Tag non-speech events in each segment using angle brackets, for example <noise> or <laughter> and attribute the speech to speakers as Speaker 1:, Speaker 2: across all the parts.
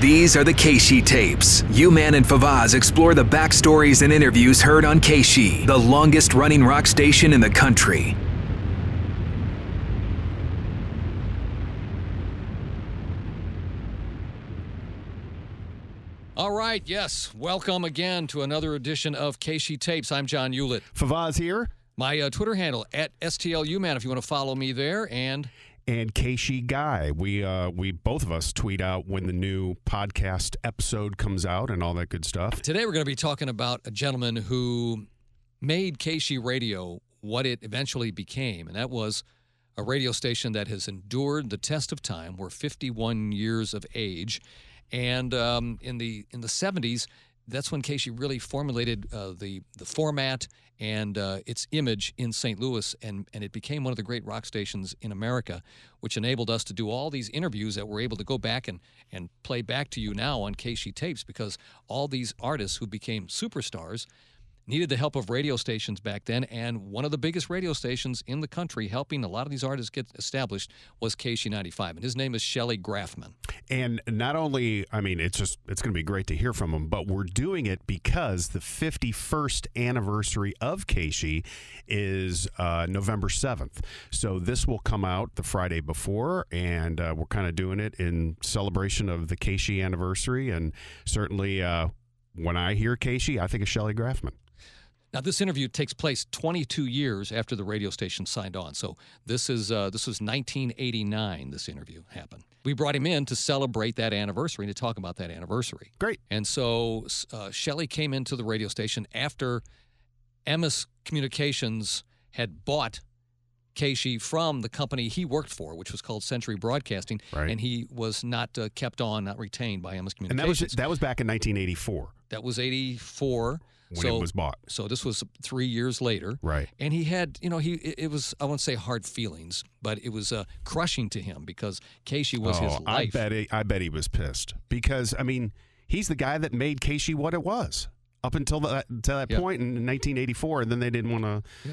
Speaker 1: These are the Keishi tapes. You Man and Favaz explore the backstories and interviews heard on Keishi, the longest running rock station in the country.
Speaker 2: All right, yes. Welcome again to another edition of Keishi Tapes. I'm John Hewlett.
Speaker 3: Favaz here,
Speaker 2: My uh, Twitter handle at STLUman if you want to follow me there. And
Speaker 3: and Keishi Guy. We uh, we both of us tweet out when the new podcast episode comes out and all that good stuff.
Speaker 2: today we're going to be talking about a gentleman who made Keishi Radio what it eventually became. And that was a radio station that has endured the test of time. We're 51 years of age. And um, in the in the 70s, that's when Keishi really formulated uh, the the format and uh, its image in St. Louis, and and it became one of the great rock stations in America, which enabled us to do all these interviews that we're able to go back and and play back to you now on Keishi tapes because all these artists who became superstars needed the help of radio stations back then and one of the biggest radio stations in the country helping a lot of these artists get established was KC 95 and his name is Shelley Grafman.
Speaker 3: And not only, I mean, it's just it's going to be great to hear from him, but we're doing it because the 51st anniversary of Keishi is uh, November 7th. So this will come out the Friday before, and uh, we're kind of doing it in celebration of the Keishi anniversary. And certainly, uh, when I hear Keishi, I think of Shelley Grafman.
Speaker 2: Now, this interview takes place 22 years after the radio station signed on. So this is uh, this was 1989. This interview happened. We brought him in to celebrate that anniversary and to talk about that anniversary.
Speaker 3: Great.
Speaker 2: And so uh, Shelley came into the radio station after Emmis Communications had bought Keishi from the company he worked for, which was called Century Broadcasting,
Speaker 3: Right.
Speaker 2: and he was not uh, kept on, not retained by Emmis
Speaker 3: And
Speaker 2: Communications.
Speaker 3: that was that was back in 1984
Speaker 2: that was 84.
Speaker 3: when
Speaker 2: so
Speaker 3: it was bought.
Speaker 2: so this was three years later
Speaker 3: Right.
Speaker 2: and he had you know he it it was i won't say hard feelings but it was uh, crushing to him because casey was his
Speaker 3: Oh, I
Speaker 2: life
Speaker 3: bet he, I bet he was pissed because I mean he's the guy that made Keishi what it was up until that to that
Speaker 2: Yeah.
Speaker 3: point in 1984, and then they didn't want to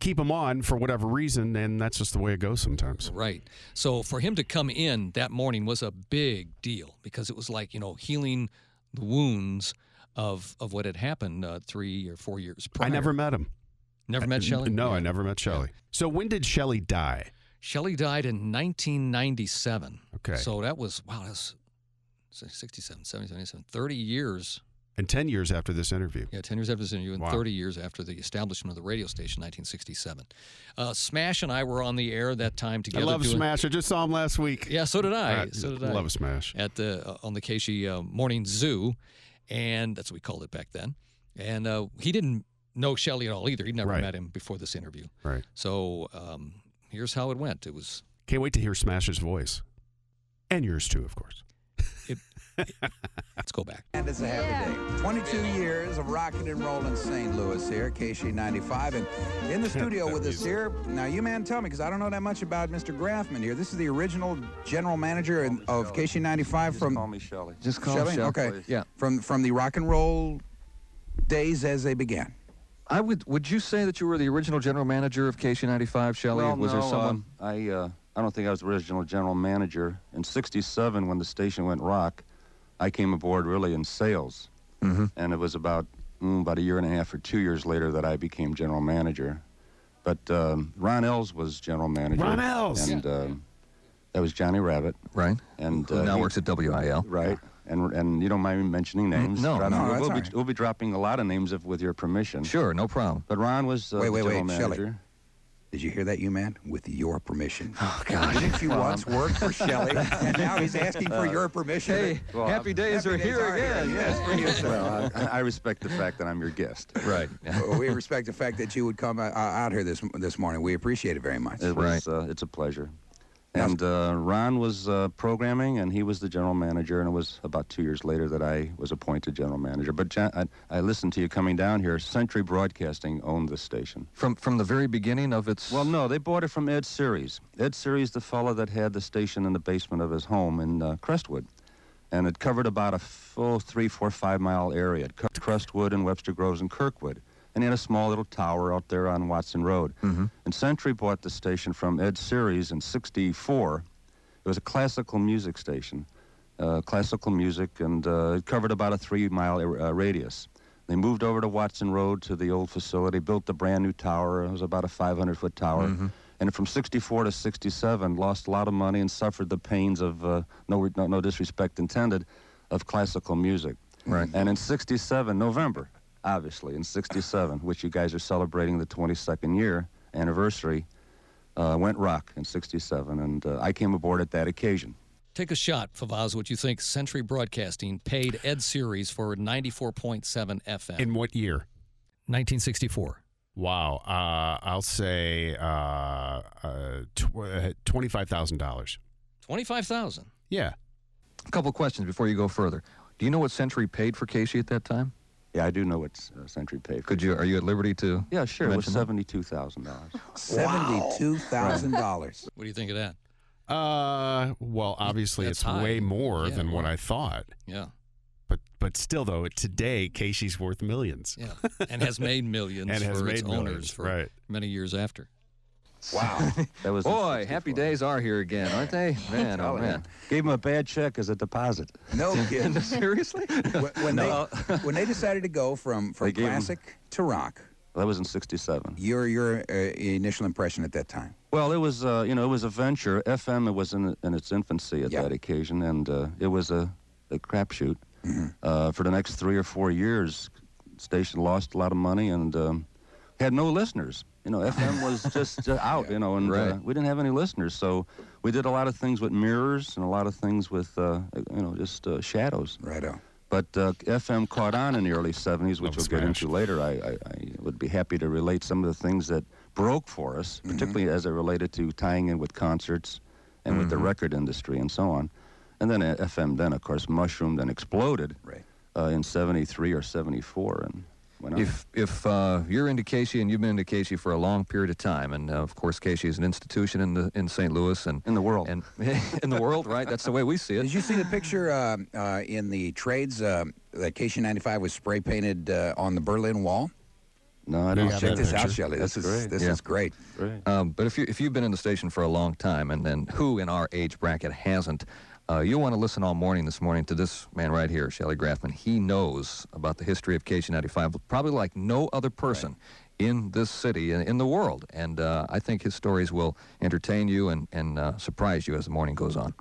Speaker 3: keep him on for whatever reason, and that's just the way it goes sometimes.
Speaker 2: right so for him to come in that morning was a big deal because it was like you know healing the wounds of of what had happened uh, three or four years prior.
Speaker 3: I never met him.
Speaker 2: never met Shelley.
Speaker 3: No, I never met Shelley. So when did Shelley die?
Speaker 2: Shelley died in 1997.
Speaker 3: Okay.
Speaker 2: So that was wow, that's 67, 70, 77, 30 years
Speaker 3: And ten years after this interview.
Speaker 2: Yeah, 10 years after this interview and
Speaker 3: Wow.
Speaker 2: 30 years after the establishment of the radio station, 1967. Uh, Smash and I were on the air that time
Speaker 3: I
Speaker 2: together.
Speaker 3: love
Speaker 2: doing-
Speaker 3: Smash. I just saw him last week.
Speaker 2: Yeah, so did I.
Speaker 3: Uh,
Speaker 2: so did I.
Speaker 3: love Smash.
Speaker 2: At the uh, on the Casey uh, Morning Zoo, and that's what we called it back then. And uh, he didn't know Shelley at all either. He'd never
Speaker 3: Right.
Speaker 2: met him before this interview.
Speaker 3: Right.
Speaker 2: So um, here's how it went. It was
Speaker 3: Can't wait to hear Smash's voice, and yours too, of course.
Speaker 2: let's go back.
Speaker 4: And it's a happy day. 22 years of rocking and rolling St. Louis here, KC 95. And in
Speaker 5: <laughs>
Speaker 4: the studio with us here, now you man tell me, because I don't know that much about Mr. Graffman here. This is the original general manager in, of KC 95
Speaker 6: Just call
Speaker 4: from
Speaker 6: me Shelley.
Speaker 4: just
Speaker 5: call him Shell,
Speaker 4: Okay.
Speaker 5: please. Yeah.
Speaker 4: From, from the rock and roll days as they began.
Speaker 5: I would. Would you say that you were the original general manager of KC95, Shelley?
Speaker 6: Well,
Speaker 5: was
Speaker 6: no,
Speaker 5: there someone?
Speaker 6: uh, I uh, I don't think I was the original general manager. In '67, when the station went rock, I came aboard really in sales, and it was about mm, about a year and a half or two years later that I became general manager. But um, Ron Ells was general manager.
Speaker 3: Ron Ells!
Speaker 6: And um, that was Johnny Rabbit.
Speaker 5: right.
Speaker 6: And
Speaker 5: Who
Speaker 6: uh,
Speaker 5: now
Speaker 6: he-
Speaker 5: works at WIL.
Speaker 6: Right. And and you don't mind me mentioning names.
Speaker 5: no,
Speaker 6: Dropping-
Speaker 4: no,
Speaker 6: we'll,
Speaker 4: that's
Speaker 6: we'll
Speaker 4: all
Speaker 6: be
Speaker 4: right.
Speaker 6: we'll be dropping a lot of names if with your permission.
Speaker 5: Sure, no problem.
Speaker 6: But Ron was uh,
Speaker 4: Wait, wait,
Speaker 6: the general
Speaker 4: wait, Shelley.
Speaker 6: manager.
Speaker 4: Did you hear that, you man? With your permission.
Speaker 5: Oh God. Uh,
Speaker 4: Didn't you once work for Shelley? And now he's asking for your permission.
Speaker 5: Hey,
Speaker 6: Well,
Speaker 5: happy days
Speaker 4: Happy
Speaker 5: are
Speaker 4: days
Speaker 5: here
Speaker 4: are here.
Speaker 5: again.
Speaker 4: Yes, for you, sir.
Speaker 6: Well, I, I respect the fact that I'm
Speaker 4: <laughs>
Speaker 6: your guest.
Speaker 5: Right.
Speaker 4: Well, we respect the fact that you would come uh, uh, out here this this morning. We appreciate it very much.
Speaker 6: It was, uh, it's a pleasure. And uh, Ron was uh, programming, and he was the general manager. And it was about two years later that I was appointed general manager. But John, I, I listened to you coming down here. Century Broadcasting owned the station.
Speaker 5: From from the very beginning of its.
Speaker 6: Well, no, they bought it from Ed Series. Ed Series, the fellow that had the station in the basement of his home in uh, Crestwood, and it covered about a full three, four, five mile area. It covered Crestwood and Webster Groves and Kirkwood, and he had a small little tower out there on Watson Road. And Century bought the station from Ed Series in '64. It was a classical music station, uh, classical music, and uh, it covered about a three mile uh, radius. They moved over to Watson Road to the old facility, built the brand new tower. It was about a 500 foot tower. And from 64 to 67, lost a lot of money and suffered the pains of, uh, no, no, no disrespect intended, of classical music. Right. And in 67, November, obviously, in 67, which you guys are celebrating the 22nd year anniversary, uh, went rock in 67. And uh, I came aboard at that occasion.
Speaker 2: Take a shot, Favaz, what you think Century Broadcasting paid Ed Series for 94.7 FM.
Speaker 3: In what year?
Speaker 2: 1964.
Speaker 3: Wow. Uh, I'll say uh, uh, tw- uh, $25,000.
Speaker 2: 25,000.
Speaker 3: Yeah.
Speaker 5: A couple questions before you go further. Do you know what Century paid for Casey at that time?
Speaker 6: Yeah, I do know what uh, Century paid for
Speaker 5: Could you? Are you at liberty to?
Speaker 6: Yeah, sure. It was
Speaker 5: mention that?
Speaker 6: $72,000.
Speaker 4: Seventy-two thousand dollars.
Speaker 2: What do you think of that?
Speaker 3: Uh, well, obviously,
Speaker 2: That's
Speaker 3: it's
Speaker 2: high.
Speaker 3: way more
Speaker 2: Yeah,
Speaker 3: than what I thought.
Speaker 2: Yeah.
Speaker 3: But but still, though, today Casey's worth millions.
Speaker 2: Yeah. And has
Speaker 5: <laughs>
Speaker 2: made millions
Speaker 3: And
Speaker 2: for
Speaker 3: has
Speaker 2: its
Speaker 3: made millions,
Speaker 2: owners for
Speaker 3: right.
Speaker 2: many years after.
Speaker 6: <laughs> Wow. that was in
Speaker 5: Boy,
Speaker 6: 64.
Speaker 5: happy days are here again, aren't <laughs> they? Man, oh
Speaker 6: Telling you.
Speaker 5: man.
Speaker 6: Gave him a bad check as a deposit.
Speaker 4: No
Speaker 6: <laughs>
Speaker 4: kidding.
Speaker 5: <laughs> Seriously?
Speaker 4: When- when they when they decided to go from from
Speaker 6: They gave 'em-
Speaker 4: classic to rock,
Speaker 6: That was in 67.
Speaker 4: your your uh, initial impression at that time.
Speaker 6: Well, it was, uh, you know, it was a venture. FM was in, in its infancy at
Speaker 4: Yeah.
Speaker 6: that occasion, and uh, it was a, a crapshoot.
Speaker 5: Mm-hmm.
Speaker 6: Uh, for the next three or four years, station lost a lot of money and um, had no listeners. You know,
Speaker 5: <laughs>
Speaker 6: FM was just uh, out, you know, and uh,
Speaker 5: Right.
Speaker 6: we didn't have any listeners. So we did a lot of things with mirrors and a lot of things with, uh, you know, just uh, shadows.
Speaker 4: Righto.
Speaker 6: But uh, FM caught on in the early 70s, which
Speaker 3: Love
Speaker 6: we'll
Speaker 3: Smash.
Speaker 6: get into later. I, I, I would be happy to relate some of the things that broke for us, particularly as it related to tying in with concerts and with the record industry and so on. And then uh, FM, then, of course, mushroomed and exploded
Speaker 4: Right.
Speaker 6: uh, in 73 or 74. And went on.
Speaker 5: If if uh, you're into Casey and you've been into Casey for a long period of time, and uh, of course Casey is an institution in the in St. Louis and
Speaker 6: in the world.
Speaker 5: and <laughs> in the world, right? That's the way we see
Speaker 4: Did
Speaker 5: it.
Speaker 4: you see the picture uh, uh, in the trades uh, that KC95 was spray painted uh, on the Berlin Wall?
Speaker 6: no, I don't
Speaker 3: Yeah,
Speaker 6: see
Speaker 4: Check
Speaker 3: that
Speaker 4: this out,
Speaker 3: picture.
Speaker 4: Shelley. This
Speaker 6: That's
Speaker 4: is
Speaker 6: great.
Speaker 4: this
Speaker 5: Yeah.
Speaker 4: is great.
Speaker 6: Right.
Speaker 5: Um, but if you if you've been in the station for a long time, and then who in our age bracket hasn't? Uh, you'll want to listen all morning this morning to this man right here, Shelly Grafman. He knows about the history of KC95, probably like no other person in this city and in the world. And uh, I think his stories will entertain you and, and uh, surprise you as the morning goes on.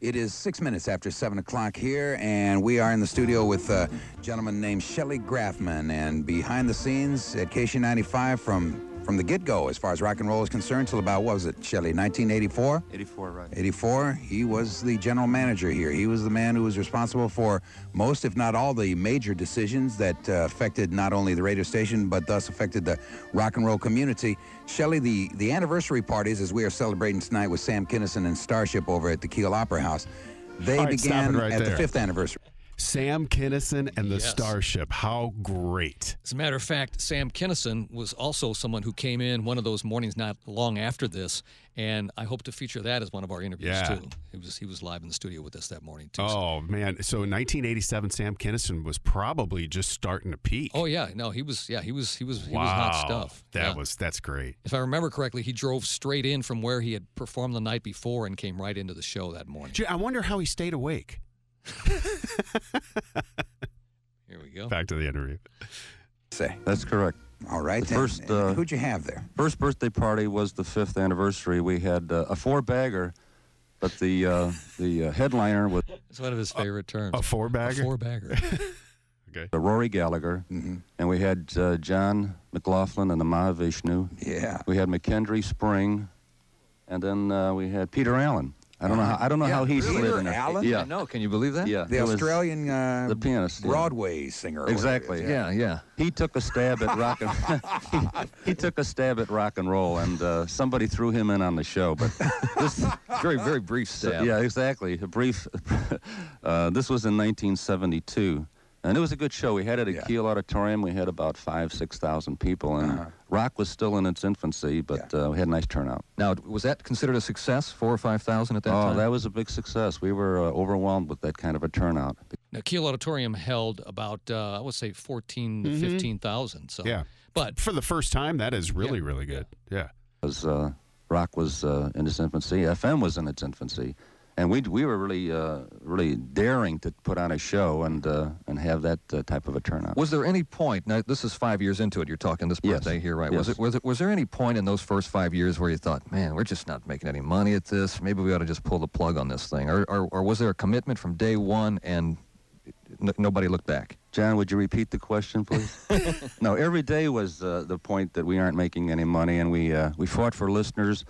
Speaker 4: It is six minutes after seven o'clock here, and we are in the studio with a gentleman named Shelly Grafman. And behind the scenes at KC95 from from the get go, as far as rock and roll is concerned, till about what was it, Shelley, 1984?
Speaker 6: 84, right.
Speaker 4: 84. He was the general manager here. He was the man who was responsible for most, if not all, the major decisions that uh, affected not only the radio station, but thus affected the rock and roll community. Shelley, the, the anniversary parties, as we are celebrating tonight with Sam Kinnison and Starship over at the Kiel Opera House, they
Speaker 3: All right, stop
Speaker 4: began
Speaker 3: it right
Speaker 4: at the
Speaker 3: there.
Speaker 4: fifth anniversary.
Speaker 3: Sam Kinnison and the
Speaker 2: Yes.
Speaker 3: Starship. How great.
Speaker 2: As a matter of fact, Sam Kinnison was also someone who came in one of those mornings not long after this, and I hope to feature that as one of our interviews
Speaker 3: Yeah.
Speaker 2: too. He was he was live in the studio with us that morning too. So-
Speaker 3: Oh, man. So in 1987, Sam Kinnison was probably just starting to peak.
Speaker 2: Oh yeah, no, he was yeah he was he was he
Speaker 3: wow.
Speaker 2: was hot stuff.
Speaker 3: That
Speaker 2: Yeah.
Speaker 3: was, that's great.
Speaker 2: If I remember correctly, he drove straight in from where he had performed the night before and came right into the show that morning.
Speaker 3: Gee, I wonder how he stayed awake.
Speaker 2: Here we go.
Speaker 3: Back to the interview.
Speaker 4: Say.
Speaker 6: That's correct.
Speaker 4: All right.
Speaker 6: The
Speaker 4: then.
Speaker 6: first, uh,
Speaker 4: Who'd you have there?
Speaker 6: First birthday party was the fifth anniversary. We had uh, a four bagger, but the, uh, the uh, headliner was.
Speaker 2: It's one of his favorite terms.
Speaker 3: A four bagger?
Speaker 2: Four
Speaker 5: <laughs>
Speaker 2: bagger.
Speaker 6: Uh, Rory Gallagher,
Speaker 4: Mm-hmm.
Speaker 6: and we had uh, John McLaughlin and the Mahavishnu.
Speaker 4: Yeah.
Speaker 6: We had McKendry Spring, and then uh, we had Peter Allen. I don't know how I don't know how he
Speaker 4: really?
Speaker 6: slid
Speaker 4: Uh-huh. Peter
Speaker 6: in there.
Speaker 4: Allen?
Speaker 6: Yeah,
Speaker 5: I know. Can you believe that?
Speaker 6: yeah.
Speaker 4: The
Speaker 6: it was-
Speaker 4: Australian uh,
Speaker 6: the pianist, yeah.
Speaker 4: Broadway singer. or whatever it
Speaker 6: Exactly.
Speaker 4: is,
Speaker 5: Yeah, yeah.
Speaker 6: He took a stab at rock and <laughs> he, he took a stab at rock and roll, and uh, somebody threw him in on the show. But
Speaker 5: <laughs>
Speaker 6: this,
Speaker 5: Very, very brief
Speaker 6: So-
Speaker 5: stab.
Speaker 6: yeah, exactly. A brief. <laughs> uh, this was in 1972, and it was a good show. We had it at
Speaker 4: Yeah.
Speaker 6: Kiel Auditorium. We had about five, six thousand people, and
Speaker 5: Uh-huh.
Speaker 6: rock was still in its infancy, but uh, we had a nice turnout.
Speaker 5: Now, was that considered a success? Four or five thousand at that
Speaker 6: oh,
Speaker 5: time?
Speaker 6: that was a big success. We were uh, overwhelmed with that kind of a turnout.
Speaker 2: Now, Kiel Auditorium held about, uh, I would say, 14,
Speaker 6: Mm-hmm.
Speaker 2: 15,000. So,
Speaker 3: Yeah.
Speaker 2: But
Speaker 3: For the first time, that is really, really good. Yeah.
Speaker 6: Because uh, rock was uh, in its infancy, FM was in its infancy, and we we were really uh, really daring to put on a show and uh, and have that uh, type of a turnout.
Speaker 5: Was there any point? Now this is five years into it. You're talking this
Speaker 6: Yes.
Speaker 5: birthday here, right? Was it
Speaker 6: Yes.
Speaker 5: was it was there any point in those first five years where you thought, man, we're just not making any money at this. Maybe we ought to just pull the plug on this thing, or or, or was there a commitment from day one and n- nobody looked back?
Speaker 6: John, would you repeat the question, please? no, every day was uh, the point that we aren't making any money, and we uh, we fought for listeners.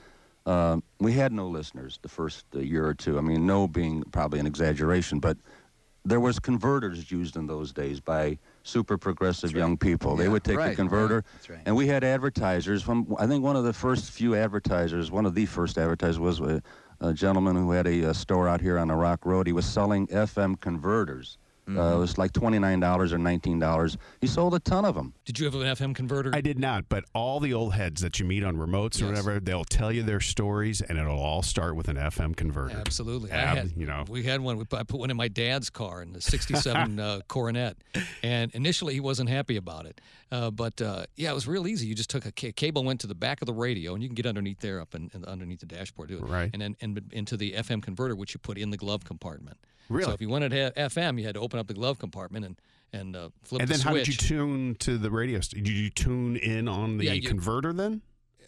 Speaker 6: Um we had no listeners the first uh, year or two. I mean, no being probably an exaggeration, but there was converters used in those days by super progressive young people. they
Speaker 5: Yeah,
Speaker 6: would take
Speaker 5: right,
Speaker 6: the converter,
Speaker 4: That's right.
Speaker 6: and we had advertisers. From I think one of the first few advertisers, one of the first advertisers was a, a gentleman who had a, uh store out here on the Rock Road. He was selling FM converters.
Speaker 5: Mm-hmm.
Speaker 6: Uh, it was like twenty nine dollars or nineteen dollars. He sold a ton of them.
Speaker 2: Did you have an FM converter?
Speaker 3: I did not, but all the old heads that you meet on remotes
Speaker 2: Yes.
Speaker 3: or whatever, they'll tell you their stories, and it'll all start with an FM converter.
Speaker 2: Absolutely.
Speaker 3: Ab,
Speaker 2: I had,
Speaker 3: you know.
Speaker 2: We had one. We put, I put one in my dad's car in the
Speaker 3: <laughs>
Speaker 2: 67 uh, Coronet. And initially, he wasn't happy about it. Uh, but uh, yeah, it was real easy. You just took a ca- cable, went to the back of the radio, and you can get underneath there up and, and underneath the dashboard, do it.
Speaker 3: Right.
Speaker 2: And then and into the FM converter, which you put in the glove compartment.
Speaker 3: Really?
Speaker 2: So if you wanted to have FM, you had to open up the glove compartment and, and uh, flip
Speaker 3: and
Speaker 2: the
Speaker 3: then
Speaker 2: switch.
Speaker 3: how did you tune to the radio? St- did you tune in on the
Speaker 2: Yeah, you-
Speaker 3: converter then?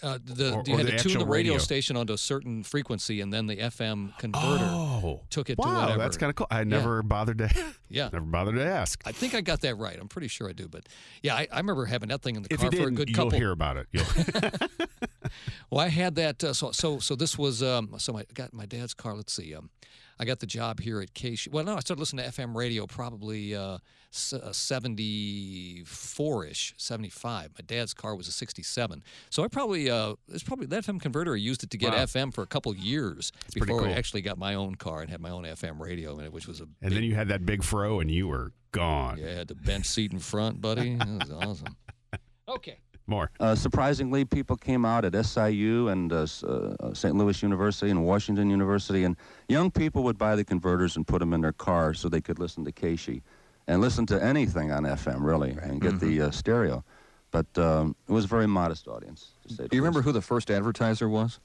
Speaker 2: uh, the,
Speaker 3: or-
Speaker 2: you
Speaker 3: or
Speaker 2: had
Speaker 3: the
Speaker 2: to tune
Speaker 3: actual
Speaker 2: the radio,
Speaker 3: radio?
Speaker 2: station onto a certain frequency, and then the FM converter.
Speaker 3: Oh.
Speaker 2: took it to
Speaker 3: wow,
Speaker 2: whatever.
Speaker 3: that's kind of cool. I never bothered to <laughs>
Speaker 2: Yeah.
Speaker 3: never bothered to ask.
Speaker 2: I think I got that right. I'm pretty sure I do. But yeah, I, I remember having that thing in the
Speaker 3: if
Speaker 2: car
Speaker 3: you
Speaker 2: for a
Speaker 3: didn't,
Speaker 2: good
Speaker 3: you'll
Speaker 2: couple.
Speaker 3: hear about it.
Speaker 2: <laughs>
Speaker 3: You'll-
Speaker 2: Well, I had that. Uh, so so so this was um, so I got my dad's car. Let's see, um, I got the job here at KC. Well, no, I started listening to FM radio probably uh, seventy four ish, seventy five. My dad's car was a sixty seven. So I probably uh, it's probably that FM converter. I used it to get FM for a couple years
Speaker 3: pretty
Speaker 2: before I
Speaker 3: cool.
Speaker 2: actually got my own car and had my own FM radio, in it, which was a
Speaker 3: and then you had that big fro, and you were gone.
Speaker 2: yeah, I had the bench seat in front, buddy. That was
Speaker 3: <laughs>
Speaker 2: awesome. Okay.
Speaker 3: More.
Speaker 6: Uh, surprisingly, people came out at SIU and uh, S- uh, uh, St. Louis University and Washington University, and young people would buy the converters and put them in their car so they could listen to Keishi and listen to anything on FM, really, and get
Speaker 5: Mm-hmm.
Speaker 6: the uh, stereo. But um, it was a very modest audience. To say the
Speaker 5: Do you remember
Speaker 6: least.
Speaker 5: who the first advertiser was?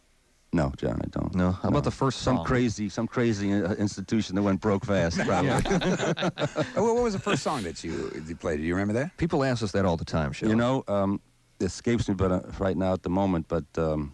Speaker 6: No, John, I don't.
Speaker 5: No. How about the first
Speaker 6: Some
Speaker 5: song?
Speaker 6: crazy, some crazy uh, institution that went
Speaker 5: <laughs>
Speaker 6: broke fast, probably.
Speaker 4: Uh, what what was the first song that you, you played? Do you remember that?
Speaker 5: People ask us that all the time, Shelley.
Speaker 6: You know, um, it escapes me, but uh, right now at the moment, but um,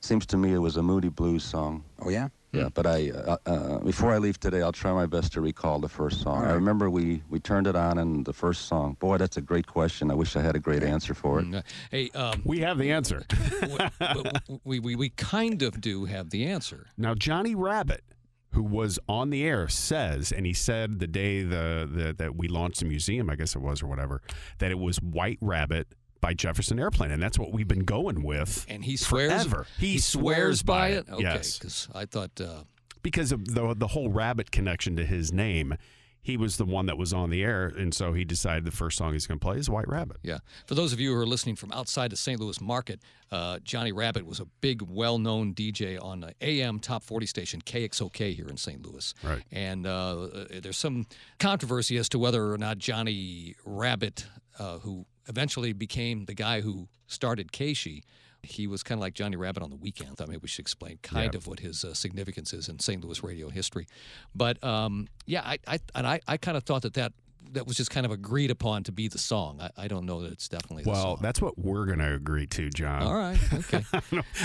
Speaker 6: seems to me it was a Moody Blues song.
Speaker 4: Oh yeah.
Speaker 6: Yeah, but I uh, uh, before I leave today, I'll try my best to recall the first song. I remember we we turned it on, and the first song. Boy, that's a great question. I wish I had a great answer for it.
Speaker 2: Mm, uh, Hey, um,
Speaker 3: We have
Speaker 2: <laughs>
Speaker 3: the answer.
Speaker 2: w- w- we, we, we kind of do have the answer.
Speaker 3: Now Johnny Rabbit, who was on the air, says, and he said the day the, the that we launched the museum, I guess it was or whatever, that it was White Rabbit by Jefferson Airplane, and that's what we've been going with.
Speaker 2: And he swears.
Speaker 3: Forever. He swears by it.
Speaker 2: Okay,
Speaker 3: Yes.
Speaker 2: because I thought uh,
Speaker 3: because of the the whole rabbit connection to his name. He was the one that was on the air, and so he decided the first song he's going to play is White Rabbit.
Speaker 2: Yeah. For those of you who are listening from outside the St. Louis market, uh, Johnny Rabbit was a big, well known DJ on the AM Top 40 station, KXOK, here in St. Louis.
Speaker 3: Right.
Speaker 2: And uh, uh, there's some controversy as to whether or not Johnny Rabbit, uh, who eventually became the guy who started Keishi, he was kind of like Johnny Rabbit on the weekend. I mean, we should explain kind of what his uh, significance is in St. Louis radio history. But um, yeah, I, I and I, I kind of thought that that that was just kind of agreed upon to be the song. I, I don't know that it's definitely the
Speaker 3: Well,
Speaker 2: song.
Speaker 3: that's what we're going to agree to, John.
Speaker 2: All right.
Speaker 3: <laughs>
Speaker 2: Okay.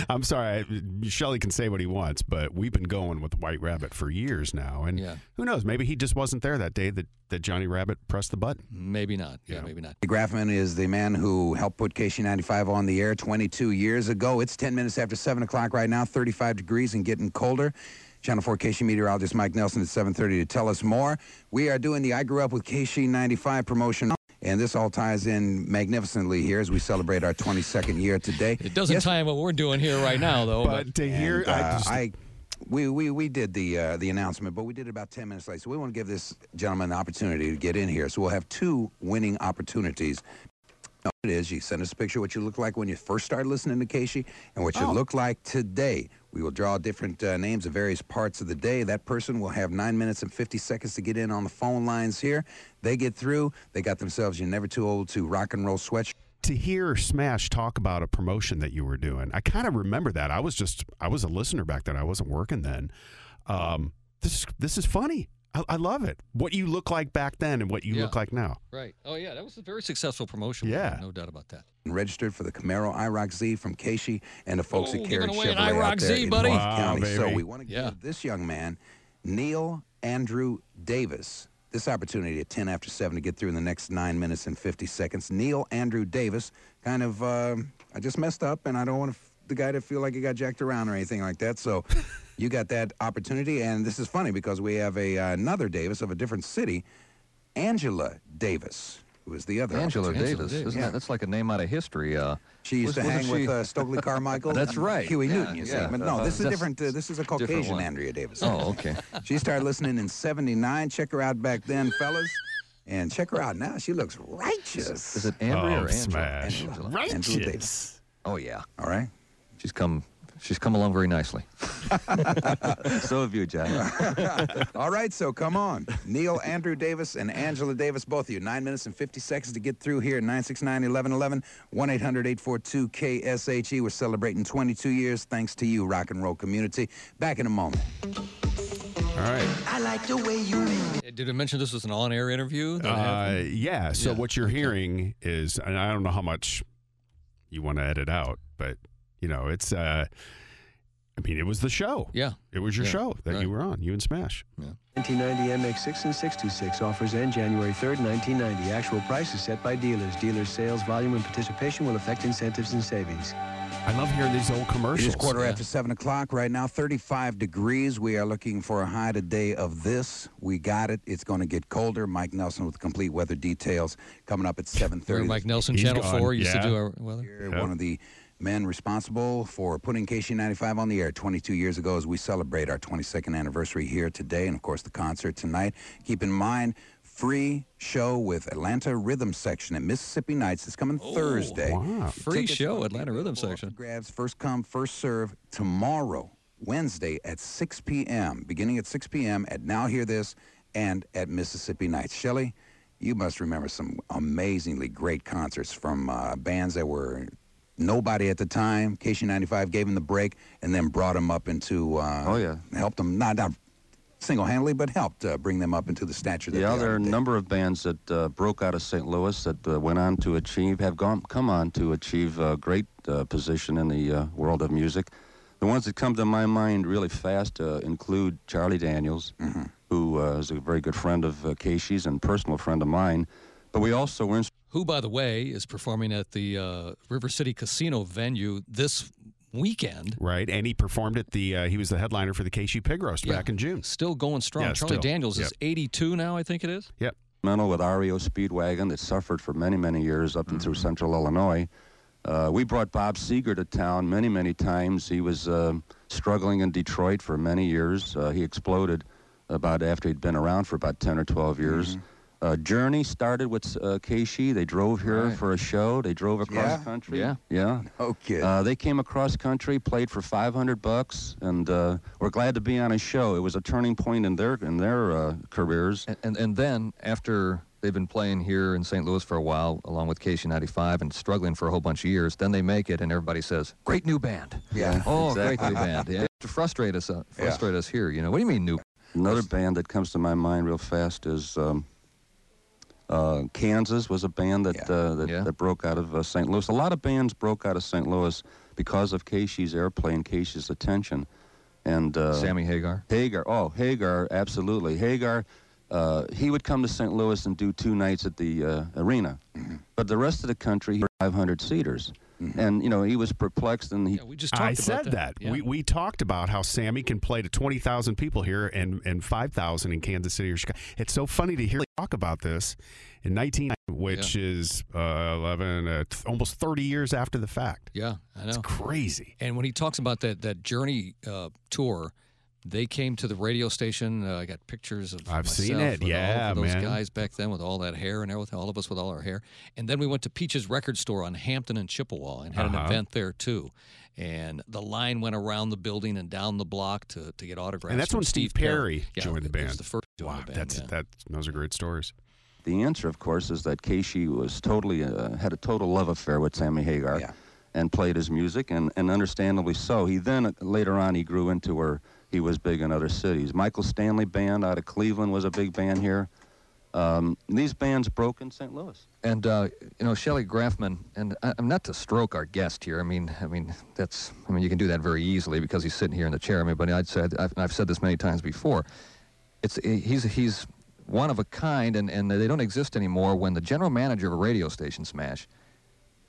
Speaker 3: I'm sorry. I- Shelley can say what he wants, but we've been going with White Rabbit for years now. And
Speaker 2: Yeah.
Speaker 3: who knows? Maybe he just wasn't there that day that, that Johnny Rabbit pressed the button.
Speaker 2: maybe not. Yeah,
Speaker 3: Yeah.
Speaker 2: maybe not.
Speaker 4: Grafman is the man who helped put KC95 on the air 22 years ago. It's 10 minutes after 7 o'clock right now, 35 degrees and getting colder. Channel 4 KC meteorologist Mike Nelson at 7.30 to tell us more. We are doing the I Grew Up with KC95 promotion, and this all ties in magnificently here as we celebrate our 22nd year today.
Speaker 2: It doesn't
Speaker 4: Yes,
Speaker 2: tie in what we're doing here right
Speaker 3: <laughs>
Speaker 2: now, though. But,
Speaker 3: But to hear,
Speaker 4: and,
Speaker 3: I
Speaker 4: uh,
Speaker 3: just,
Speaker 4: I- we, we, we did the uh, the announcement, but we did it about 10 minutes late. So we want to give this gentleman an opportunity to get in here. So we'll have two winning opportunities. No, it is. You send us a picture of what you look like when you first started listening to Casey and what you
Speaker 3: Oh.
Speaker 4: look like today. We will draw different uh, names of various parts of the day. That person will have nine minutes and 50 seconds to get in on the phone lines here. They get through. They got themselves You're Never Too Old to Rock and Roll Sweatshirt.
Speaker 3: to hear Smash talk about a promotion that you were doing, I kind of remember that. I was just I was a listener back then. I wasn't working then. Um, this is this is funny. I, I love it. What you look like back then and what you
Speaker 2: Yeah.
Speaker 3: look like now.
Speaker 2: Right. Oh yeah, that was a very successful promotion.
Speaker 3: Yeah.
Speaker 2: no doubt about that.
Speaker 4: registered for the Camaro IROC Z from Casey and the folks
Speaker 2: Oh,
Speaker 4: at
Speaker 2: giving
Speaker 4: Carriage
Speaker 2: away an
Speaker 4: Chevrolet
Speaker 2: IROC
Speaker 4: out there
Speaker 2: Z,
Speaker 4: in
Speaker 2: buddy.
Speaker 4: Orange
Speaker 3: Wow,
Speaker 4: County. So
Speaker 3: baby.
Speaker 4: we want to
Speaker 2: Yeah.
Speaker 4: give this young man, Neil Andrew Davis, this opportunity at 10 after 7 to get through in the next 9 minutes and 50 seconds. Neil Andrew Davis, kind of, uh, I just messed up and I don't want the guy to feel like he got jacked around or anything like that.
Speaker 2: <laughs>
Speaker 4: So you got that opportunity. And this is funny because we have a, uh, another Davis of a different city, Angela Davis, who is the other.
Speaker 5: Angela
Speaker 2: Angela
Speaker 5: Davis,
Speaker 2: Davis.
Speaker 5: isn't
Speaker 4: Yeah.
Speaker 5: that? That's like a name out of history. Uh,
Speaker 4: She
Speaker 5: was-
Speaker 4: used to hang
Speaker 5: wasn't she-
Speaker 4: with uh, Stokely Carmichael.
Speaker 5: That's
Speaker 4: and
Speaker 5: right.
Speaker 4: Huey
Speaker 5: Yeah,
Speaker 4: Newton, you
Speaker 5: yeah.
Speaker 4: see. But no,
Speaker 5: Uh,
Speaker 4: this is
Speaker 5: that's-
Speaker 4: different. Uh, this is a
Speaker 5: different
Speaker 4: Caucasian
Speaker 5: one.
Speaker 4: Andrea Davis.
Speaker 5: Oh, okay.
Speaker 4: <laughs> She started listening in 79. Check her out back then, fellas. And check her out now. She looks righteous.
Speaker 5: Is it Andrea
Speaker 3: oh,
Speaker 5: or Angela?
Speaker 3: Smash.
Speaker 5: Angela.
Speaker 4: Angela Davis.
Speaker 5: Oh yeah,
Speaker 4: All right.
Speaker 5: she's come. She's come along very nicely.
Speaker 6: so have you, Jack.
Speaker 4: All right, so come on. Neil Andrew Davis and Angela Davis, both of you. Nine minutes and 50 seconds to get through here. 969 1111, 1 800 842 KSHE. E. We're celebrating 22 years thanks to you, rock and roll community. Back in a moment.
Speaker 3: All right.
Speaker 2: Uh, Did I mention this was an on-air interview? that happened?
Speaker 3: Uh, yeah. So
Speaker 2: Yeah,
Speaker 3: what you're hearing is, and I don't know how much you want to edit out, but you know, it's. Uh, I mean, it was the show.
Speaker 2: Yeah.
Speaker 3: It was your
Speaker 2: Yeah,
Speaker 3: show that
Speaker 2: right.
Speaker 3: you were on, you and Smash.
Speaker 7: 1990 MX6 and 626 offers end January 3rd, 1990. Actual prices set by dealers. Dealer sales volume and participation will affect incentives and savings.
Speaker 3: I love hearing these old
Speaker 4: It
Speaker 3: commercials.
Speaker 4: is quarter
Speaker 2: yeah.
Speaker 4: after seven o'clock right now. Thirty-five degrees. We are looking for a high today of this. We got it. It's going to get colder. Mike Nelson with complete weather details coming up at seven
Speaker 2: Remember
Speaker 4: thirty.
Speaker 2: Mike Nelson,
Speaker 3: he's
Speaker 2: Channel
Speaker 3: gone.
Speaker 2: Four, used
Speaker 3: Yeah.
Speaker 2: to do our weather.
Speaker 4: One of the men responsible for putting KC95 on the air 22 years ago as we celebrate our 22nd anniversary here today and, of course, the concert tonight. Keep in mind, free show with Atlanta Rhythm Section at Mississippi Nights. It's coming
Speaker 2: Oh,
Speaker 4: Thursday.
Speaker 3: Wow.
Speaker 2: Free
Speaker 4: Tickets will
Speaker 2: show,
Speaker 4: be
Speaker 2: Atlanta Rhythm
Speaker 4: available off the
Speaker 2: Section.
Speaker 4: Grabs first come, first serve tomorrow, Wednesday at 6 p.m. Beginning at 6 p.m. at Now Hear This and at Mississippi Nights. Shelley, you must remember some amazingly great concerts from uh, bands that were nobody at the time. KC95 gave them the break and then brought them up into. Uh,
Speaker 6: Oh, yeah.
Speaker 4: helped them not not single-handedly, but helped uh, bring them up into the stature that
Speaker 6: Yeah,
Speaker 4: they
Speaker 6: there are a
Speaker 4: today.
Speaker 6: number of bands that uh, broke out of St. Louis that uh, went on to achieve, have gone, come on to achieve a great uh, position in the uh, world of music. The ones that come to my mind really fast uh, include Charlie Daniels,
Speaker 4: Mm-hmm.
Speaker 6: who uh, is a very good friend of uh, Casey's and personal friend of mine. But we also were
Speaker 2: Who, by the way, is performing at the uh, River City Casino venue this weekend?
Speaker 3: Right. And he performed at the, uh, he was the headliner for the KC Pig Roast
Speaker 2: Yeah.
Speaker 3: back in June.
Speaker 2: Still going strong.
Speaker 3: Yeah,
Speaker 2: Charlie
Speaker 3: still.
Speaker 2: Daniels is
Speaker 3: Yep.
Speaker 2: 82 now, I think it is.
Speaker 3: Yep.
Speaker 6: instrumental with REO Speedwagon that suffered for many, many years up and through
Speaker 5: Mm-hmm.
Speaker 6: central Illinois. Uh, we brought Bob Seger to town many, many times. He was um struggling in Detroit for many years. Uh, he exploded about after he'd been around for about 10 or 12 years. Uh, Journey started with uh, Keishi. They drove here
Speaker 5: Mm-hmm. Right.
Speaker 6: for a show. They drove across
Speaker 4: Yeah?
Speaker 6: country.
Speaker 5: Yeah.
Speaker 6: Yeah.
Speaker 4: Okay.
Speaker 6: Uh, they came across country, played for 500 bucks, and uh, were glad to be on a show. It was a turning point in their in their uh, careers.
Speaker 5: And, and and then after they've been playing here in St. Louis for a while, along with KC95, and struggling for a whole bunch of years, then they make it, and everybody says, "Great new band."
Speaker 4: Yeah,
Speaker 5: Oh, great new band. Yeah. To frustrate us, uh, frustrate us here, you know. What do you mean new?
Speaker 6: Another band that comes to my mind real fast is um, uh, Kansas was a band that
Speaker 4: Yeah.
Speaker 6: uh, that,
Speaker 5: Yeah.
Speaker 6: that broke out of uh, St. Louis. A lot of bands broke out of St. Louis because of Casey's airplane, Casey's attention, and uh,
Speaker 5: Sammy Hagar.
Speaker 6: Hagar. Oh, Hagar, absolutely. Hagar, uh, he would come to St. Louis and do two nights at the uh, arena,
Speaker 5: Mm-hmm.
Speaker 6: but the rest of the country, he 500 seaters, and you know he was perplexed and he
Speaker 2: Yeah, we just talked
Speaker 3: I
Speaker 2: about
Speaker 3: said that.
Speaker 2: Yeah.
Speaker 3: We, we talked about how Sammy can play to 20,000 people here and, and 5,000 in Kansas City or Chicago. It's so funny to hear you talk about this in 19, which is uh, 11, uh, th- almost 30 years after the fact.
Speaker 2: yeah, I know.
Speaker 3: It's crazy.
Speaker 2: And when he talks about that that journey uh, tour, they came to the radio station. Uh, I got pictures of
Speaker 3: I've seen
Speaker 2: myself
Speaker 3: it.
Speaker 2: and all
Speaker 3: Yeah,
Speaker 2: of those
Speaker 3: man.
Speaker 2: guys back then with all that hair and everything. All of us with all our hair. And then we went to Peach's Record Store on Hampton and Chippewa and had an
Speaker 3: Uh-huh.
Speaker 2: event there too. And the line went around the building and down the block to, to get autographs.
Speaker 3: And that's
Speaker 2: from
Speaker 3: when Steve Perry joined the
Speaker 2: it was
Speaker 3: band.
Speaker 2: the first to join
Speaker 3: Wow,
Speaker 2: the band,
Speaker 3: that's
Speaker 2: yeah.
Speaker 3: that. Those are great stories.
Speaker 6: The answer, of course, is that Casey was totally uh, had a total love affair with Sammy Hagar,
Speaker 4: Yeah.
Speaker 6: and played his music, and, and understandably so. He then uh, later on he grew into where he was big in other cities. Michael Stanley Band out of Cleveland was a big band here. Um, these bands broke in St. Louis.
Speaker 5: And uh, you know, Shelley Grafman, and I, I'm not to stroke our guest here. I mean, I mean that's, I mean, you can do that very easily because he's sitting here in the chair. I mean, but I'd said, I've, I've said this many times before. It's he's he's one of a kind, and and they don't exist anymore. When the general manager of a radio station smash,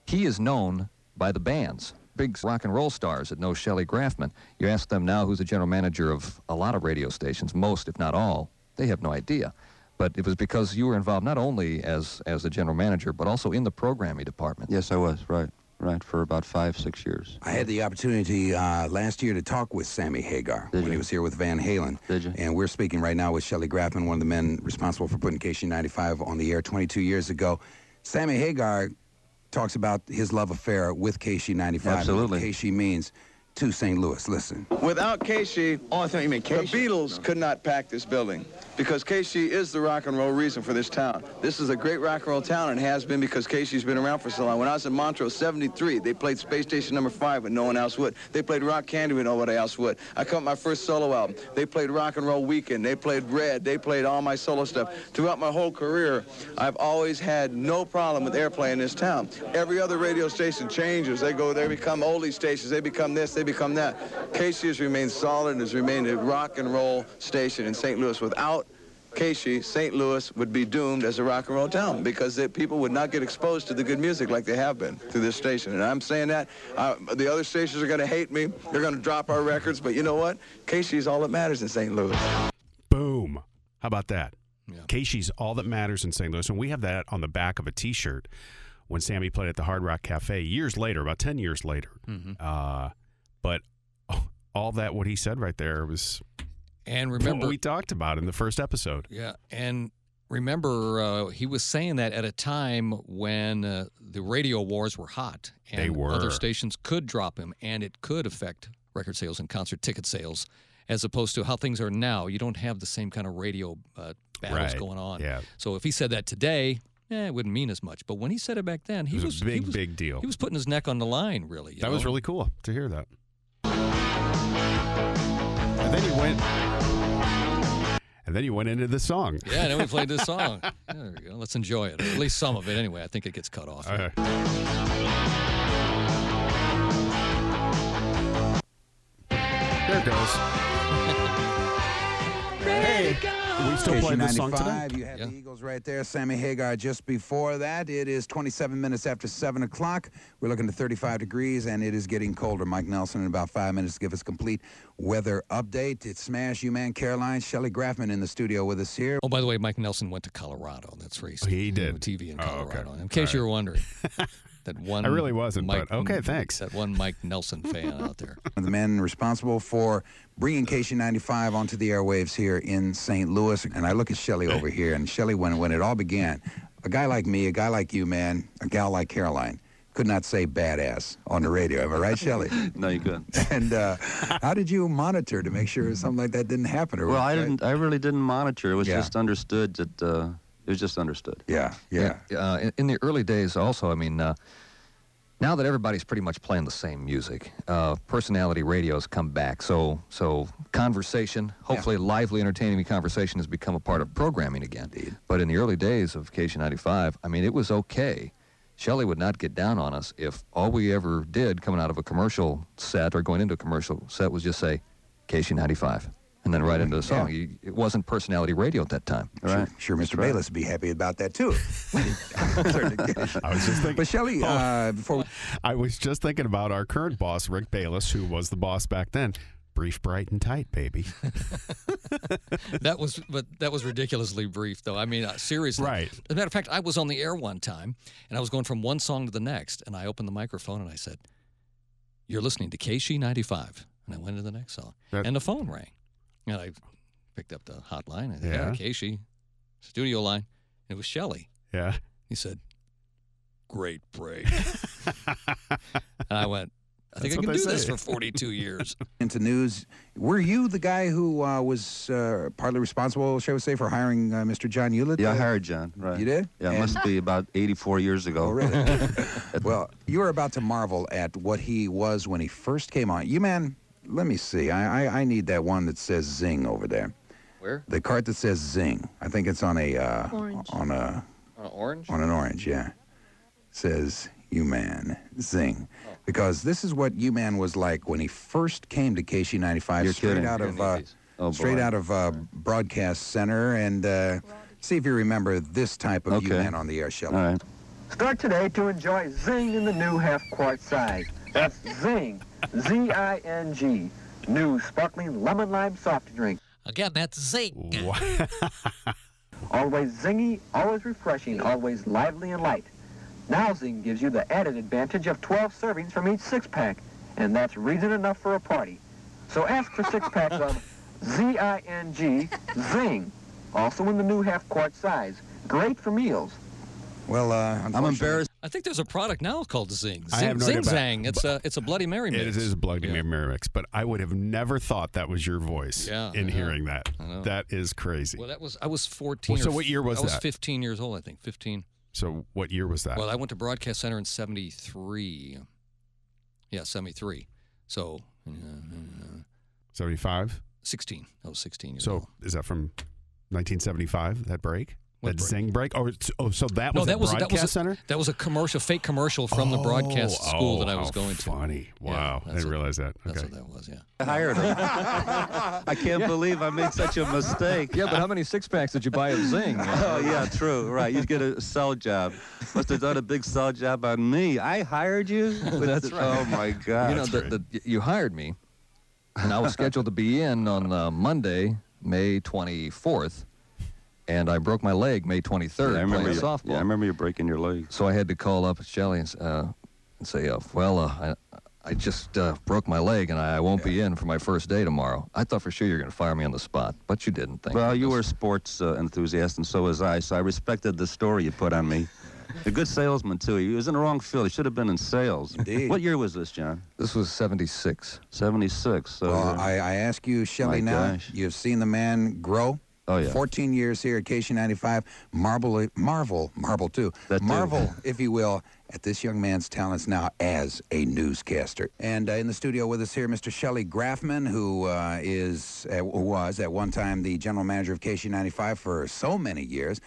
Speaker 5: he is known by the bands, big rock and roll stars that know Shelley Grafman. You ask them now who's the general manager of a lot of radio stations, most if not all, they have no idea. But it was because you were involved not only as as the general manager, but also in the programming department.
Speaker 6: Yes, I was right, right for about five, six years.
Speaker 4: I had the opportunity uh, last year to talk with Sammy Hagar when he was here with Van Halen.
Speaker 6: Did you?
Speaker 4: And we're speaking right now with Shelly Grafman, one of the men responsible for putting KC95 on the air 22 years ago. Sammy Hagar talks about his love affair with KC95.
Speaker 6: Absolutely.
Speaker 4: KC means to St. Louis. Listen.
Speaker 8: Without Casey,
Speaker 9: Oh, I thought you meant
Speaker 8: the
Speaker 9: Casey.
Speaker 8: Beatles could not pack this building because Casey is the rock and roll reason for this town. This is a great rock and roll town and has been because Casey's been around for so long. When I was in Montrose, 73, they played Space Station Number 5 when no one else would. They played Rock Candy when nobody else would. I cut my first solo album. They played Rock and Roll Weekend. They played Red. They played all my solo stuff. Throughout my whole career, I've always had no problem with airplay in this town. Every other radio station changes. They go, they become oldie stations. They become this, they become that. Casey has remained solid and has remained a rock and roll station in St. Louis. Without Casey, St. Louis would be doomed as a rock and roll town because the people would not get exposed to the good music like they have been through this station. And I'm saying that. Uh, the other stations are going to hate me. They're going to drop our records. But you know what? Casey is all that matters in St. Louis.
Speaker 3: Boom. How about that?
Speaker 2: Yeah.
Speaker 3: Casey's all that matters in St. Louis, and we have that on the back of a T-shirt. When Sammy played at the Hard Rock Cafe years later, about ten years later, uh, but <laughs> oh, all that what he said right there was
Speaker 2: And
Speaker 3: what
Speaker 2: remember,
Speaker 3: we talked about in the first episode.
Speaker 2: yeah, and remember, uh, he was saying that at a time when uh, the radio wars were hot, and
Speaker 3: They were.
Speaker 2: other stations could drop him, and it could affect record sales and concert ticket sales, as opposed to how things are now. You don't have the same kind of radio uh, battles
Speaker 3: Right,
Speaker 2: going on.
Speaker 3: yeah.
Speaker 2: So if he said that today. Eh, it wouldn't mean as much, but when he said it back then, he
Speaker 3: It
Speaker 2: was,
Speaker 3: was a
Speaker 2: he
Speaker 3: big,
Speaker 2: was-
Speaker 3: big deal.
Speaker 2: He was putting his neck on the line, really. you
Speaker 3: That was
Speaker 2: know?
Speaker 3: really cool to hear that. And then he went. And then he went into the song.
Speaker 2: Yeah, and then we played this song. <laughs> Yeah, there we go. Let's enjoy it. Or at least some of it anyway. I think it gets cut off.
Speaker 3: Uh, there it goes. Hey, we still play this song today.
Speaker 4: KC95, You have the
Speaker 2: Yeah.
Speaker 4: Eagles right there. Sammy Hagar just before that. It is 27 minutes after 7 o'clock. We're looking to 35 degrees, and it is getting colder. Mike Nelson in about five minutes to give us complete weather update. It's Smash, You Man, Caroline, Shelly Grafman in the studio with us here.
Speaker 2: Oh, by the way, Mike Nelson went to Colorado. That's where he,
Speaker 3: He
Speaker 2: on
Speaker 3: did.
Speaker 2: TV in
Speaker 3: Oh, okay.
Speaker 2: Colorado. In case you were
Speaker 3: <laughs>
Speaker 2: wondering, that one.
Speaker 3: I really wasn't, but okay, thanks.
Speaker 2: That one Mike Nelson fan out there.
Speaker 4: One of the men responsible for bringing KC95 onto the airwaves here in St. Louis. And I look at Shelly over here, and Shelly, when, when it all began, a guy like me, a guy like you, man, a gal like Caroline, could not say badass on the radio. Am I right, Shelly?
Speaker 6: No, you couldn't.
Speaker 4: and uh, how did you monitor to make sure something like that didn't happen? Or
Speaker 6: <laughs> Well, I
Speaker 4: right?
Speaker 6: didn't. I really didn't monitor. It was
Speaker 4: Yeah.
Speaker 6: just understood that. Uh, it was just understood.
Speaker 4: Yeah, yeah.
Speaker 5: Uh, in, in the early days, also, I mean, uh, now that everybody's pretty much playing the same music, uh, personality radio's come back. So, so conversation, hopefully lively, entertaining conversation, has become a part of programming again. But in the early days of KC95, I mean, it was okay. Shelley would not get down on us if all we ever did coming out of a commercial set or going into a commercial set was just say KC95 and then right into the song. You, it wasn't personality radio at that time.
Speaker 4: Sure, sure Mr. Bayless would be happy about that too. <laughs>
Speaker 6: <laughs>
Speaker 3: I was just thinking.
Speaker 4: but
Speaker 6: Oh.
Speaker 4: Shelly, uh, before we
Speaker 3: I was just thinking about our current boss, Rick Bayless, who was the boss back then. Brief, bright, and tight,
Speaker 2: <laughs>
Speaker 3: baby.
Speaker 2: That was, but that was ridiculously brief, though. I mean, uh, seriously.
Speaker 3: Right.
Speaker 2: As a matter of fact, I was on the air one time, and I was going from one song to the next, and I opened the microphone and I said, "You're listening to KC95," and I went to the next song,
Speaker 3: That-
Speaker 2: and the phone rang, and I picked up the hotline. and
Speaker 3: Yeah.
Speaker 2: yeah. KC, studio line. It was Shelley.
Speaker 3: Yeah. <laughs>
Speaker 2: He said, Great break. and I went, I think
Speaker 3: That's
Speaker 2: I can
Speaker 3: what
Speaker 2: do
Speaker 3: they
Speaker 2: this
Speaker 3: say.
Speaker 2: for 42
Speaker 3: <laughs>
Speaker 2: years.
Speaker 4: into news. Were you the guy who uh, was uh, partly responsible, shall we say, for hiring uh, Mr. John Hewlett?
Speaker 6: Yeah, I
Speaker 4: Uh,
Speaker 6: hired John. Right.
Speaker 4: You did?
Speaker 6: Yeah,
Speaker 4: And-
Speaker 6: it must be about 84 years ago.
Speaker 4: Oh,
Speaker 6: <laughs>
Speaker 4: really? well, you were about to marvel at what he was when he first came on. You, man, let me see. I, I, I need that one that says zing over there.
Speaker 5: Where?
Speaker 4: The cart that says zing. I think it's on a uh,
Speaker 9: Orange.
Speaker 4: on a
Speaker 5: On an orange?
Speaker 4: on an orange. Yeah, says you man zing,
Speaker 5: Oh.
Speaker 4: because this is what you man was like when he first came to KC ninety five,
Speaker 6: You're
Speaker 4: straight
Speaker 6: kidding.
Speaker 4: out
Speaker 5: You're in the
Speaker 4: of uh,
Speaker 5: 80s. Oh,
Speaker 4: straight
Speaker 5: boy.
Speaker 4: out of uh, broadcast center, and uh, see if you remember this type of you
Speaker 6: Okay.
Speaker 4: man on the air, Shelley.
Speaker 6: All right.
Speaker 10: Start today to enjoy Zing in the new half quart size. That's Zing, Z-I-N-G, new sparkling lemon lime soft drink.
Speaker 2: Again, that's zinc.
Speaker 3: Wow.
Speaker 10: Always zingy, always refreshing, always lively and light. Now Zing gives you the added advantage of 12 servings from each six-pack, and that's reason enough for a party. So ask for six packs of Z-I-N-G, Zing, also in the new half quart size. Great for meals.
Speaker 4: Well, uh,
Speaker 6: I'm
Speaker 4: unfortunately-
Speaker 6: embarrassed.
Speaker 2: I think there's a product now called Zing.
Speaker 3: I
Speaker 2: Zing,
Speaker 3: have no idea
Speaker 2: Zing
Speaker 3: about-
Speaker 2: Zang. It's a, it's a Bloody Mary mix.
Speaker 3: It is Bloody
Speaker 2: Yeah.
Speaker 3: Mary Mix, but I would have never thought that was your voice
Speaker 2: Yeah,
Speaker 3: in
Speaker 2: I know.
Speaker 3: hearing that.
Speaker 2: I know.
Speaker 3: That is crazy.
Speaker 2: Well, that was I was 14.
Speaker 3: Well, so
Speaker 2: or
Speaker 3: what year was
Speaker 2: I was
Speaker 3: that? Uh.
Speaker 2: 15 years old, I think. 15.
Speaker 3: so what year was that?
Speaker 2: Well, I went to Broadcast Center in 73. Yeah, 73. So, uh,
Speaker 3: 75?
Speaker 2: 16. I was 16 years old.
Speaker 3: So is that from 1975, that break?
Speaker 2: What
Speaker 3: that
Speaker 2: break?
Speaker 3: Zing break? Oh, it's- oh, so that was
Speaker 2: no, that
Speaker 3: at
Speaker 2: was
Speaker 3: Broadcast
Speaker 2: that was a,
Speaker 3: Center?
Speaker 2: That was a commercial, fake commercial from the broadcast
Speaker 3: Oh,
Speaker 2: school
Speaker 3: oh,
Speaker 2: that I was
Speaker 3: how
Speaker 2: going
Speaker 3: funny.
Speaker 2: Yeah,
Speaker 3: Wow. I
Speaker 2: that's
Speaker 3: didn't
Speaker 2: what-
Speaker 3: realize that.
Speaker 2: to. That's
Speaker 3: okay.
Speaker 2: what that was. Yeah.
Speaker 6: I hired him. <laughs> I can't believe I made such a
Speaker 5: <laughs>
Speaker 6: mistake.
Speaker 5: Yeah, but how many six packs did you buy of
Speaker 3: <laughs>
Speaker 5: Zing?
Speaker 6: Oh yeah, true. Right, you get a sell job. Must have done a big sell job on me. I
Speaker 5: <laughs>
Speaker 6: hired you. With
Speaker 5: That's
Speaker 6: the-
Speaker 5: right.
Speaker 6: Oh my God.
Speaker 5: you know, the, the, y- you hired me, and I was scheduled to
Speaker 6: <laughs>
Speaker 5: be in on uh, Monday, May 24th, and I broke my leg May 23rd
Speaker 6: I remember
Speaker 5: playing
Speaker 6: you,
Speaker 5: softball.
Speaker 6: Yeah, I remember you breaking your leg.
Speaker 5: So I had to call up Shelley and, s- uh, and say, uh, well, uh, I, I just uh, broke my leg and I, I won't be in for my first day tomorrow. I thought for sure you were going to fire me on the spot, but you didn't. Thank
Speaker 6: Well, you were a
Speaker 5: goodness.
Speaker 6: sports uh, enthusiast, and so was I. So I respected the story you put on me. A good salesman too. He was in the wrong field. He should have been in sales.
Speaker 4: Indeed.
Speaker 6: What year was this, John?
Speaker 5: This was 76.
Speaker 6: Seventy-six. So
Speaker 4: Well,
Speaker 6: you're-
Speaker 4: I, I ask you, Shelly,
Speaker 6: My
Speaker 4: now
Speaker 6: gosh.
Speaker 4: you've seen the man grow.
Speaker 6: Oh, yeah.
Speaker 4: 14 years here at KC95. Marvel, Marvel, Marvel too.
Speaker 6: That too.
Speaker 4: Marvel, if you will, at this young man's talents now as a newscaster. And uh, in the studio with us here, Mr. Shelly Grafman, who uh, is, uh, was at one time the general manager of KC95 for so many years.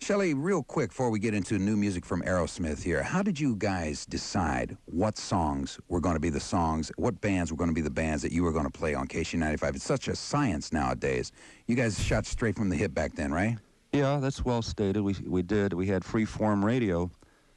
Speaker 4: Shelly, real quick before we get into new music from Aerosmith here, how did you guys decide what songs were going to be the songs, what bands were going to be the bands that you were going to play on KC95? It's such a science nowadays. You guys shot straight from the hip back then, right?
Speaker 6: Yeah, that's well stated. We we did. We had free form radio,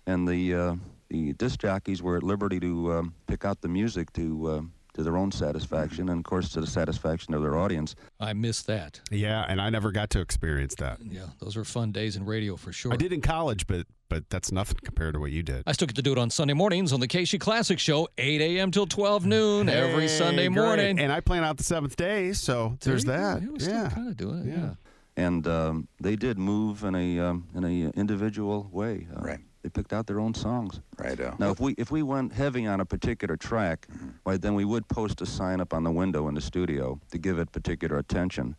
Speaker 6: and the uh, the disc jockeys were at liberty to um, pick out the music to uh, to their own satisfaction, and of course to the satisfaction of their audience.
Speaker 2: I missed that.
Speaker 3: yeah, and I never got to experience that.
Speaker 2: Yeah, those were fun days in radio for sure.
Speaker 3: I did in college, but but that's nothing compared to what you did.
Speaker 2: I still get to do it on Sunday mornings on the KC Classic Show, 8 a.m. till 12 noon every
Speaker 3: Hey,
Speaker 2: Sunday
Speaker 3: great.
Speaker 2: morning.
Speaker 3: And I plan out the seventh day, so
Speaker 2: There
Speaker 3: there's
Speaker 2: you go.
Speaker 3: that.
Speaker 2: Yeah, we
Speaker 3: yeah.
Speaker 2: still kind of doing it.
Speaker 3: Yeah.
Speaker 2: Yeah.
Speaker 6: And um, they did move in a um, in a individual way. Uh,
Speaker 4: Right.
Speaker 6: They picked out their own songs.
Speaker 4: Right. Uh,
Speaker 6: Now, if we if we went heavy on a particular track, why then we would post a sign up on the window in the studio to give it particular attention.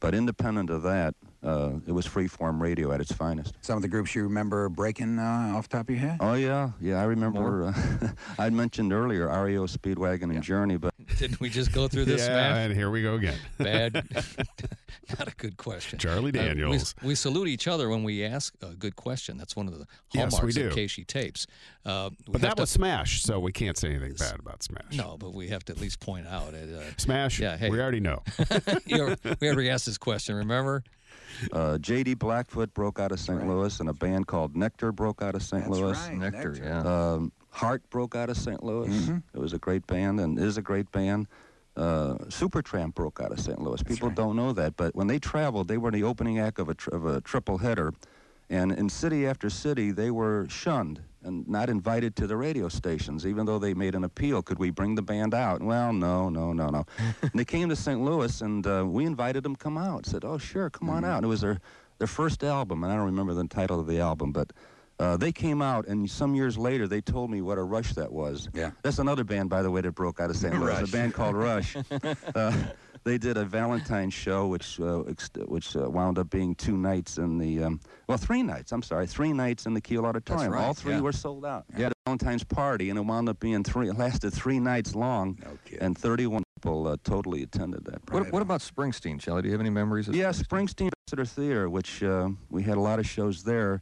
Speaker 6: But independent of that, uh, it was free form radio at its finest.
Speaker 4: Some of the groups you remember breaking uh, off the top of your head?
Speaker 6: Oh yeah, yeah. I remember. Uh, <laughs> I mentioned earlier REO Speedwagon and Journey, but
Speaker 2: Didn't we just go through this,
Speaker 3: yeah,
Speaker 2: man?
Speaker 3: and here we go
Speaker 2: <laughs>
Speaker 3: again.
Speaker 2: Bad.
Speaker 3: <laughs>
Speaker 2: Not a good question.
Speaker 3: Charlie
Speaker 2: Uh, we-
Speaker 3: Daniels.
Speaker 2: we, salute each other when we ask a good question. That's one of the
Speaker 3: Yes, we
Speaker 2: hallmarks of
Speaker 3: do.
Speaker 2: KC tapes. Uh, we have
Speaker 3: But that
Speaker 2: to-
Speaker 3: was Smash, so we can't say anything bad about Smash.
Speaker 2: <laughs> No, but we have to at least point out. It, uh, <laughs>
Speaker 3: Smash,
Speaker 2: Yeah, hey.
Speaker 3: we already know.
Speaker 2: you already- we already asked this question, remember?
Speaker 6: uh, J.D. Blackfoot broke out of St. Louis, and a band called Nectar broke out of St.
Speaker 4: That's
Speaker 6: Louis.
Speaker 4: right.
Speaker 5: Nectar,
Speaker 4: Nectar.
Speaker 5: yeah.
Speaker 6: Um, Heart broke out of St. Louis. It was a great band and is a great band. Uh, Supertramp broke out of St. Louis. People don't know that, but when they traveled, they were the opening act of a, tr- of a triple header. And in city after city, they were shunned and not invited to the radio stations, even though they made an appeal. Could we bring the band out? Well, no, no, no, no. and they came to St. Louis, and uh, we invited them come out. Said, oh, sure, come on out. And it was their, their first album, and I don't remember the title of the album, but Uh, they came out, and some years later, they told me what a rush that was.
Speaker 4: Yeah.
Speaker 6: That's another band, by the way, that broke out of St. Louis.
Speaker 4: Rush.
Speaker 6: A band called
Speaker 4: <laughs>
Speaker 6: Rush. uh, they did a Valentine's show, which uh, ex- which uh, wound up being two nights in the um, well, three nights. I'm sorry, three nights in the Kiel Auditorium.
Speaker 5: right,
Speaker 6: All three
Speaker 5: yeah.
Speaker 6: were sold out. Yeah. Had a Valentine's party, and it wound up being three. It lasted three nights long,
Speaker 4: No kidding.
Speaker 6: and 31 people uh, totally attended that.
Speaker 5: What, what about Springsteen, Shelley? Do you have any memories of
Speaker 6: Yeah, Springsteen Visitor Theater, which uh, we had a lot of shows there.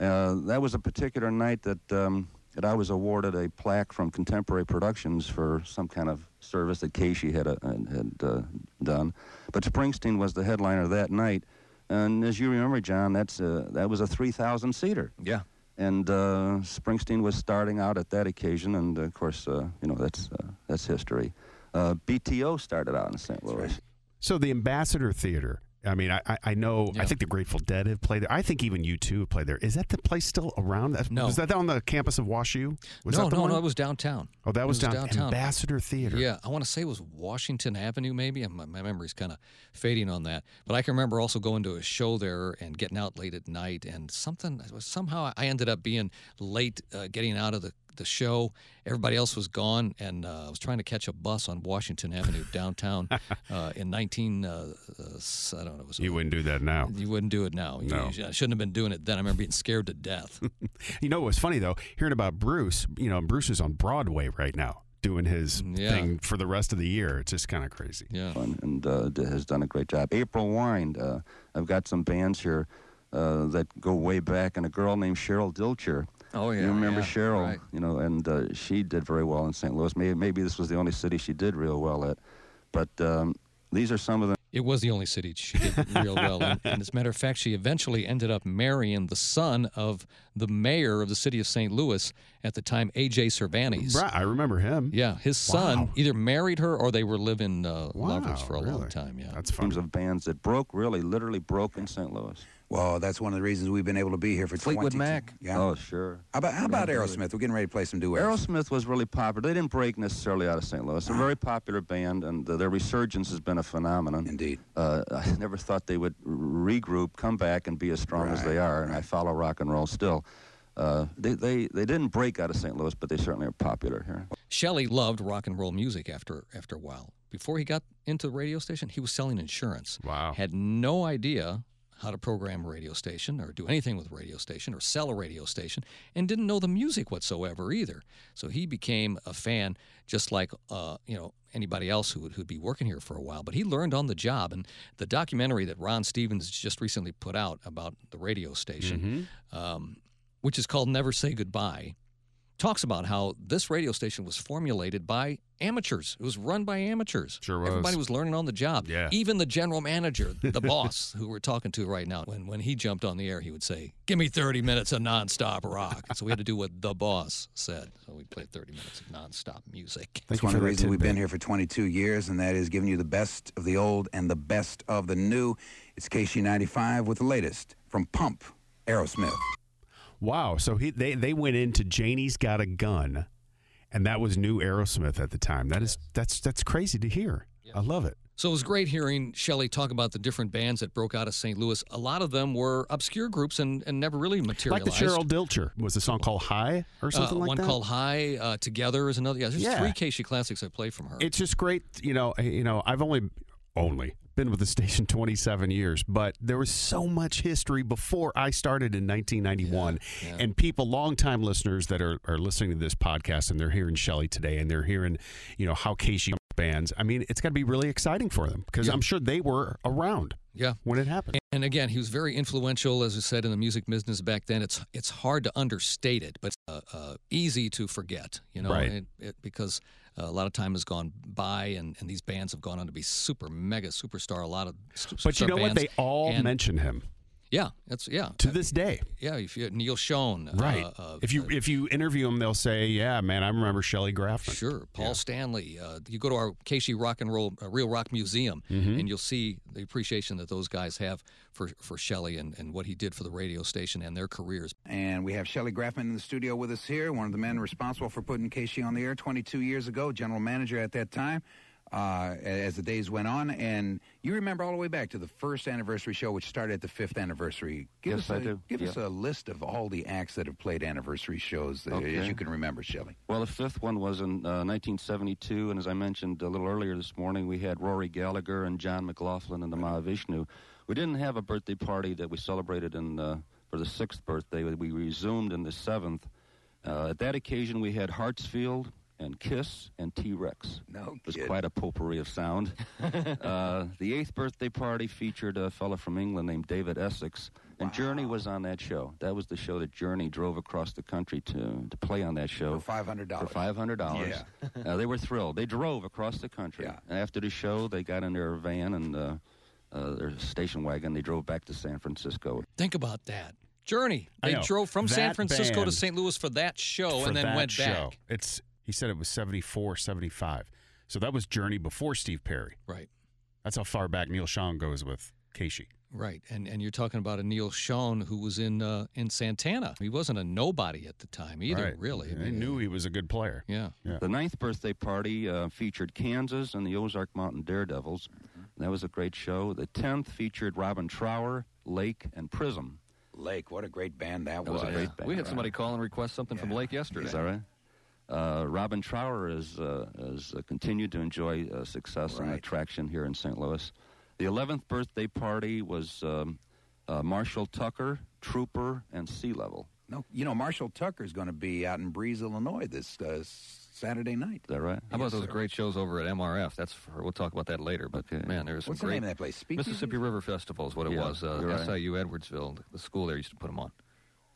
Speaker 6: Uh, that was a particular night that um, that I was awarded a plaque from Contemporary Productions for some kind of service that Casey had uh, had uh, done. But Springsteen was the headliner that night, and as you remember, John, that's uh that was a three thousand seater.
Speaker 5: Yeah.
Speaker 6: And uh, Springsteen was starting out at that occasion, and of course, uh, you know that's uh, that's history. Uh, BTO started out in St. Louis.
Speaker 3: So the Ambassador Theater. I mean, I, I- I know.
Speaker 2: Yeah.
Speaker 3: I think the Grateful Dead have played there. I think even you two have played there. Is that the place still around? That-
Speaker 2: No.
Speaker 3: Was that on the campus of WashU? Was
Speaker 2: no,
Speaker 3: that the
Speaker 2: no,
Speaker 3: one?
Speaker 2: no, it was downtown.
Speaker 3: Oh, that
Speaker 2: It
Speaker 3: was, down
Speaker 2: downtown.
Speaker 3: Ambassador Theater.
Speaker 2: Yeah, I want to say it was Washington Avenue, maybe. And My, my memory's kind of fading on that, but I can remember also going to a show there and getting out late at night, and something somehow I ended up being late uh, getting out of the the show. Everybody else was gone, and uh, I was trying to catch a bus on Washington Avenue
Speaker 3: <laughs>
Speaker 2: downtown uh, in 19. Uh, uh, s- I don't know. It was
Speaker 3: You wouldn't do that now.
Speaker 2: you wouldn't do it now. You-
Speaker 3: No.
Speaker 2: You, sh- I shouldn't have been doing it then. I remember being scared to death.
Speaker 3: <laughs> You know what's funny though? Hearing about Bruce, you know, Bruce is on Broadway right now doing his
Speaker 2: Mm, Yeah.
Speaker 3: thing for the rest of the year. It's just kind of crazy.
Speaker 2: Yeah.
Speaker 6: and, and uh, d- has done a great job. April Wine, uh, I've got some bands here uh, that go way back, and a girl named Cheryl Dilcher.
Speaker 5: Oh, yeah,
Speaker 6: You remember
Speaker 5: yeah,
Speaker 6: Cheryl,
Speaker 5: right.
Speaker 6: you know, and uh, she did very well in St. Louis. Maybe, maybe this was the only city she did real well at. But um, these are some of the
Speaker 2: It was the only city she did real well
Speaker 3: <laughs>
Speaker 2: in. And as a matter of fact, she eventually ended up marrying the son of the mayor of the city of St. Louis at the time, A.J. Cervantes.
Speaker 3: Right, I remember him.
Speaker 2: Yeah, his son
Speaker 3: Wow.
Speaker 2: either married her or they were living uh,
Speaker 3: Wow,
Speaker 2: lovers for a long
Speaker 3: really?
Speaker 2: time. Yeah.
Speaker 3: That's fun.
Speaker 6: names of bands that broke, really, literally broke in St. Louis.
Speaker 4: Well, that's one of the reasons we've been able to be here for
Speaker 5: Fleetwood
Speaker 4: 22
Speaker 5: Mac.
Speaker 4: Yeah.
Speaker 6: Oh, sure.
Speaker 4: How about, how about Aerosmith? We're getting ready to play some duets.
Speaker 6: Aerosmith was really popular. They didn't break necessarily out of St. Louis. They're a very popular band, and uh, their resurgence has been a phenomenon.
Speaker 4: Indeed.
Speaker 6: uh, I <laughs> never thought they would regroup, come back, and be as strong as they are. And I follow rock and roll still. Uh, they, they, they didn't break out of St. Louis, but they certainly are popular here.
Speaker 2: Shelley loved rock and roll music after after a while. Before he got into the radio station, he was selling insurance.
Speaker 3: Wow.
Speaker 2: Had no idea how to program a radio station or do anything with a radio station or sell a radio station and didn't know the music whatsoever either. So he became a fan just like uh, you know anybody else who would who'd be working here for a while, but he learned on the job and the documentary that Ron Stevens just recently put out about the radio station
Speaker 3: Mm-hmm.
Speaker 2: um, which is called Never Say Goodbye talks about how this radio station was formulated by amateurs. It was run by amateurs.
Speaker 3: Sure was.
Speaker 2: Everybody was learning on the job.
Speaker 3: Yeah.
Speaker 2: Even the general manager, the <laughs> boss who we're talking to right now, when, when he jumped on the air, he would say, Give me 30 minutes of nonstop rock. so we had to do what the boss said. So we played 30 minutes of nonstop music.
Speaker 3: Thank
Speaker 4: That's
Speaker 3: you
Speaker 4: one
Speaker 3: for
Speaker 4: of the
Speaker 3: that
Speaker 4: reasons we've
Speaker 3: tidbit.
Speaker 4: been here for 22 years, and that is giving you the best of the old and the best of the new. It's KC95 with the latest from Pump Aerosmith.
Speaker 3: Wow. So he, they they went into Janie's Got a Gun, and that was new Aerosmith at the time. That is that's that's crazy to hear. I love it.
Speaker 2: So it was great hearing Shelley talk about the different bands that broke out of St. Louis. A lot of them were obscure groups and, and never really materialized.
Speaker 3: Like the Cheryl Dilcher was the song called High or something
Speaker 2: Uh,
Speaker 3: like
Speaker 2: one
Speaker 3: that.
Speaker 2: called High uh, Together is another. Yeah, there's
Speaker 3: Yeah.
Speaker 2: three Casey classics I played from her.
Speaker 3: It's just great, you know. eh, You know, I've only only been with the <laughs> station 27 years, but there was so much history before I started in 1991, and people, longtime listeners that are, are listening to this podcast and they're hearing Shelley today and they're hearing, you know, how Casey bands. I mean, it's got to be really exciting for them because I'm sure they were around
Speaker 2: yeah.
Speaker 3: when it happened.
Speaker 2: And again, he was very influential, as I said, in the music business back then. It's it's hard to understate it, but uh, uh, easy to forget, you know,
Speaker 3: Right.
Speaker 2: and it, it, because uh, a lot of time has gone by, and, and these bands have gone on to be super mega superstar. A lot of su-
Speaker 3: But you
Speaker 2: superstar
Speaker 3: know what?
Speaker 2: bands.
Speaker 3: They all
Speaker 2: And-
Speaker 3: mention him
Speaker 2: yeah, that's yeah,
Speaker 3: to this day.
Speaker 2: yeah. If you Neil Schoen,
Speaker 3: Right.
Speaker 2: Uh, uh,
Speaker 3: if you if you interview him, they'll say, "Yeah, man, I remember Shelley Grafman."
Speaker 2: Sure, Paul Stanley. Uh, you go to our KC Rock and Roll uh, Real Rock Museum,
Speaker 3: Mm-hmm.
Speaker 2: and you'll see the appreciation that those guys have for for Shelley and, and what he did for the radio station and their careers.
Speaker 4: And we have Shelly Graffman in the studio with us here, one of the men responsible for putting KC on the air 22 years ago, general manager at that time. uh, as the days went on. And you remember all the way back to the first anniversary show, which started at the fifth anniversary. Give us
Speaker 6: Yes,
Speaker 4: a-
Speaker 6: I do.
Speaker 4: Give us a
Speaker 6: Yeah.
Speaker 4: list of all the acts that have played anniversary shows, uh, as
Speaker 6: Okay.
Speaker 4: you can remember, Shelley.
Speaker 6: Well, the fifth one was in uh, 1972, and as I mentioned a little earlier this morning, we had Rory Gallagher and John McLaughlin and the Mahavishnu. We didn't have a birthday party that we celebrated in uh, for the sixth birthday. We resumed in the seventh. Uh, at that occasion, we had Hartsfield and Kiss and T Rex.
Speaker 4: No
Speaker 6: It was
Speaker 4: kidding.
Speaker 6: quite a potpourri of
Speaker 4: <laughs>
Speaker 6: sound. uh, the eighth birthday party featured a fellow from England named David Essex, and Journey was on that show. That was the show that Journey drove across the country to to play on that show
Speaker 4: For five hundred
Speaker 6: for
Speaker 4: dollars.
Speaker 6: five hundred dollars.
Speaker 5: <laughs>
Speaker 6: uh, they were thrilled. They drove across the country.
Speaker 4: Yeah.
Speaker 6: And after the show, they got in their van and uh, uh, their station wagon. They drove back to San Francisco.
Speaker 2: Think about that. Journey.
Speaker 3: I
Speaker 2: They
Speaker 3: know.
Speaker 2: drove from San
Speaker 3: That
Speaker 2: Francisco to
Speaker 3: band-
Speaker 2: St. Louis for that show
Speaker 3: for
Speaker 2: Oh, and then
Speaker 3: that
Speaker 2: went
Speaker 3: show.
Speaker 2: back.
Speaker 3: It's he said it was 74, 75. So that was Journey before Steve Perry.
Speaker 2: Right.
Speaker 3: That's how far back Neil Sean goes with Casey.
Speaker 2: Right. And and you're talking about a Neil Sean who was in uh, in Santana. He wasn't a nobody at the time either,
Speaker 3: Right.
Speaker 2: really. I
Speaker 3: They
Speaker 2: mean,
Speaker 3: knew he was a good player.
Speaker 2: Yeah.
Speaker 6: The ninth birthday party uh, featured Kansas and the Ozark Mountain Daredevils. And that was a great show. The tenth featured Robin Trower, Lake, and Prism.
Speaker 4: Lake, what a great band that,
Speaker 6: That was a great band.
Speaker 5: We had somebody call and request something from Lake
Speaker 6: Is
Speaker 5: yesterday.
Speaker 6: that right? Uh, Robin Trower has uh, has uh, continued to enjoy uh, success and
Speaker 4: Right.
Speaker 6: attraction here in St. Louis. The 11th birthday party was um, uh, Marshall Tucker, Trooper, and Sea Level.
Speaker 4: No, you know Marshall Tucker's going to be out in Breeze, Illinois this uh, Saturday night.
Speaker 6: Is that right?
Speaker 5: How about those great shows over at MRF? That's for, we'll talk about that later. But uh,
Speaker 6: Okay.
Speaker 5: man, there was some
Speaker 4: What's the
Speaker 5: great
Speaker 4: name of that place? Speakeasy?
Speaker 5: Mississippi River Festival is what it
Speaker 6: Yeah,
Speaker 5: was. Uh,
Speaker 6: you're right.
Speaker 5: SIU Edwardsville, the- the school there used to put them on.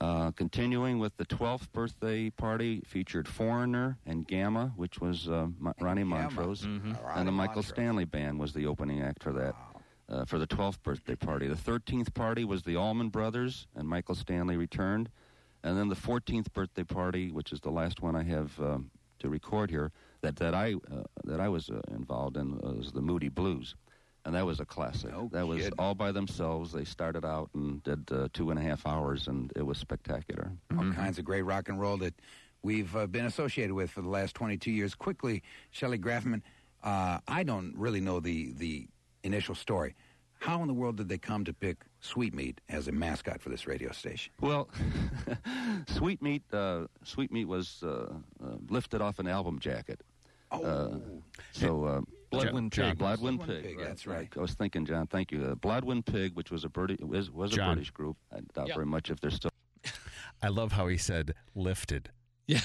Speaker 6: Uh, continuing with the 12th birthday party featured Foreigner and Gamma, which was uh, M- Ronnie Montrose, and
Speaker 4: Ronnie
Speaker 6: the Michael
Speaker 4: Montrose.
Speaker 6: Stanley Band was the opening act for that. Uh, for the 12th birthday party, the 13th party was the Allman Brothers, and Michael Stanley returned, and then the 14th birthday party, which is the last one I have um, to record here, that that I uh, that I was uh, involved in was the Moody Blues, and that was a classic.
Speaker 4: No
Speaker 6: that was
Speaker 4: kidding.
Speaker 6: all by themselves. They started out and did uh, two and a half hours, and it was spectacular.
Speaker 4: all kinds of great rock and roll that we've uh, been associated with for the last 22 years. Quickly, Shelley Grafman, uh, I don't really know the, the initial story. How in the world did they come to pick Sweetmeat as a mascot for this radio station?
Speaker 6: Well, <laughs> Sweetmeat, uh, Sweetmeat was uh, uh, lifted off an album jacket.
Speaker 4: Oh,
Speaker 6: So uh,
Speaker 5: Bloodwind
Speaker 3: John-
Speaker 5: Pig.
Speaker 6: Bloodwind
Speaker 4: Bloodwind
Speaker 6: Pig.
Speaker 4: Pig, that's right.
Speaker 6: I was thinking, John. Thank you. Uh, Bloodwind Pig, which was a British was, was a
Speaker 3: John.
Speaker 6: British group. I doubt
Speaker 2: Yeah.
Speaker 6: very much if they're still.
Speaker 3: I love how he said lifted.
Speaker 2: Yeah.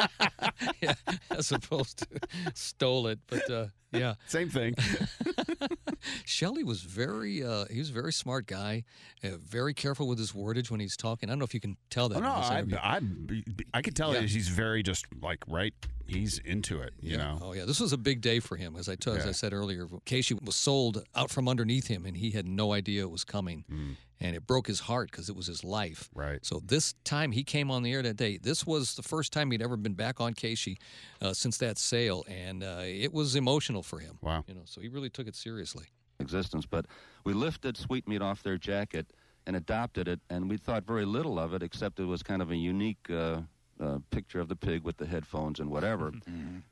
Speaker 2: <laughs> yeah. As opposed to <laughs> stole it. But uh, yeah. <laughs>
Speaker 3: Same thing.
Speaker 2: Shelley was very uh, he was a very smart guy, uh, very careful with his wordage when he's talking. I don't know if you can tell that.
Speaker 3: Oh,
Speaker 2: in
Speaker 3: no,
Speaker 2: this
Speaker 3: I,
Speaker 2: interview.
Speaker 3: I, I could tell
Speaker 2: Yeah.
Speaker 3: he's very just like right. He's into it, you know.
Speaker 2: Oh yeah, this was a big day for him. As I t- as I
Speaker 3: Yeah.
Speaker 2: said earlier, Casey was sold out from underneath him, and he had no idea it was coming, and it broke his heart because it was his life.
Speaker 3: Mm. Right.
Speaker 2: So this time he came on the air that day. This was the first time he'd ever been back on Casey uh, since that sale, and uh, it was emotional for him.
Speaker 3: Wow.
Speaker 2: You know, so he really took it seriously.
Speaker 6: existence. But we lifted sweetmeat off their jacket and adopted it, and we thought very little of it, except it was kind of a unique uh, uh, picture of the pig with the headphones
Speaker 4: <laughs>
Speaker 6: and whatever.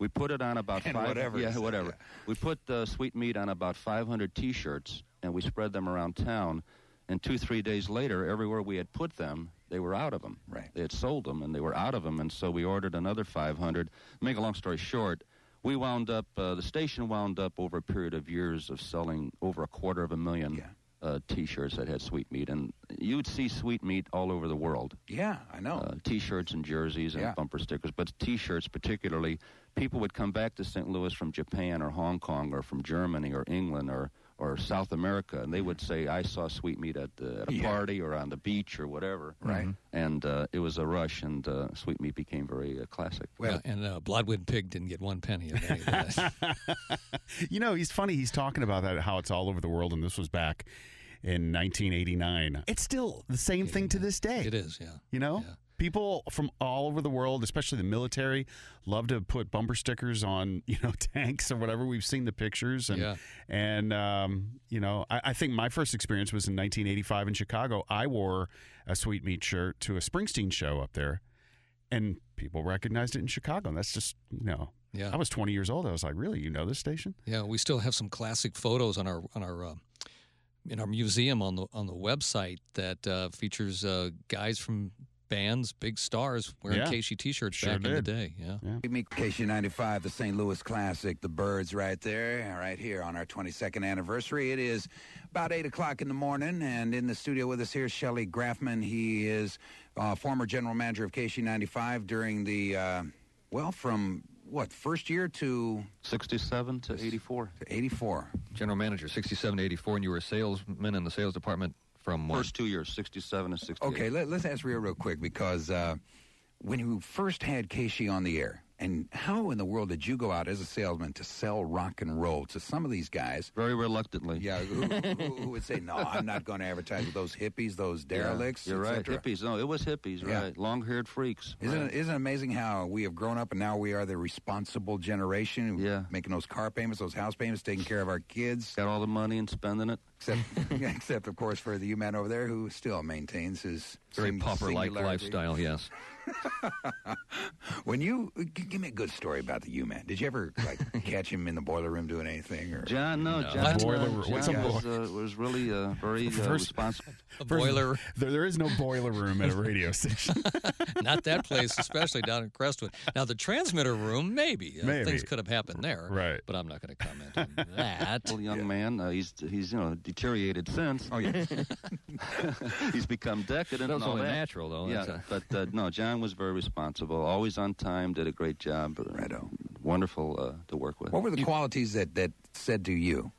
Speaker 6: We put it on about
Speaker 4: Mm-hmm. And
Speaker 6: five.
Speaker 4: whatever.
Speaker 6: Yeah, whatever. We put uh, sweetmeat on about 500 T-shirts, and we spread them around town. And two, three days later, everywhere we had put them, they were out of them.
Speaker 4: Right.
Speaker 6: They had sold them, and they were out of them, and so we ordered another 500. Make a long story short, we wound up, uh, the station wound up over a period of years of selling over a quarter of a million
Speaker 4: Yeah.
Speaker 6: uh, T-shirts that had sweetmeat, and you'd see sweetmeat all over the world.
Speaker 4: yeah, I know.
Speaker 6: Uh, t-shirts and jerseys and
Speaker 4: Yeah.
Speaker 6: bumper stickers, but t-shirts particularly, people would come back to St. Louis from Japan or Hong Kong or from Germany or England or or South America, and they would say, "I saw sweetmeat at, the, at a
Speaker 4: Yeah.
Speaker 6: party or on the beach or whatever."
Speaker 4: Right.
Speaker 6: And uh, it was a rush, and uh, sweetmeat became very uh, classic.
Speaker 4: well,
Speaker 2: Yeah, and uh, Bloodwood Pig didn't get one penny of any of
Speaker 3: <laughs>
Speaker 2: that.
Speaker 3: You know, he's funny. He's talking about that how it's all over the world, and this was back in 1989. It's still the same thing to this day.
Speaker 2: it is, yeah.
Speaker 3: You know, people from all over the world, especially the military, love to put bumper stickers on <laughs> you know tanks or whatever. We've seen the pictures, and
Speaker 2: Yeah.
Speaker 3: and um, you know, I, I think my first experience was in 1985 in Chicago. I wore a sweetmeat shirt to a Springsteen show up there, and people recognized it in Chicago. And that's just you know
Speaker 2: Yeah.
Speaker 3: I was 20 years old. I was like, really? You know this station?
Speaker 2: Yeah, we still have some classic photos on our on our uh, in our museum on the on the website that uh, features uh, guys from bands, big stars wearing
Speaker 3: Yeah.
Speaker 2: Casey t-shirts
Speaker 3: Sure
Speaker 2: back in the
Speaker 3: did.
Speaker 2: day. Yeah.
Speaker 4: We meet KC95, the St. Louis Classic, the birds right there, right here on our 22nd anniversary. It is about 8 o'clock in the morning, and in the studio with us here is Shelly Grafman. He is uh, former general manager of KC95 during the, uh, well, from what, first year to
Speaker 5: 67 to 84.
Speaker 4: to 84.
Speaker 5: General manager, 67 to 84, and you were a salesman in the sales department from what?
Speaker 6: First two years, 67 and 68.
Speaker 4: Okay, let, us ask real, real quick because uh, when you first had Casey on the air, and how in the world did you go out as a salesman to sell rock and roll to some of these guys?
Speaker 6: Very reluctantly.
Speaker 4: Yeah, who, who, who would say no? I'm not going to advertise with those hippies, those derelicts.
Speaker 6: You're right.
Speaker 4: etc."
Speaker 6: Hippies. No, it was hippies,
Speaker 4: Yeah.
Speaker 6: right. Long-haired freaks.
Speaker 4: Isn't
Speaker 6: right.
Speaker 4: it, isn't it amazing how we have grown up and now we are the responsible generation?
Speaker 6: Yeah.
Speaker 4: making those car payments, those house payments, taking care of our kids.
Speaker 6: Got all the money and spending it.
Speaker 4: Except, <laughs> except of course for the U man over there who still maintains his
Speaker 5: Very
Speaker 4: sing-
Speaker 5: pauper-like
Speaker 4: singularity.
Speaker 5: lifestyle, yes.
Speaker 4: When you uh, g- give me a good story about the U man, did you ever
Speaker 6: <laughs>
Speaker 4: like catch him in the boiler room doing anything? Or
Speaker 6: John, no, John,
Speaker 2: What?
Speaker 6: uh,
Speaker 3: Boiler room.
Speaker 6: John
Speaker 3: What's a
Speaker 6: was, uh, was really uh,
Speaker 4: <laughs>
Speaker 6: very uh,
Speaker 3: First-
Speaker 6: responsible.
Speaker 2: A
Speaker 3: <laughs>
Speaker 2: boiler,
Speaker 3: There, there is no boiler room at a
Speaker 2: <laughs>
Speaker 3: radio station.
Speaker 2: not that place, especially down in Crestwood. Now the transmitter room, maybe, Uh,
Speaker 3: Maybe.
Speaker 2: things could have happened there,
Speaker 3: Right.
Speaker 2: But I'm not going to comment on
Speaker 3: <laughs>
Speaker 2: that.
Speaker 6: Little young man, uh, he's he's you know deteriorated since.
Speaker 4: oh yeah,
Speaker 6: <laughs>
Speaker 4: <laughs>
Speaker 6: he's become decadent.
Speaker 5: That was
Speaker 6: and all
Speaker 5: only
Speaker 6: that.
Speaker 5: natural, though.
Speaker 6: Yeah,
Speaker 5: That's
Speaker 6: but uh, no, John was very responsible. Always on time. Did a great job. uh,
Speaker 4: Righto.
Speaker 6: Wonderful uh, to work with.
Speaker 4: what were the qualities that that said to you,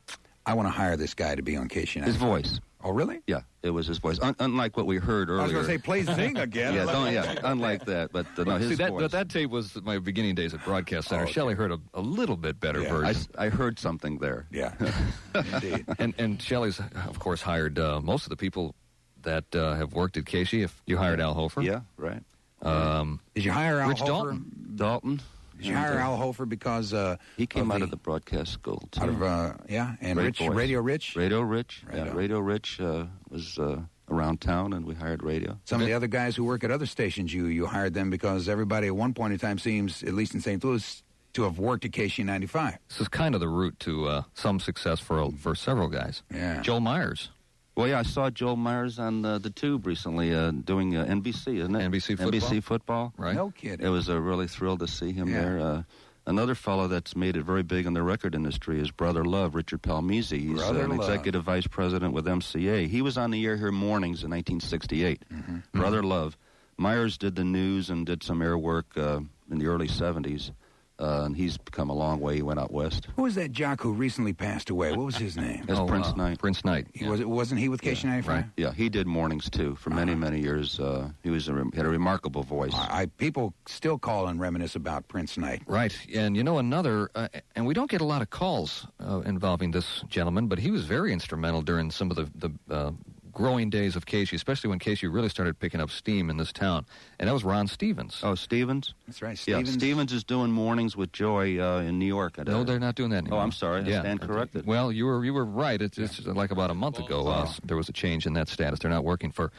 Speaker 4: "I want to hire this guy to be on Casey"?
Speaker 6: His voice.
Speaker 4: Oh really?
Speaker 6: Yeah, it was his voice. Un- unlike what we heard earlier.
Speaker 4: I was going to say, play
Speaker 6: <laughs>
Speaker 4: Zing again.
Speaker 6: yeah, don't, yeah,
Speaker 4: <laughs>
Speaker 6: unlike that. But uh, no, his
Speaker 5: See, that,
Speaker 6: voice.
Speaker 5: but that tape was my beginning days at Broadcast Center.
Speaker 4: Oh, okay.
Speaker 5: Shelley heard a, a little bit better
Speaker 4: Yeah.
Speaker 6: I,
Speaker 5: version.
Speaker 6: <laughs> s- I heard something there.
Speaker 4: Yeah, <laughs> indeed.
Speaker 5: And and Shelley's, of course, hired uh, most of the people that uh, have worked at Casey. If you hired Al Hofer,
Speaker 6: Yeah, right.
Speaker 5: Um,
Speaker 4: Did you hire Al
Speaker 5: Rich
Speaker 4: Hofer?
Speaker 5: Dalton.
Speaker 6: Dalton.
Speaker 4: Did you hire Al Hofer because uh,
Speaker 6: He came out
Speaker 4: the-
Speaker 6: of the broadcast school. Too.
Speaker 4: out of uh, yeah and
Speaker 6: Great
Speaker 4: Rich
Speaker 6: voice.
Speaker 4: Radio Rich.
Speaker 6: Radio Rich.
Speaker 4: Righto.
Speaker 6: Yeah, Radio Rich uh, was uh, around town, and we hired radio.
Speaker 4: Some of the other guys who work at other stations, you you hired them because everybody at one point in time seems, at least in St. Louis, to have worked at KC ninety five.
Speaker 5: this is kind of the route to uh, some success for a, for several guys.
Speaker 4: Yeah.
Speaker 5: Joel Myers,
Speaker 6: Well, yeah, I saw Joel Myers on the, the Tube recently uh, doing uh, NBC, isn't it?
Speaker 5: NBC football?
Speaker 6: NBC football.
Speaker 5: right?
Speaker 4: No
Speaker 6: It
Speaker 4: kidding.
Speaker 6: was uh, really thrilled to see him
Speaker 4: Yeah.
Speaker 6: there. Uh, another fellow that's made it very big in the record industry is Brother Love, Richard Palmese. He's
Speaker 4: Brother
Speaker 6: uh, an
Speaker 4: Love.
Speaker 6: executive vice president with MCA. He was on the air here mornings in 1968.
Speaker 4: Mm-hmm.
Speaker 6: Brother
Speaker 5: Mm-hmm.
Speaker 6: Love. Myers did the news and did some air work uh, in the early 70s, uh, and he's come a long way. He went out west.
Speaker 4: Who was that jock who recently passed away? What was his name?
Speaker 6: That's Prince Knight.
Speaker 5: Oh, Prince Knight.
Speaker 4: He was wasn't he with KC ninety five?
Speaker 6: Yeah, he did mornings too for many,
Speaker 4: Uh-huh.
Speaker 6: many years. Uh, he was a, rem- had a remarkable voice.
Speaker 4: I, I people still call and reminisce about Prince Knight.
Speaker 5: Right, and you know another, uh, and we don't get a lot of calls uh, involving this gentleman, but he was very instrumental during some of the the uh, growing days of Casey, especially when Casey really started picking up steam in this town, and that was Ron Stevens.
Speaker 6: Oh, Stevens?
Speaker 4: That's right.
Speaker 6: Yeah,
Speaker 4: Stevens.
Speaker 6: Stevens is doing mornings with Joy uh, in New York. I
Speaker 5: No,
Speaker 6: don't-
Speaker 5: they're not doing that anymore.
Speaker 6: Oh, I'm sorry. I
Speaker 5: Yeah.
Speaker 6: stand corrected.
Speaker 5: Well, you were you were right. It's, it's like about a month ago uh, there was a change in that status. They're not working for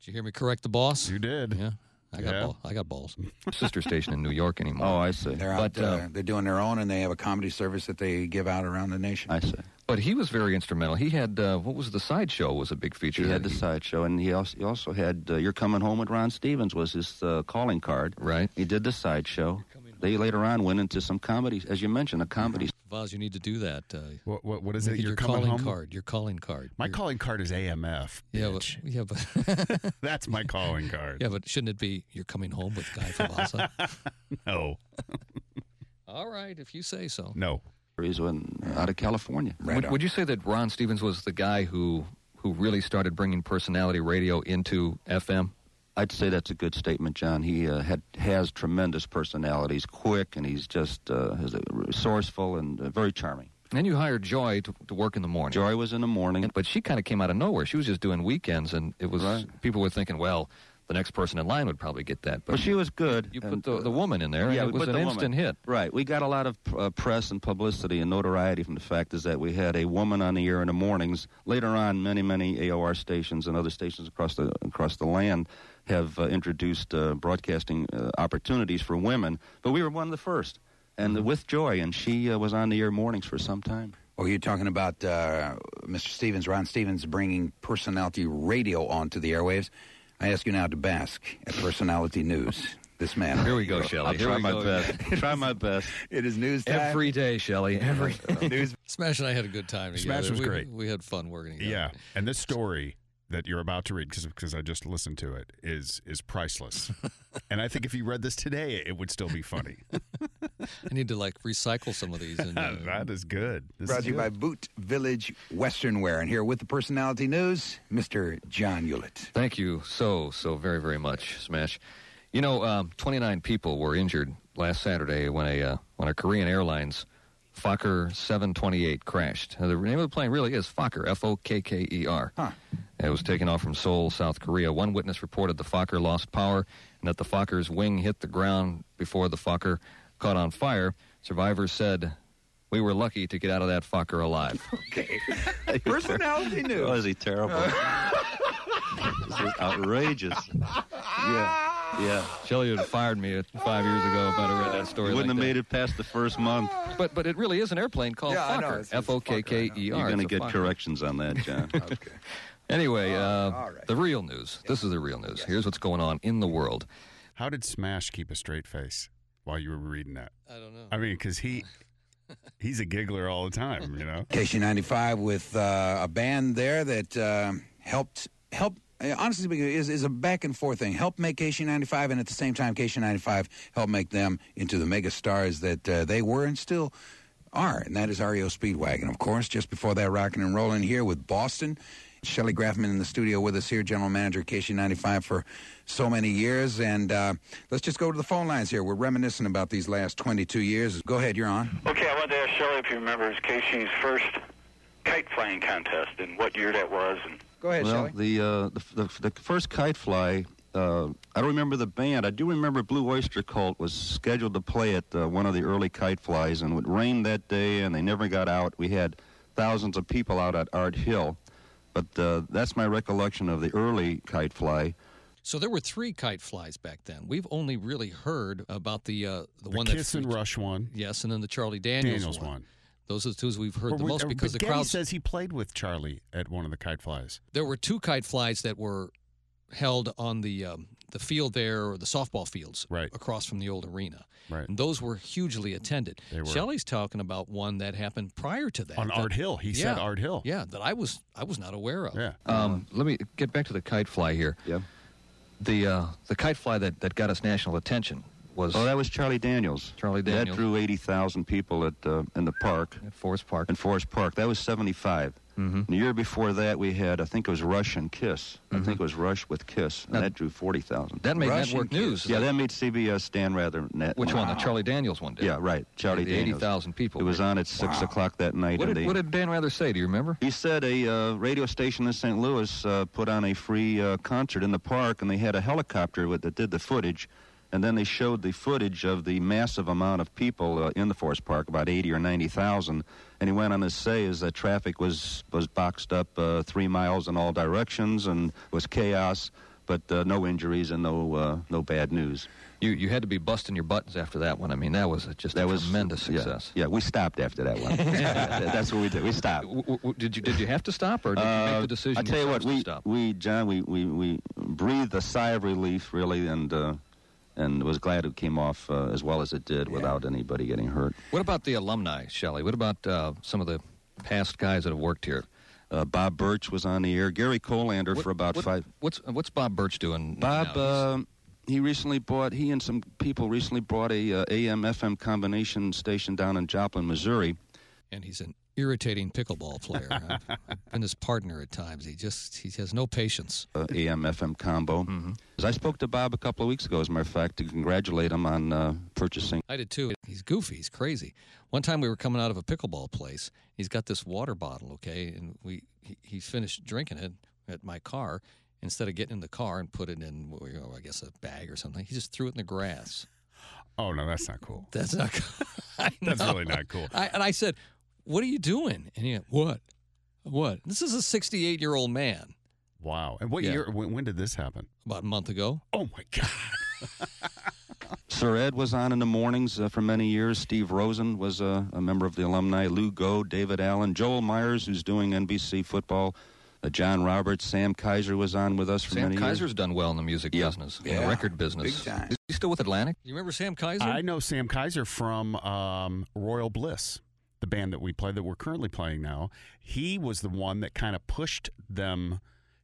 Speaker 2: Did you hear me correct the boss?
Speaker 3: you did.
Speaker 2: Yeah, I got
Speaker 3: Yeah.
Speaker 2: ball. I got balls.
Speaker 5: <laughs> sister station in New York anymore.
Speaker 6: Oh, I see.
Speaker 4: They're out.
Speaker 5: But, uh,
Speaker 4: uh, they're doing their own, and they have a comedy service that they give out around the nation.
Speaker 6: I see.
Speaker 5: But he was very instrumental. He had uh, what was the sideshow was a big feature.
Speaker 6: He had
Speaker 5: that
Speaker 6: the sideshow, and he also, he also had uh, "You're Coming Home" with Ron Stevens was his uh, calling card.
Speaker 5: Right.
Speaker 6: He did the sideshow. They later on went into some comedy, as you mentioned, a
Speaker 5: Uh-huh.
Speaker 6: comedy.
Speaker 2: Vaz, you need to do that. Uh,
Speaker 3: What, what, what is
Speaker 2: make
Speaker 3: it?
Speaker 2: it
Speaker 3: You're
Speaker 2: your
Speaker 3: coming
Speaker 2: calling
Speaker 3: home?
Speaker 2: card. Your calling card.
Speaker 3: My
Speaker 2: Your-
Speaker 3: calling card is AMF.
Speaker 2: Yeah,
Speaker 3: bitch.
Speaker 2: but, yeah, but <laughs>
Speaker 3: That's my calling card.
Speaker 2: yeah, but shouldn't it be you're coming home with Guy
Speaker 3: <laughs>
Speaker 2: Favasa?
Speaker 3: No,
Speaker 2: All right, if you say so.
Speaker 3: no.
Speaker 6: He's in, out of California.
Speaker 4: Right.
Speaker 5: Would, would you say that Ron Stevens was the guy who who really started bringing personality radio into FM?
Speaker 6: I'd say that's a good statement, John. He uh, had has tremendous personality. He's quick, and he's just uh, is resourceful and uh, very charming.
Speaker 5: And you hired Joy to, to work in the morning.
Speaker 6: Joy was in the morning.
Speaker 5: but she kind of came out of nowhere. She was just doing weekends, and it was
Speaker 6: Right.
Speaker 5: people were thinking, well, the next person in line would probably get that. But
Speaker 6: Well, she was good.
Speaker 5: you
Speaker 6: and,
Speaker 5: put the,
Speaker 6: uh,
Speaker 5: the woman in there,
Speaker 6: yeah,
Speaker 5: and
Speaker 6: we
Speaker 5: it was
Speaker 6: put
Speaker 5: an
Speaker 6: the
Speaker 5: instant
Speaker 6: woman.
Speaker 5: hit.
Speaker 6: Right. We got a lot of uh, press and publicity and notoriety from the fact is that we had a woman on the air in the mornings. Later on, many many AOR stations and other stations across the across the land have uh, introduced uh, broadcasting uh, opportunities for women, but we were one of the first. and
Speaker 5: Mm-hmm.
Speaker 6: with joy. And she uh, was on the air mornings for some time.
Speaker 4: Well, Oh, you're talking about uh, Mr. Stevens, Ron Stevens, bringing personality radio onto the airwaves. I ask you now to bask at personality news. This man.
Speaker 5: Here we go, Shelley.
Speaker 6: I'll
Speaker 5: Here
Speaker 6: try
Speaker 5: we
Speaker 6: my
Speaker 5: go
Speaker 6: best. try my
Speaker 5: <laughs>
Speaker 6: best.
Speaker 4: It is news time.
Speaker 5: Every day, Shelley. <laughs> Every day.
Speaker 6: News.
Speaker 2: Smash and I had a good time together.
Speaker 3: Smash was
Speaker 2: we,
Speaker 3: great.
Speaker 2: We had fun working together.
Speaker 3: Yeah, and this story that you're about to read, because I just listened to it, is is priceless. and I think if you read this today, it would still be funny.
Speaker 2: I need to like recycle some of these. And, uh,
Speaker 3: that is good. This
Speaker 4: Brought
Speaker 3: is
Speaker 4: to you
Speaker 3: good.
Speaker 4: by Boot Village Western Wear. And here with the personality news, Mr. John Hewlett.
Speaker 5: Thank you so, so very, very much, Smash. You know, um, 29 people were injured last Saturday when a uh, when a Korean Airlines Fokker 728 crashed. Uh, the name of the plane really is Fokker, F O K K E R. It was taken off from Seoul, South Korea. One witness reported the Fokker lost power and that the Fokker's wing hit the ground before the Fokker caught on fire. Survivors said, "We were lucky to get out of that Fokker alive."
Speaker 4: Personality news.
Speaker 6: Was Oh,
Speaker 5: <laughs>
Speaker 6: he terrible? this is outrageous. Yeah. Yeah.
Speaker 5: Shelley had fired me five years ago if I'd have read that story.
Speaker 6: You
Speaker 5: like
Speaker 6: wouldn't have
Speaker 5: that.
Speaker 6: made it past the
Speaker 5: <sighs>
Speaker 6: first month.
Speaker 5: But but it really is an airplane called
Speaker 4: Yeah, I know.
Speaker 5: Fokker.
Speaker 4: It's- it's
Speaker 5: F O K K E R.
Speaker 6: You're going to
Speaker 5: It's a
Speaker 6: get
Speaker 5: Fokker.
Speaker 6: corrections
Speaker 5: <laughs>
Speaker 6: on that, John.
Speaker 5: Anyway, uh,
Speaker 4: Ah, all right.
Speaker 5: the real news. This is the real news. Here's what's going on in the world.
Speaker 3: How did Smash keep a straight face while you were reading that?
Speaker 2: I don't know.
Speaker 3: I mean,
Speaker 2: <laughs>
Speaker 3: because he he's a giggler all the time, you know.
Speaker 4: KC95 with uh, a band there that uh, helped, help, honestly speaking, is, is a back and forth thing. Help make KC95 and at the same time, KC95 helped make them into the mega stars that uh, they were and still are. And that is REO Speedwagon, of course. Just before that, rocking and rolling here with Boston. Shelly Grafman in the studio with us here, general manager KC95 for so many years. And uh, let's just go to the phone lines here. We're reminiscing about these last 22 years. Go ahead, you're on.
Speaker 9: Okay, I wanted to ask Shelley if he remembers Casey's first kite flying contest and what year that was. And
Speaker 4: Go ahead,
Speaker 6: well, the, uh, the, the the first kite fly. Uh, I don't remember the band. I do remember Blue Oyster Cult was scheduled to play at uh, one of the early kite flies, and it rained that day, and they never got out. We had thousands of people out at Art Hill, but uh, that's my recollection of the early kite fly.
Speaker 2: So there were three kite flies back then. We've only really heard about the uh, the,
Speaker 3: The
Speaker 2: one
Speaker 3: Kiss
Speaker 2: that
Speaker 3: and Rush one,
Speaker 2: Yes, and then the Charlie Daniels,
Speaker 3: Daniels one.
Speaker 2: Those are the two we've heard
Speaker 3: Or
Speaker 2: the
Speaker 3: we-
Speaker 2: most
Speaker 3: or
Speaker 2: because the
Speaker 3: Baghetti
Speaker 2: crowd.
Speaker 3: says he played with Charlie at one of the kite flies.
Speaker 2: there were two kite flies that were held on the um, the field there or the softball fields
Speaker 3: Right.
Speaker 2: across from the old arena.
Speaker 3: Right.
Speaker 2: And those were hugely attended.
Speaker 3: They were.
Speaker 2: Shelley's talking about one that happened prior to that.
Speaker 3: On
Speaker 2: that-
Speaker 3: Art Hill. He said
Speaker 2: uh, Yeah.
Speaker 3: Art Hill.
Speaker 2: Yeah, that I was I was not aware of.
Speaker 3: Yeah.
Speaker 5: Um, let me get back to the kite fly here.
Speaker 6: Yeah.
Speaker 5: The uh, the kite fly that, that got us national attention was
Speaker 6: Oh, that was Charlie Daniels.
Speaker 5: Charlie
Speaker 6: That
Speaker 5: Daniels.
Speaker 6: drew eighty thousand people at uh, in the park.
Speaker 5: at Forest Park.
Speaker 6: in Forest Park. That was 75. mm
Speaker 5: Mm-hmm.
Speaker 6: The year before that, we had, I think it was Rush and Kiss. I think it was Rush with Kiss, and
Speaker 5: Now-
Speaker 6: that drew 40,000.
Speaker 5: that made
Speaker 4: Russian
Speaker 5: network
Speaker 4: kids.
Speaker 5: news.
Speaker 6: yeah, that made CBS stand rather net.
Speaker 5: which one? The Charlie Daniels one did.
Speaker 6: Yeah, right. Charlie
Speaker 5: The 80,000
Speaker 6: Daniels.
Speaker 5: people.
Speaker 6: It was on at 6 o'clock that night.
Speaker 5: What
Speaker 6: and
Speaker 5: did,
Speaker 6: they-
Speaker 5: what did Dan Rather say? Do you remember?
Speaker 6: he said a uh, radio station in St. Louis uh, put on a free uh, concert in the park, and they had a helicopter with, that did the footage, and then they showed the footage of the massive amount of people uh, in the Forest Park, about 80 or 90,000. And he went on to say is that traffic was was boxed up uh, three miles in all directions and was chaos, but uh, no injuries and no uh, no bad news.
Speaker 5: You you had to be busting your buttons after that one. I mean, that was just
Speaker 6: That
Speaker 5: a
Speaker 6: was
Speaker 5: tremendous
Speaker 6: yeah,
Speaker 5: success.
Speaker 6: Yeah, we stopped after that
Speaker 5: <laughs>
Speaker 6: one. That's what we did. We stopped.
Speaker 5: W- w- w- did you did you have to stop or did you
Speaker 6: Uh,
Speaker 5: make the decision?
Speaker 6: I tell you what,
Speaker 5: yourselves to
Speaker 6: we
Speaker 5: stop?
Speaker 6: we John, we, we we breathed a sigh of relief, really, and uh, and was glad it came off uh, as well as it did without anybody getting hurt.
Speaker 5: What about the alumni, Shelley? What about uh, some of the past guys that have worked here?
Speaker 6: Uh, Bob Birch was on the air. Gary Colander
Speaker 5: What-
Speaker 6: for about
Speaker 5: what-
Speaker 6: five.
Speaker 5: What's what's Bob Birch doing?
Speaker 6: Bob,
Speaker 5: now? He's-
Speaker 6: um he recently bought. He and some people recently bought a uh, AM/FM combination station down in Joplin, Missouri.
Speaker 2: And he's an irritating pickleball player. I've, I've been his partner at times. He just he has no patience.
Speaker 6: uh, AM FM combo.
Speaker 5: Mm-hmm.
Speaker 6: As I spoke to Bob a couple of weeks ago, as a matter of fact, to congratulate him on uh, purchasing.
Speaker 2: I did too. He's goofy. He's crazy. One time we were coming out of a pickleball place. He's got this water bottle, okay, and we he, he finished drinking it at my car. Instead of getting in the car and put it in, well, you know, I guess a bag or something, he just threw it in the grass.
Speaker 3: Oh no, that's not
Speaker 2: <laughs>
Speaker 3: cool.
Speaker 2: That's not. good. I
Speaker 3: That's
Speaker 2: know.
Speaker 3: really not cool.
Speaker 2: I, and I said, "What are you doing?" And he went, "What? What? This is a 68 year old man."
Speaker 3: Wow. And what
Speaker 2: Yeah.
Speaker 3: year? When, when did this happen?
Speaker 2: About a month ago,
Speaker 3: Oh my God.
Speaker 6: Sir Ed was on in the mornings uh, for many years. Steve Rosen was uh, a member of the alumni. Lou Go, David Allen, Joel Myers, who's doing NBC football. Uh, John Roberts, Sam Kaiser was on with us for
Speaker 5: Sam
Speaker 6: many
Speaker 5: Kaiser's
Speaker 6: years.
Speaker 5: done well in the music business, in
Speaker 6: Yeah.
Speaker 5: the record business.
Speaker 6: Big time.
Speaker 5: Is he still with Atlantic?
Speaker 2: You remember Sam Kaiser?
Speaker 3: I know Sam Kaiser from um, Royal Bliss, the band that we play that we're currently playing now. He was the one that kind of pushed them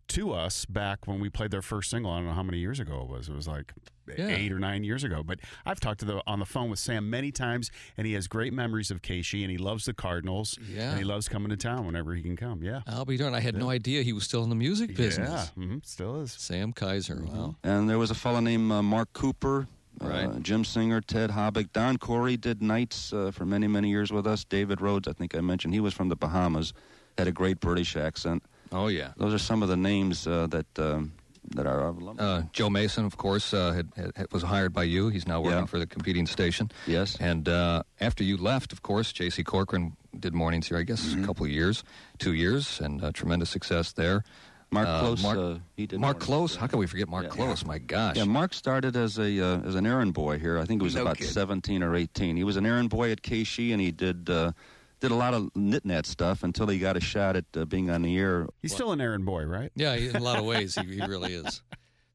Speaker 3: to us back when we played their first single. I don't know how many years ago it was. It was like
Speaker 2: Yeah.
Speaker 3: eight or nine years ago. But I've talked to the on the phone with Sam many times, and he has great memories of Casey, and he loves the Cardinals,
Speaker 2: Yeah.
Speaker 3: and he loves coming to town whenever he can come. Yeah,
Speaker 2: I'll be darned. I had no idea he was still in the music business.
Speaker 3: yeah, hmm still is.
Speaker 2: Sam Kaiser.
Speaker 6: Mm-hmm.
Speaker 2: Wow.
Speaker 6: And there was a fellow named uh, Mark Cooper, uh,
Speaker 5: Right.
Speaker 6: Jim Singer, Ted Hobbick, Don Corey did nights uh, for many, many years with us. David Rhodes, I think I mentioned, he was from the Bahamas, had a great British accent.
Speaker 5: Oh yeah.
Speaker 6: Those are some of the names uh, that um, that are alumni.
Speaker 5: Uh, Joe Mason, of course, uh, had, had, had- was hired by you. He's now working
Speaker 6: Yeah.
Speaker 5: for the competing station.
Speaker 6: Yes.
Speaker 5: And uh, after you left, of course, J.C. Corcoran did mornings here, I guess,
Speaker 6: Mm-hmm.
Speaker 5: a couple of years, two years, and uh, tremendous success there.
Speaker 6: Mark
Speaker 5: Uh,
Speaker 6: Close,
Speaker 5: Mark,
Speaker 6: uh, he did.
Speaker 5: Mark
Speaker 6: mornings.
Speaker 5: Close? How can we forget Mark
Speaker 6: Yeah.
Speaker 5: Close? My gosh.
Speaker 6: Yeah, Mark started as a uh, as an errand boy here. I think he was
Speaker 4: No
Speaker 6: about
Speaker 4: kidding.
Speaker 6: seventeen or eighteen. He was an errand boy at KC, and he did uh, did a lot of knit-nat stuff until he got a shot at uh, being on the air.
Speaker 3: He's still an errand boy, right?
Speaker 2: Yeah, he- in a lot of ways, he, he really is.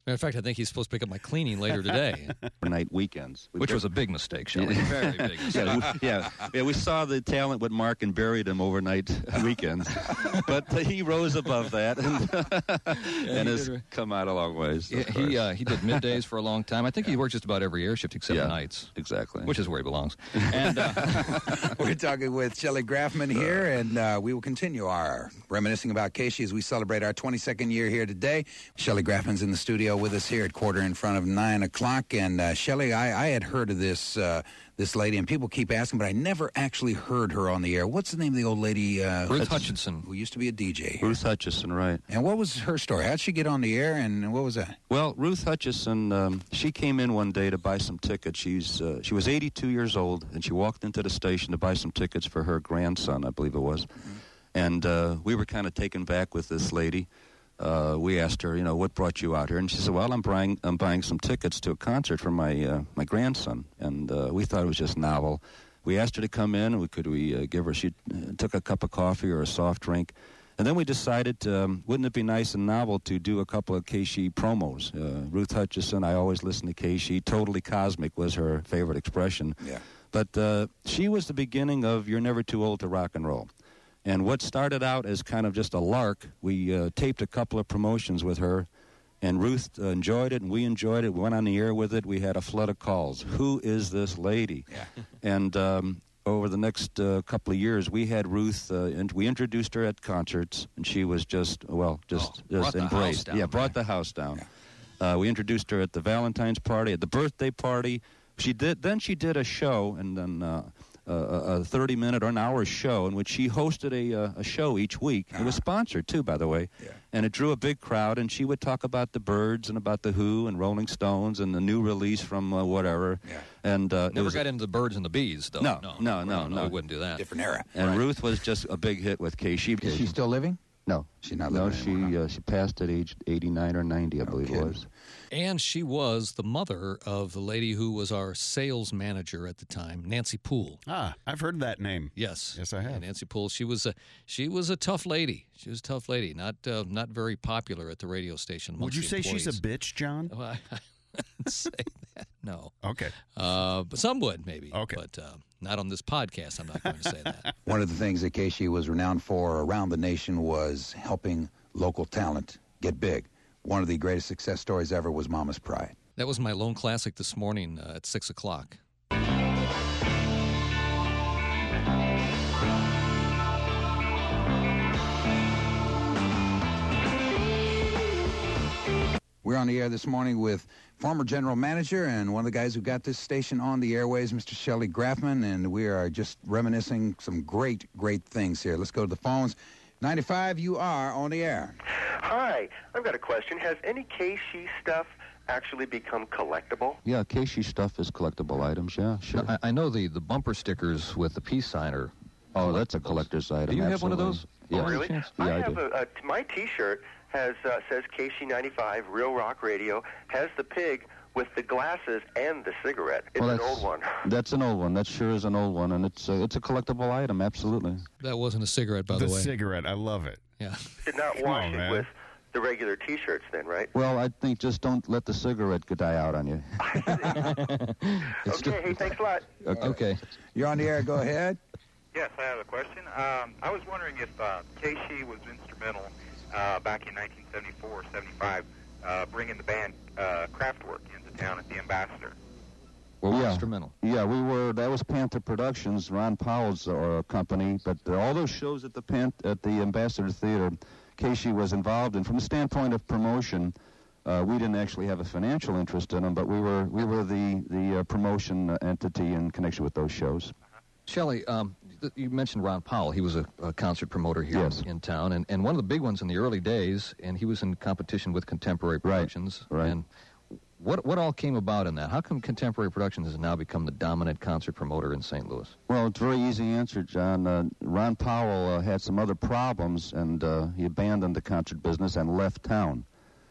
Speaker 2: Matter of fact, I think he's supposed to pick up my cleaning later today.
Speaker 6: Night weekends, We
Speaker 5: Which
Speaker 6: bur-
Speaker 5: was a big mistake, Shelley. <laughs> Very big mistake.
Speaker 6: <laughs> yeah, we- yeah, yeah. We saw the talent with Mark and buried him overnight <laughs> weekends, but uh, he rose above that and, <laughs> and has come out a long ways. of
Speaker 5: Yeah,
Speaker 6: course.
Speaker 5: he uh, he did middays for a long time. I think he worked just about every air shift except
Speaker 6: Yeah.
Speaker 5: nights,
Speaker 6: exactly.
Speaker 5: which is where he belongs. And uh,
Speaker 4: We're talking with Shelley Grafman here, and uh, we will continue our reminiscing about Casey as we celebrate our 22nd year here today. Shelley Grafman's in the studio with us here at quarter in front of nine o'clock. And uh, Shelley, I, I had heard of this uh, this lady, and people keep asking, but I never actually heard her on the air. What's the name of the old lady uh,
Speaker 5: Ruth Hutchinson.
Speaker 4: who used to be a DJ? here?
Speaker 6: Bruce Hutchison, right?
Speaker 4: And what was her story? How'd she get on the air, and what was that?
Speaker 6: Well, Ruth Hutchison, um, she came in one day to buy some tickets. She's uh, she was 82 years old, and she walked into the station to buy some tickets for her grandson, I believe it was. And uh, we were kind of taken back with this lady. Uh, we asked her, you know, what brought you out here, and she said, "Well, I'm buying I'm buying some tickets to a concert for my uh, my grandson." And uh, we thought it was just novel. We asked her to come in. We could we uh, give her? She uh, took a cup of coffee or a soft drink. And then we decided, um, wouldn't it be nice and novel to do a couple of Keishi promos? Uh, Ruth Hutchison, I always listen to Keishi. Totally cosmic was her favorite expression.
Speaker 4: Yeah.
Speaker 6: But uh, she was the beginning of You're Never Too Old to Rock and Roll. And what started out as kind of just a lark, we uh, taped a couple of promotions with her. And Ruth uh, enjoyed it, and we enjoyed it. We went on the air with it. We had a flood of calls. Who is this lady? <laughs> and um, over the next uh, couple of years, we had Ruth, uh, and we introduced her at concerts, and she was just well, just
Speaker 5: Oh, brought
Speaker 6: just
Speaker 5: the house
Speaker 6: embraced.
Speaker 5: down,
Speaker 6: yeah, brought the house down. Uh, we introduced her at the Valentine's party, at the birthday party. She did. Then she did a show, and then. Uh, a, a a 30 minute or an hour show in which she hosted a, uh, a show each week. It
Speaker 4: Uh-huh.
Speaker 6: was sponsored too, by the way. And it drew a big crowd, and she would talk about the birds and about the Who and Rolling Stones and the new release from uh, whatever.
Speaker 4: Yeah.
Speaker 6: And uh, it
Speaker 5: never
Speaker 6: was-
Speaker 5: got into the birds and the bees, though.
Speaker 6: No, no, no, no.
Speaker 5: We wouldn't do that.
Speaker 4: Different era.
Speaker 6: And Ruth was just a big hit with KC.
Speaker 4: Is she still living?
Speaker 6: no,
Speaker 4: She's not
Speaker 6: no,
Speaker 4: living anymore,
Speaker 6: she uh, she passed at age 89 or 90, I believe it
Speaker 4: kidding.
Speaker 6: was.
Speaker 2: And she was the mother of the lady who was our sales manager at the time, Nancy Poole.
Speaker 3: Ah, I've heard that name.
Speaker 2: Yes.
Speaker 3: Yes, I have.
Speaker 2: And Nancy Poole. She was a she was a tough lady. She was a tough lady. Not uh, not very popular at the radio station.
Speaker 3: Would
Speaker 2: amongst
Speaker 3: you
Speaker 2: the
Speaker 3: say she's a
Speaker 2: employees.
Speaker 3: bitch, John?
Speaker 2: Well, I, I wouldn't <laughs> say that. No.
Speaker 3: Okay.
Speaker 2: Uh, but some would maybe.
Speaker 3: Okay.
Speaker 2: But uh, not on this podcast. I'm not going to say
Speaker 3: <laughs>
Speaker 2: that.
Speaker 4: One of the things that Keishi was renowned for around the nation was helping local talent get big. One of the greatest success stories ever was Mama's Pride.
Speaker 2: That was my lone classic this morning uh, at six o'clock.
Speaker 4: We're on the air this morning with former general manager and one of the guys who got this station on the airways, Mr. Shelley Grafman, and we are just reminiscing some great, great things here. Let's go to the phones. 95, you are on the air.
Speaker 11: Hi, I've got a question. Has any KC stuff actually become collectible?
Speaker 6: Yeah, KC stuff is collectible items. Yeah, sure.
Speaker 5: No, I, I know the, the bumper stickers with the peace sign are.
Speaker 6: oh, that's a collector's item.
Speaker 5: Do you have one of
Speaker 6: absolutely.
Speaker 5: those?
Speaker 6: Yeah.
Speaker 5: Oh,
Speaker 11: Really?
Speaker 5: Yes.
Speaker 6: Yeah,
Speaker 11: I
Speaker 6: I
Speaker 11: have
Speaker 6: do.
Speaker 11: a, a my T-shirt has uh, says KC95 Real Rock Radio has the pig
Speaker 12: with the glasses and the cigarette. It's
Speaker 6: Well,
Speaker 12: an
Speaker 6: that's-
Speaker 12: old one. <laughs>
Speaker 6: That's an old one. That sure is an old one, and it's a, it's a collectible item, absolutely.
Speaker 13: That wasn't a cigarette, by the,
Speaker 6: The
Speaker 13: way.
Speaker 3: cigarette. I love it.
Speaker 13: Yeah.
Speaker 12: Did not wash it with the regular T-shirts,
Speaker 6: <laughs>
Speaker 12: then, right? <laughs>
Speaker 6: Well, I think just don't let the cigarette get die out on you.
Speaker 12: okay. Hey, thanks a lot.
Speaker 6: okay.
Speaker 4: You're on the air. Go ahead.
Speaker 10: Yes, I have a question. Um, I was wondering if uh, Keishi was instrumental uh, back in 1974 or 75 uh, bringing the band uh, Kraftwerk into town at the Ambassador.
Speaker 6: Well, yeah. instrumental. Yeah, we were. That was Panther Productions, Ron Powell's uh, company. But uh, all those shows at the Pan- at the Ambassador Theater, Casey was involved in. From the standpoint of promotion, uh, we didn't actually have a financial interest in them, but we were we were the the uh, promotion entity in connection with those shows.
Speaker 2: Shelley, um, th- you mentioned Ron Powell. He was a, a concert promoter here in, in town, and, and one of the big ones in the early days. And he was in competition with Contemporary Productions. Right. And what what all came about in that? How come Contemporary Productions has now become the dominant concert promoter in St. Louis?
Speaker 6: Well, it's a very easy answer, John. Uh, Ron Powell uh, had some other problems, and uh, he abandoned the concert business and left town.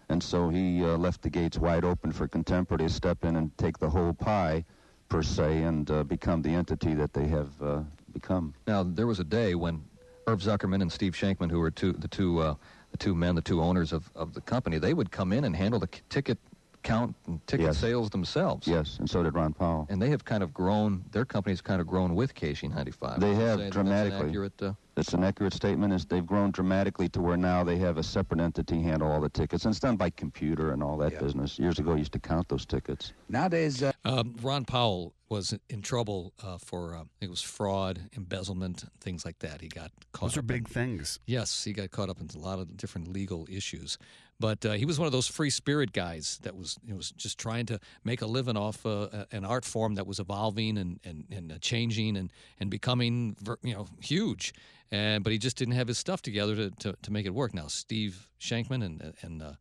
Speaker 6: And so he uh, left the gates wide open for Contemporary to step in and take the whole pie, per se, and uh, become the entity that they have uh, become.
Speaker 2: Now there was a day when Herb Zuckerman and Steve Shankman, who were two the two uh, the two men, the two owners of, of the company, they would come in and handle the c- ticket count and ticket
Speaker 6: Yes.
Speaker 2: sales themselves.
Speaker 6: Yes, and so did Ron Powell.
Speaker 2: And they have kind of grown. Their company's kind of grown with KC ninety five.
Speaker 6: They have dramatically.
Speaker 2: accurate, uh,
Speaker 6: That's an accurate statement. Is they've grown dramatically to where now they have a separate entity handle all the tickets, and it's done by computer and all that business. Years ago, you used to count those tickets.
Speaker 4: Nowadays, uh,
Speaker 13: Um, Ron Powell was in trouble uh, for uh, I think it was fraud, embezzlement, things like that. He got caught.
Speaker 2: uh,
Speaker 3: Those are
Speaker 13: up
Speaker 3: big
Speaker 13: in-
Speaker 3: things.
Speaker 13: Yes, he got caught up in a lot of different legal issues. But uh, he was one of those free spirit guys that was you know, was just trying to make a living off uh, a- an art form that was evolving and and, and uh, changing and and becoming ver- you know huge. And but he just didn't have his stuff together to, to, to make it work. Now Steve Shankman and and uh,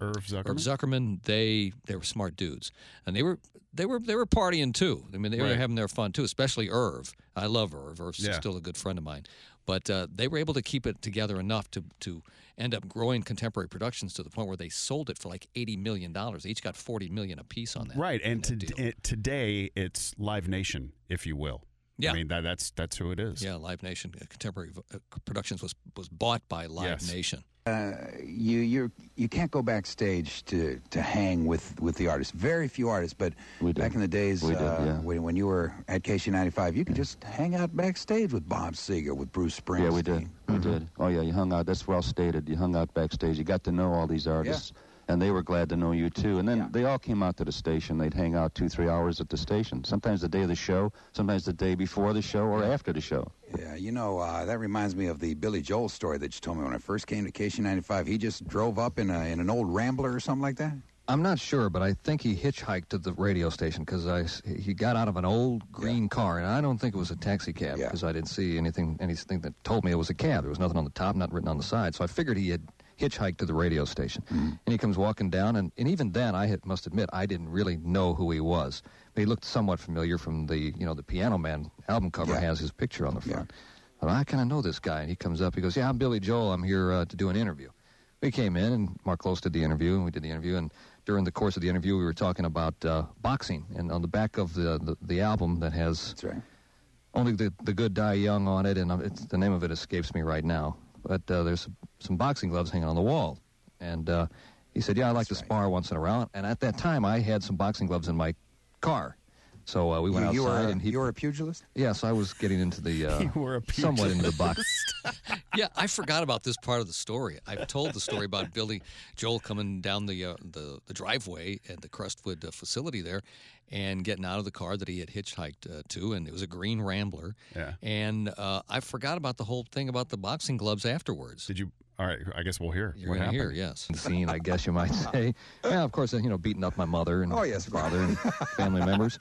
Speaker 3: Irv Zuckerman.
Speaker 13: Herb Zuckerman, they they were smart dudes, and they were they were they were partying too. I mean, they were
Speaker 3: Right.
Speaker 13: having their fun too. Especially Irv. I love Irv. Irv's
Speaker 3: Yeah.
Speaker 13: still a good friend of mine. But uh, they were able to keep it together enough to to end up growing contemporary productions to the point where they sold it for like eighty million dollars. They each got forty million apiece on that.
Speaker 3: Right, and to, it, today it's Live Nation, if you will.
Speaker 13: Yeah.
Speaker 3: I mean that, that's that's who it is.
Speaker 13: Yeah, Live Nation uh, Contemporary uh, Productions was was bought by Live
Speaker 3: Yes.
Speaker 13: Nation.
Speaker 4: uh, you you you can't go backstage to, to hang with, with the artists. Very few artists, but back in the days
Speaker 6: We did,
Speaker 4: uh,
Speaker 6: yeah.
Speaker 4: when, when you were at KC95, you could just hang out backstage with Bob Seger, with Bruce Springsteen.
Speaker 6: Yeah, we did. We did. Oh yeah, you hung out. That's well stated. You hung out backstage. You got to know all these artists, and they were glad to know you too. And then they all came out to the station. They'd hang out two, three hours at the station. Sometimes the day of the show. Sometimes the day before the show or after the show.
Speaker 4: Yeah, you know, uh, that reminds me of the Billy Joel story that you told me when I first came to KC95. He just drove up in, a, in an old Rambler or something like that.
Speaker 2: I'm not sure, but I think he hitchhiked to the radio station because I s- he got out of an old green car, and I don't think it was a taxi cab because I didn't see anything anything that told me it was a cab. There was nothing on the top, not written on the side, so I figured he had hitchhiked to the radio station. And he comes walking down, and, and even then, I had, must admit, I didn't really know who he was, but he looked somewhat familiar from the you know the Piano Man album cover has his picture on the front. But I kind of know this guy, and he comes up, he goes, "Yeah, I'm Billy Joel. I'm here uh, to do an interview." We came in, and Mark Close did the interview, and we did the interview. And during the course of the interview, we were talking about uh, boxing. And on the back of the the, the album that has only the, the good die young on it, and it's, the name of it escapes me right now. But uh, there's some boxing gloves hanging on the wall, and uh, he said, "Yeah, I like to spar once in a round." And at that time, I had some boxing gloves in my car, so uh, we went
Speaker 4: you, you
Speaker 2: outside,
Speaker 4: were,
Speaker 2: and he.
Speaker 4: you were a pugilist?
Speaker 2: Yes, I was getting
Speaker 13: <laughs>
Speaker 2: into the uh,
Speaker 13: You were a
Speaker 2: somewhat into the box. <laughs>
Speaker 13: yeah, I forgot about this part of the story. I've told the story about Billy Joel coming down the uh, the, the driveway at the Crestwood uh, facility there, and getting out of the car that he had hitchhiked uh, to, and it was a green Rambler.
Speaker 3: Yeah.
Speaker 13: And uh, I forgot about the whole thing about the boxing gloves afterwards.
Speaker 3: Did you? All right, I guess we'll hear.
Speaker 13: You're
Speaker 2: what
Speaker 13: gonna hear,
Speaker 2: happened.
Speaker 13: yes.
Speaker 2: scene, I guess you
Speaker 4: <laughs>
Speaker 2: might say. Yeah, of course, uh, you know, beating up my mother and
Speaker 4: Oh, yes.
Speaker 2: father and
Speaker 4: <laughs>
Speaker 2: family members.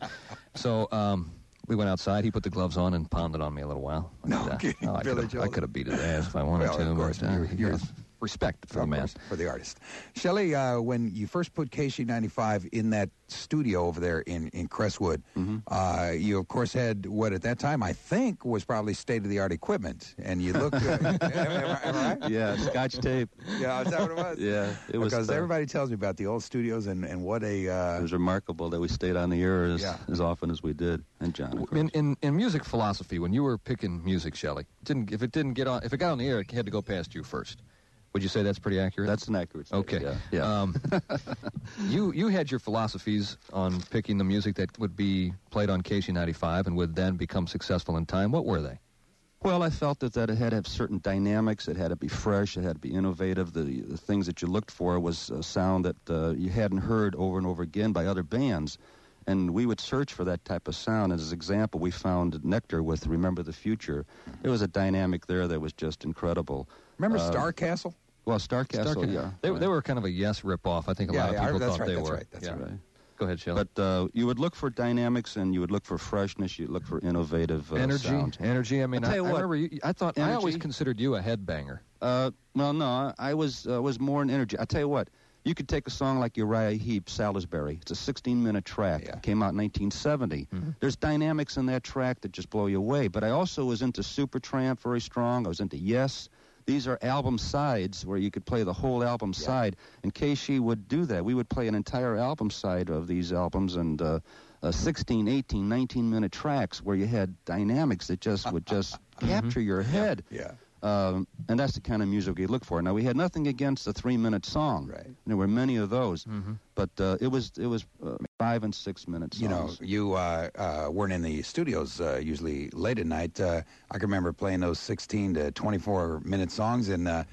Speaker 2: So um, we went outside. He put the gloves on and pounded on me a little while. And, uh,
Speaker 4: kidding,
Speaker 2: oh, I could
Speaker 4: Billy
Speaker 2: have
Speaker 4: Joel.
Speaker 2: I could have beat his ass if I wanted
Speaker 4: Well,
Speaker 2: to.
Speaker 4: of course,
Speaker 2: but, uh,
Speaker 4: you're-
Speaker 2: he
Speaker 4: you're-
Speaker 2: goes,
Speaker 5: respect for the man.
Speaker 4: For the artist. Shelley, uh, when you first put KC95 in that studio over there in, in Crestwood,
Speaker 5: Mm-hmm.
Speaker 4: uh, you, of course, had what at that time I think was probably state of the art equipment. And you looked.
Speaker 5: <laughs>
Speaker 4: Uh, am, I- am I right?
Speaker 5: Yeah, scotch tape.
Speaker 4: Yeah, is that what it was?
Speaker 5: Yeah, it was.
Speaker 4: because
Speaker 5: uh,
Speaker 4: everybody tells me about the old studios and, and what a.
Speaker 5: it
Speaker 4: Uh,
Speaker 5: was remarkable that we stayed on the air as,
Speaker 4: Yeah.
Speaker 5: as often as we did. And John, in, in in music philosophy, when you were picking music, Shelley, didn't if it didn't get on if it got on the air, it had to go past you first. Would you say that's pretty accurate? That's
Speaker 6: an accurate.
Speaker 5: Okay. Yeah.
Speaker 6: <laughs>
Speaker 5: Um, you you had your philosophies on picking the music that would be played on KC95 and would then become successful in time. What were they?
Speaker 6: Well, I felt that, that it had to have certain dynamics. It had to be fresh. It had to be innovative. The, the things that you looked for was a sound that uh, you hadn't heard over and over again by other bands. And we would search for that type of sound. As an example, we found Nectar with Remember the Future. There was a dynamic there that was just incredible.
Speaker 4: remember
Speaker 6: Uh,
Speaker 4: Star Castle?
Speaker 6: Well, Starcastle,
Speaker 5: Starca-
Speaker 6: yeah.
Speaker 5: They, they were kind of a yes ripoff. I think a
Speaker 6: Yeah,
Speaker 5: lot of
Speaker 6: yeah, I-
Speaker 5: people
Speaker 6: that's
Speaker 5: thought
Speaker 6: right,
Speaker 5: they
Speaker 6: that's
Speaker 5: were.
Speaker 6: right, that's
Speaker 5: yeah.
Speaker 6: right.
Speaker 5: Go ahead, Shelley.
Speaker 6: But uh, you would look for dynamics and you would look for freshness. You'd look for innovative uh,
Speaker 5: energy,
Speaker 6: sound.
Speaker 5: energy. I mean,
Speaker 6: I'll
Speaker 5: I,
Speaker 6: tell you
Speaker 5: I
Speaker 6: what,
Speaker 5: remember. You, I thought I always
Speaker 6: energy-
Speaker 5: considered you a headbanger.
Speaker 6: Uh, well, no, I- I was uh, was more in energy. I tell you what, you could take a song like Uriah Heep, Salisbury. It's a 16 minute track. It came out in 1970.
Speaker 4: Mm-hmm.
Speaker 6: There's dynamics in that track that just blow you away. But I also was into Supertramp very strong. I was into Yes. These are album sides where you could play the whole album side. And Keishi would do that. We would play an entire album side of these albums and uh, uh, 16, 18, 19 minute tracks where you had dynamics that just
Speaker 4: <laughs>
Speaker 6: would just capture your head.
Speaker 4: Mm-hmm. Yeah.
Speaker 6: Um, and that's the kind of music we look for. Now we had nothing against the three-minute song. Right. There were many of those, but uh, it was it was uh, five and six minute songs.
Speaker 4: Mm-hmm. You know, you uh, uh, weren't in the studios uh, usually late at night. Uh, I can remember playing those 16 to 24 minute songs and uh,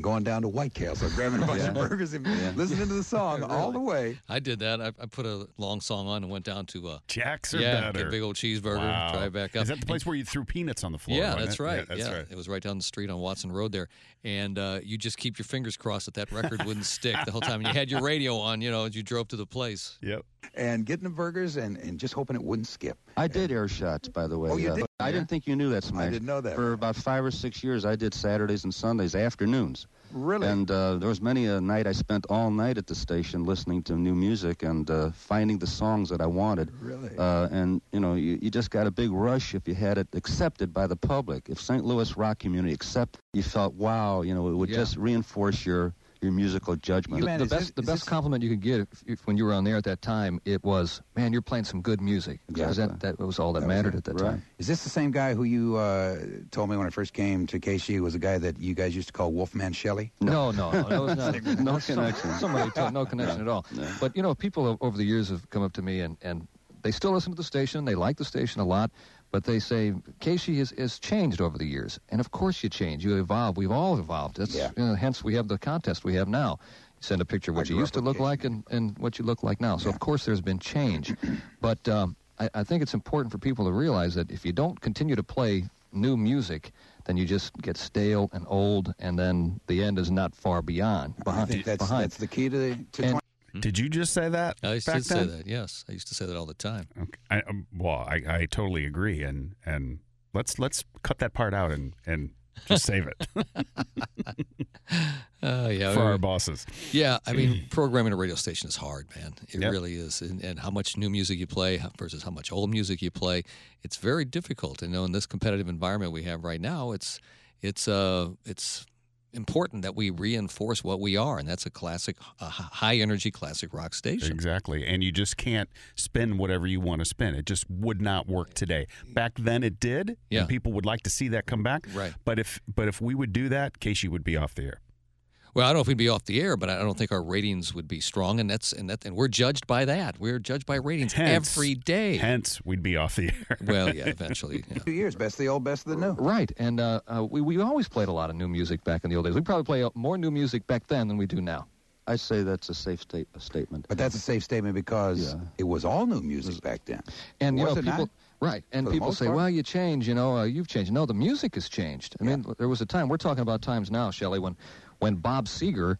Speaker 4: going down to White Castle, grabbing a bunch of burgers and listening to the song all the way.
Speaker 2: I did that. I, I put a long song on and went down to uh,
Speaker 3: Jack's or
Speaker 2: yeah,
Speaker 3: better.
Speaker 2: get a big old cheeseburger,
Speaker 3: Wow.
Speaker 2: drive back up.
Speaker 3: Is that the place where you threw peanuts on the floor?
Speaker 2: yeah,
Speaker 3: wasn't
Speaker 2: that's
Speaker 3: it?
Speaker 2: right. Yeah,
Speaker 3: that's right.
Speaker 2: it was right down the street on Watson Road there, and uh, you just keep your fingers crossed that that record wouldn't stick the whole time. And you had your radio on, you know, as you drove to the place.
Speaker 3: Yep.
Speaker 4: And getting the burgers and, and just hoping it wouldn't skip.
Speaker 6: I did air shots, by the way.
Speaker 4: Oh, you
Speaker 6: uh,
Speaker 4: did?
Speaker 6: I didn't think you knew that. Smash.
Speaker 4: didn't know that.
Speaker 6: For about five or six years, I did Saturdays and Sundays afternoons. Really? And uh, there was many a night I spent all night at the station listening to new music and uh, finding the songs that I wanted.
Speaker 4: Really?
Speaker 6: Uh, and you know, you, you just got a big rush if you had it accepted by the public. If St. Louis rock community accepted, you felt wow. You know, it would
Speaker 5: Yeah.
Speaker 6: just reinforce your your musical judgment.
Speaker 5: the, the best, the best compliment you could get if, if- when you were on there at that time, it was, "Man, you're playing some good music." 'Cause That, that was all that, mattered at that time.
Speaker 4: Is this the same guy who you uh, told me when I first came to KC was a guy that you guys used to call Wolfman Shelley?
Speaker 5: No, no, no, no, it's not-
Speaker 6: No
Speaker 5: some-
Speaker 6: connection.
Speaker 5: Somebody, told, no connection
Speaker 6: No,
Speaker 5: at all.
Speaker 6: no.
Speaker 5: But you know, people o- over the years have come up to me and and they still listen to the station. They like the station a lot, but they say Casey has has changed over the years. And of course, you change. You evolve. We've all evolved. That's you know, hence we have the contest we have now. Send a picture of what you used to look like and, and what you look like now. So of course, there's been
Speaker 4: <clears throat>
Speaker 5: change, but um, I, I think it's important for people to realize that if you don't continue to play new music. Then you just get stale and old, and then the end is not far beyond.
Speaker 4: I
Speaker 5: Behind,
Speaker 4: think that's,
Speaker 5: behind.
Speaker 4: that's the key to the. To
Speaker 5: And-
Speaker 4: 20
Speaker 3: Did you just say that?
Speaker 2: I used
Speaker 3: back
Speaker 2: to say
Speaker 3: then?
Speaker 2: that. Yes, I used to say that all the time.
Speaker 3: Okay. I, um, well, I, I totally agree, and and let's let's cut that part out and and just
Speaker 2: <laughs>
Speaker 3: save it
Speaker 2: Uh, yeah,
Speaker 3: for
Speaker 2: we-
Speaker 3: our bosses.
Speaker 2: Yeah, I mean, <clears throat> programming a radio station is hard, man. It
Speaker 3: Yep.
Speaker 2: really is. And, and how much new music you play versus how much old music you play, it's very difficult. And you know, in this competitive environment we have right now, it's it's uh it's important that we reinforce what we are, and that's a classic, a high energy classic rock station.
Speaker 3: Exactly, and you just can't spin whatever you want to spin. It just would not work today. Back then, it did,
Speaker 2: Yeah.
Speaker 3: and people would like to see that come back.
Speaker 2: Right.
Speaker 3: But if but if we would do that, Casey would be off the air.
Speaker 2: Well, I don't know if we'd be off the air, but I don't think our ratings would be strong, and that's and that and we're judged by that. We're judged by ratings
Speaker 3: Hence-
Speaker 2: every day.
Speaker 3: Hence, we'd be off the air.
Speaker 2: <laughs> Well, yeah, eventually. yeah.
Speaker 4: Two years, best of the old, best of the new.
Speaker 5: Right, and uh, uh, we we always played a lot of new music back in the old days. We probably play more new music back then than we do now.
Speaker 6: I say that's a safe state, a statement.
Speaker 4: But that's a safe statement because it was all new music back then.
Speaker 5: And you
Speaker 4: Was
Speaker 5: know,
Speaker 4: it
Speaker 5: people
Speaker 4: not?
Speaker 5: right, and
Speaker 4: For the
Speaker 5: people
Speaker 4: most
Speaker 5: say,
Speaker 4: part?
Speaker 5: "Well, you change." You know, uh, you've changed. No, the music has changed. I mean, there was a time we're talking about times now, Shelley, when when Bob Seger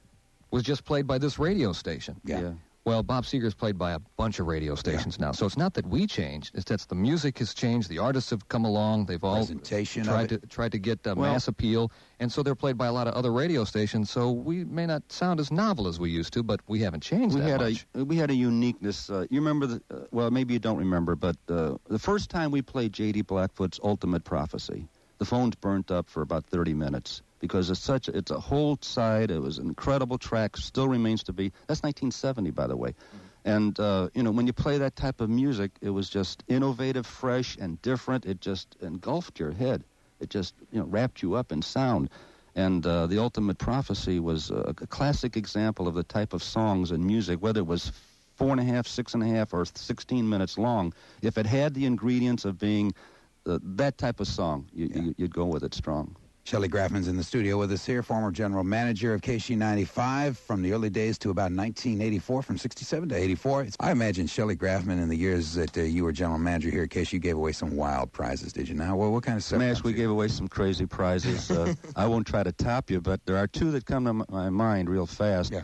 Speaker 5: was just played by this radio station.
Speaker 4: Yeah.
Speaker 5: Well, Bob Seger is played by a bunch of radio stations now, so it's not that we changed; it's that the music has changed. The artists have come along; they've all
Speaker 4: Presentation of
Speaker 5: tried
Speaker 4: it.
Speaker 5: to tried to get uh,
Speaker 4: Well-
Speaker 5: mass appeal, and so they're played by a lot of other radio stations. So we may not sound as novel as we used to, but we haven't changed
Speaker 6: we
Speaker 5: that
Speaker 6: had
Speaker 5: much.
Speaker 6: a we had a uniqueness. Uh, you remember the uh, well, maybe you don't remember, but uh, the first time we played J.D. Blackfoot's Ultimate Prophecy, the phones burnt up for about 30 minutes because it's such it's a whole side. It was an incredible track, still remains to be. That's 1970, by the way.
Speaker 5: Mm-hmm.
Speaker 6: And uh, you know, when you play that type of music, it was just innovative, fresh, and different. It just engulfed your head. It just you know wrapped you up in sound. And uh, the ultimate prophecy was a, a classic example of the type of songs and music, whether it was four and a half, six and a half, or 16 minutes long. If it had the ingredients of being uh, that type of song, you, you, you'd go with it strong.
Speaker 4: Shelly Grafman's in the studio with us here, former general manager of KC95 from the early days to about 1984, from 67 to 84. It's, I imagine Shelly Grafman in the years that uh, you were general manager here at KC, you gave away some wild prizes, did you not? Well, what kind of stuff?
Speaker 6: Smash, we gave away some crazy prizes. Uh, I won't try to top you, but there are two that come to m- my mind real fast.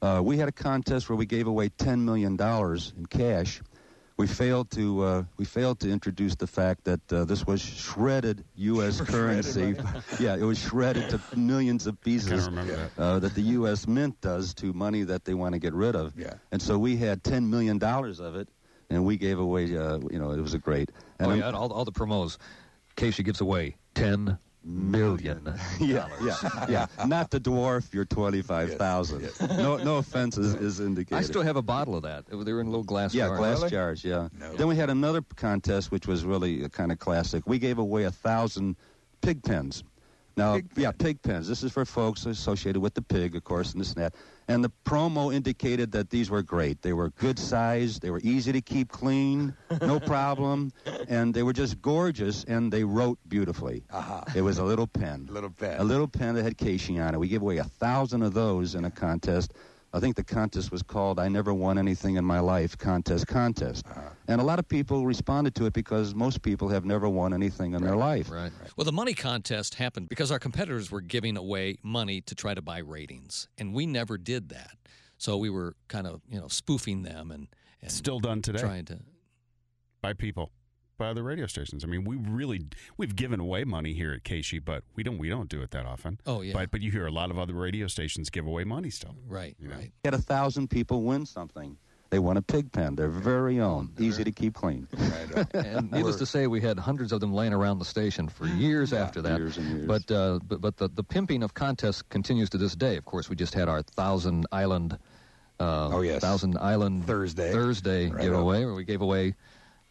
Speaker 6: Uh, we had a contest where we gave away $10 million in cash. We failed to uh, we failed to introduce the fact that uh, this was shredded U.S. currency. <laughs> yeah, it was shredded to millions of pieces.
Speaker 3: remember that.
Speaker 6: Uh, that the U.S. Mint does to money that they want to get rid of.
Speaker 4: Yeah.
Speaker 6: And so we had $10 million of it, and we gave away, uh, you know, it was a great. And
Speaker 5: oh,
Speaker 6: I'm-
Speaker 5: yeah, and all, all the promos. Casey gives away ten
Speaker 6: <laughs>
Speaker 5: million.
Speaker 6: Yeah, yeah, yeah. Not to dwarf your twenty-five thousand. No, no offense is, is indicated.
Speaker 5: I still have a bottle of that. They were in little glass
Speaker 6: yeah,
Speaker 5: jars.
Speaker 6: glass jars. Yeah. Then we had another contest which was really kind of classic. We gave away a thousand pig pens. Now, yeah, pig pens. This is for folks associated with the pig, of course, and this and that. And the promo indicated that these were great. They were good size. They were easy to keep clean, no problem, and they were just gorgeous. And they wrote beautifully.
Speaker 4: Aha.
Speaker 6: It was a little pen.
Speaker 4: Little pen.
Speaker 6: A little pen that had casing on it. We gave away a thousand of those in a contest. I think the contest was called "I Never Won Anything in My Life" contest contest,
Speaker 5: Uh-huh.
Speaker 6: and a lot of people responded to it because most people have never won anything in their life.
Speaker 5: Right.
Speaker 2: Well, the money contest happened because our competitors were giving away money to try to buy ratings, and we never did that. So we were kind of, you know, spoofing them and, and
Speaker 3: Still done today.
Speaker 2: trying to
Speaker 3: by people, by the radio stations. I mean, we really we've given away money here at KC, but we don't we don't do it that often.
Speaker 2: Oh, yeah.
Speaker 3: But but you hear a lot of other radio stations give away money still.
Speaker 2: right, right.
Speaker 6: Had a thousand people win something. They won a pig pen, their very own, easy to keep clean. <laughs>
Speaker 4: <laughs>
Speaker 5: and needless to say, we had hundreds of them laying around the station
Speaker 4: <sighs>
Speaker 5: for years after that.
Speaker 6: years and years.
Speaker 5: But uh, but, but the, the pimping of contests continues to this day. Of course, we just had our Thousand Island. Uh,
Speaker 4: Oh, yes.
Speaker 5: Thousand Island
Speaker 4: Thursday.
Speaker 5: Thursday
Speaker 4: Right
Speaker 5: giveaway where we gave away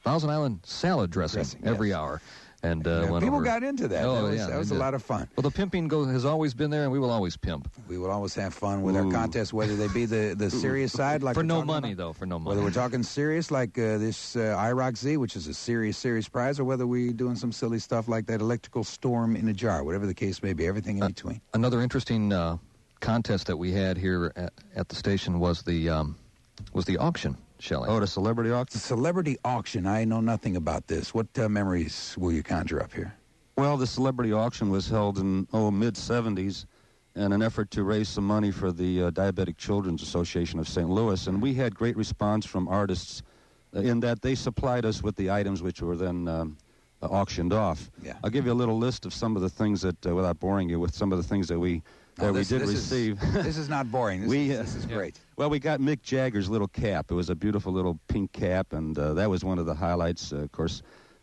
Speaker 5: Thousand Island salad dressing,
Speaker 4: Dressing,
Speaker 5: every
Speaker 4: yes.
Speaker 5: hour. And uh,
Speaker 4: Yeah,
Speaker 5: went
Speaker 4: people
Speaker 5: over-
Speaker 4: got into that.
Speaker 5: Oh,
Speaker 4: that was,
Speaker 5: yeah,
Speaker 4: that
Speaker 5: they
Speaker 4: was a
Speaker 5: did.
Speaker 4: lot of fun.
Speaker 5: Well, the pimping go- has always been there, and we will always pimp.
Speaker 4: We will always have fun with our contests, whether they be the,
Speaker 5: <laughs>
Speaker 4: the
Speaker 5: Ooh.
Speaker 4: serious side, like
Speaker 5: for
Speaker 4: we're
Speaker 5: no
Speaker 4: talking
Speaker 5: money,
Speaker 4: about-
Speaker 5: though,
Speaker 6: Oh,
Speaker 5: for no money.
Speaker 4: Whether we're talking serious, like uh, this uh, IROC Z, which is a serious, serious prize, or whether we're doing some silly stuff like that electrical storm in a jar, whatever the case may be, everything
Speaker 6: Uh,
Speaker 4: in between.
Speaker 5: Another interesting uh, contest that we had here at, at the station was the um, was the auction, Shelley.
Speaker 6: Oh, the celebrity auction.
Speaker 4: Celebrity auction. I know nothing about this. What uh, memories will you conjure up here?
Speaker 6: Well, the celebrity auction was held in oh mid '70s, in an effort to raise some money for the uh, Diabetic Children's Association of St. Louis, and we had great response from artists, uh, in that they supplied us with the items which were then um, uh, auctioned off.
Speaker 4: Yeah.
Speaker 6: I'll give you a little list of some of the things that, uh, without boring you, with some of the things that we that
Speaker 4: No,
Speaker 6: we
Speaker 4: this-
Speaker 6: did
Speaker 4: this is- <laughs>
Speaker 6: receive. <laughs>
Speaker 4: this is not boring. This,
Speaker 6: We,
Speaker 4: is,
Speaker 6: uh,
Speaker 4: this is
Speaker 6: yeah.
Speaker 4: great.
Speaker 6: Well, we got Mick Jagger's little cap. It was a beautiful little pink cap, and uh, that was one of the highlights, uh, of course,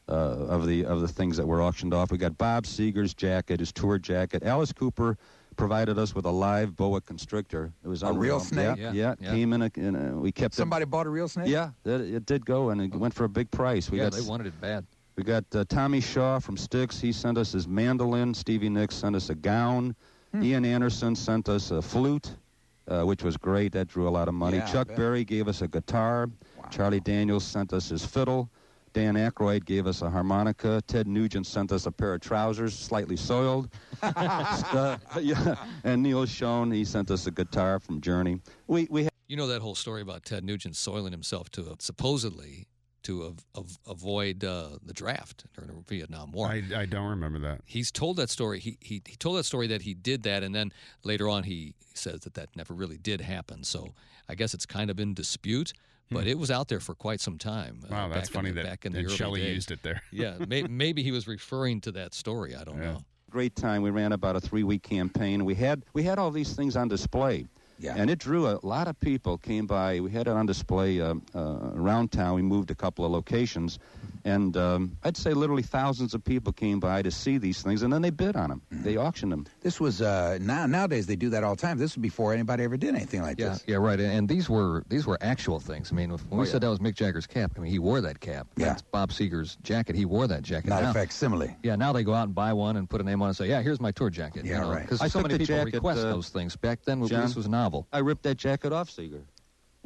Speaker 6: uh, of the of the things that were auctioned off. We got Bob Seger's jacket, his tour jacket. Alice Cooper provided us with a live boa constrictor. It was
Speaker 4: A real
Speaker 6: unreal.
Speaker 4: snake?
Speaker 6: Yeah,
Speaker 4: Yeah,
Speaker 6: yeah,
Speaker 5: yeah.
Speaker 6: Came in, a, in a, we kept
Speaker 4: Somebody bought a real snake?
Speaker 6: It, yeah, it, it did go, and it went for a big price. We
Speaker 5: yeah,
Speaker 6: got
Speaker 5: they wanted it bad.
Speaker 6: we got uh, Tommy Shaw from Styx. He sent us his mandolin. Stevie Nicks sent us a gown.
Speaker 4: Hmm.
Speaker 6: Ian Anderson sent us a flute, uh, which was great. That drew a lot of money.
Speaker 4: Yeah, I
Speaker 6: Chuck
Speaker 4: bet.
Speaker 6: Berry gave us a guitar. Charlie Daniels sent us his fiddle. Dan Aykroyd gave us a harmonica. Ted Nugent sent us a pair of trousers,
Speaker 4: <laughs>
Speaker 6: slightly soiled. Uh, <laughs> yeah. And Neil Schoen, he sent us a guitar from Journey. We, we
Speaker 2: You know that whole story about Ted Nugent soiling himself to a, supposedly to av- av- avoid uh, the draft during the Vietnam War.
Speaker 3: I, I don't remember that.
Speaker 2: He's told that story. He, he he told that story that he did that, and then later on he says that that never really did happen. So I guess it's kind of in dispute, but
Speaker 3: Hmm.
Speaker 2: it was out there for quite some time. uh,
Speaker 3: Wow, that's
Speaker 2: back
Speaker 3: funny
Speaker 2: in the,
Speaker 3: that-
Speaker 2: back in
Speaker 3: that
Speaker 2: the early
Speaker 3: Shelley
Speaker 2: days.
Speaker 3: used it there.
Speaker 2: yeah, may, maybe he was referring to that story. I don't know.
Speaker 6: Great time. We ran about a three-week campaign. We had we had all these things on display, yeah. and it drew a lot of people. Came by. We had it on display um, uh, around town. We moved a couple of locations, and um, I'd say literally thousands of people came by to see these things, and then they bid on them. They auctioned them.
Speaker 4: This was uh, now nowadays they do that all the time. This was before anybody ever did anything like
Speaker 5: Yeah,
Speaker 4: this.
Speaker 5: yeah, right. And, and these were these were actual things. I mean, if- when
Speaker 6: Oh,
Speaker 5: we said that was Mick Jagger's cap, I mean, he wore that cap. Yeah. That's Bob Seger's jacket. He wore that jacket.
Speaker 4: Not a
Speaker 5: Now-
Speaker 4: facsimile.
Speaker 5: Yeah, now they go out and buy one and put a name on it and say, yeah, here's my tour jacket.
Speaker 6: Yeah, right.
Speaker 5: Because
Speaker 6: I
Speaker 5: so
Speaker 6: took
Speaker 5: many
Speaker 6: the
Speaker 5: people
Speaker 6: jacket,
Speaker 5: request
Speaker 6: uh,
Speaker 5: those things. Back then,
Speaker 6: John?
Speaker 5: this was novel.
Speaker 6: I ripped that jacket off Seeger.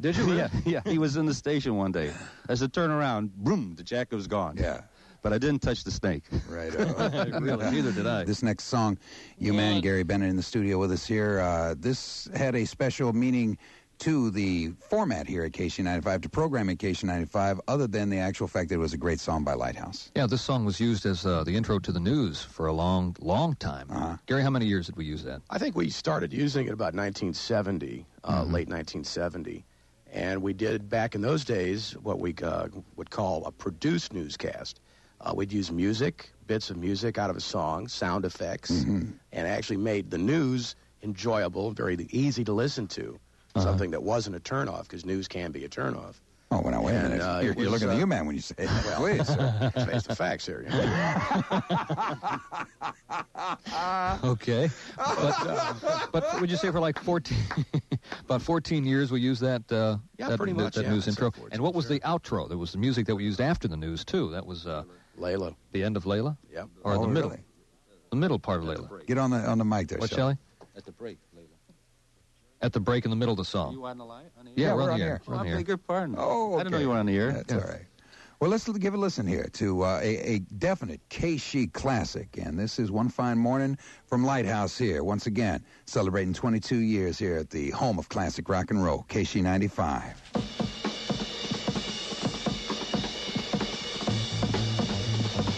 Speaker 6: Did you? <laughs> yeah, yeah. He was in the station one day. As a turnaround, boom, the jacket was gone. Yeah. But I didn't touch the snake.
Speaker 4: Right.
Speaker 6: <laughs>
Speaker 4: Oh.
Speaker 6: really, neither did <laughs> I.
Speaker 4: This next song, You Man, Gary Bennett in the studio with us here. Uh, this had a special meaning to the format here at KC95, to programming KC95, other than the actual fact that it was a great song by Lighthouse.
Speaker 5: Yeah, this song was used as uh, the intro to the news for a long, long time.
Speaker 6: Uh-huh.
Speaker 5: Gary, how many years did we use that?
Speaker 14: I think we started using it about 1970, uh, late 1970. And we did back in those days what we uh, would call a produced newscast. Uh, we'd use music, bits of music out of a song, sound effects, and actually made the news enjoyable, very easy to listen to.
Speaker 4: Uh-huh.
Speaker 14: Something that wasn't a turnoff because news can be a turnoff.
Speaker 4: Oh, well, now, wait a minute.
Speaker 5: uh,
Speaker 4: you're, you're looking at You Man when
Speaker 5: <laughs>
Speaker 4: you say that.
Speaker 14: Well,
Speaker 4: Please, sir.
Speaker 14: face the facts here. you know.
Speaker 5: Okay. But, uh, but would you say for like 14, <laughs> about 14 years we used that, uh,
Speaker 14: Yeah,
Speaker 5: that,
Speaker 14: pretty
Speaker 5: that-
Speaker 14: much,
Speaker 5: that
Speaker 14: yeah,
Speaker 5: news
Speaker 14: I'd
Speaker 5: intro? And what was the outro? There was the music that we used after the news, too. That was uh,
Speaker 14: Layla.
Speaker 5: The end of Layla?
Speaker 14: Yep.
Speaker 5: <laughs> Or
Speaker 14: Oh,
Speaker 5: the middle?
Speaker 14: really?
Speaker 5: The middle part of Layla.
Speaker 4: Get on the on the mic there,
Speaker 5: What,
Speaker 4: Shelley.
Speaker 5: Shelley?
Speaker 6: At the break, Layla.
Speaker 5: At the break in the middle of the song.
Speaker 6: You on the line? On the
Speaker 5: Yeah, we're on the air. We're
Speaker 6: I
Speaker 5: on the air.
Speaker 6: beg your pardon.
Speaker 4: Oh,
Speaker 6: I didn't know
Speaker 4: okay.
Speaker 6: you were on the air.
Speaker 4: That's all right. Well, let's l- give a listen here to uh, a, a definite KC classic. And this is One Fine Morning from Lighthouse here, once again, celebrating 22 years here at the home of classic rock and roll, KC 95.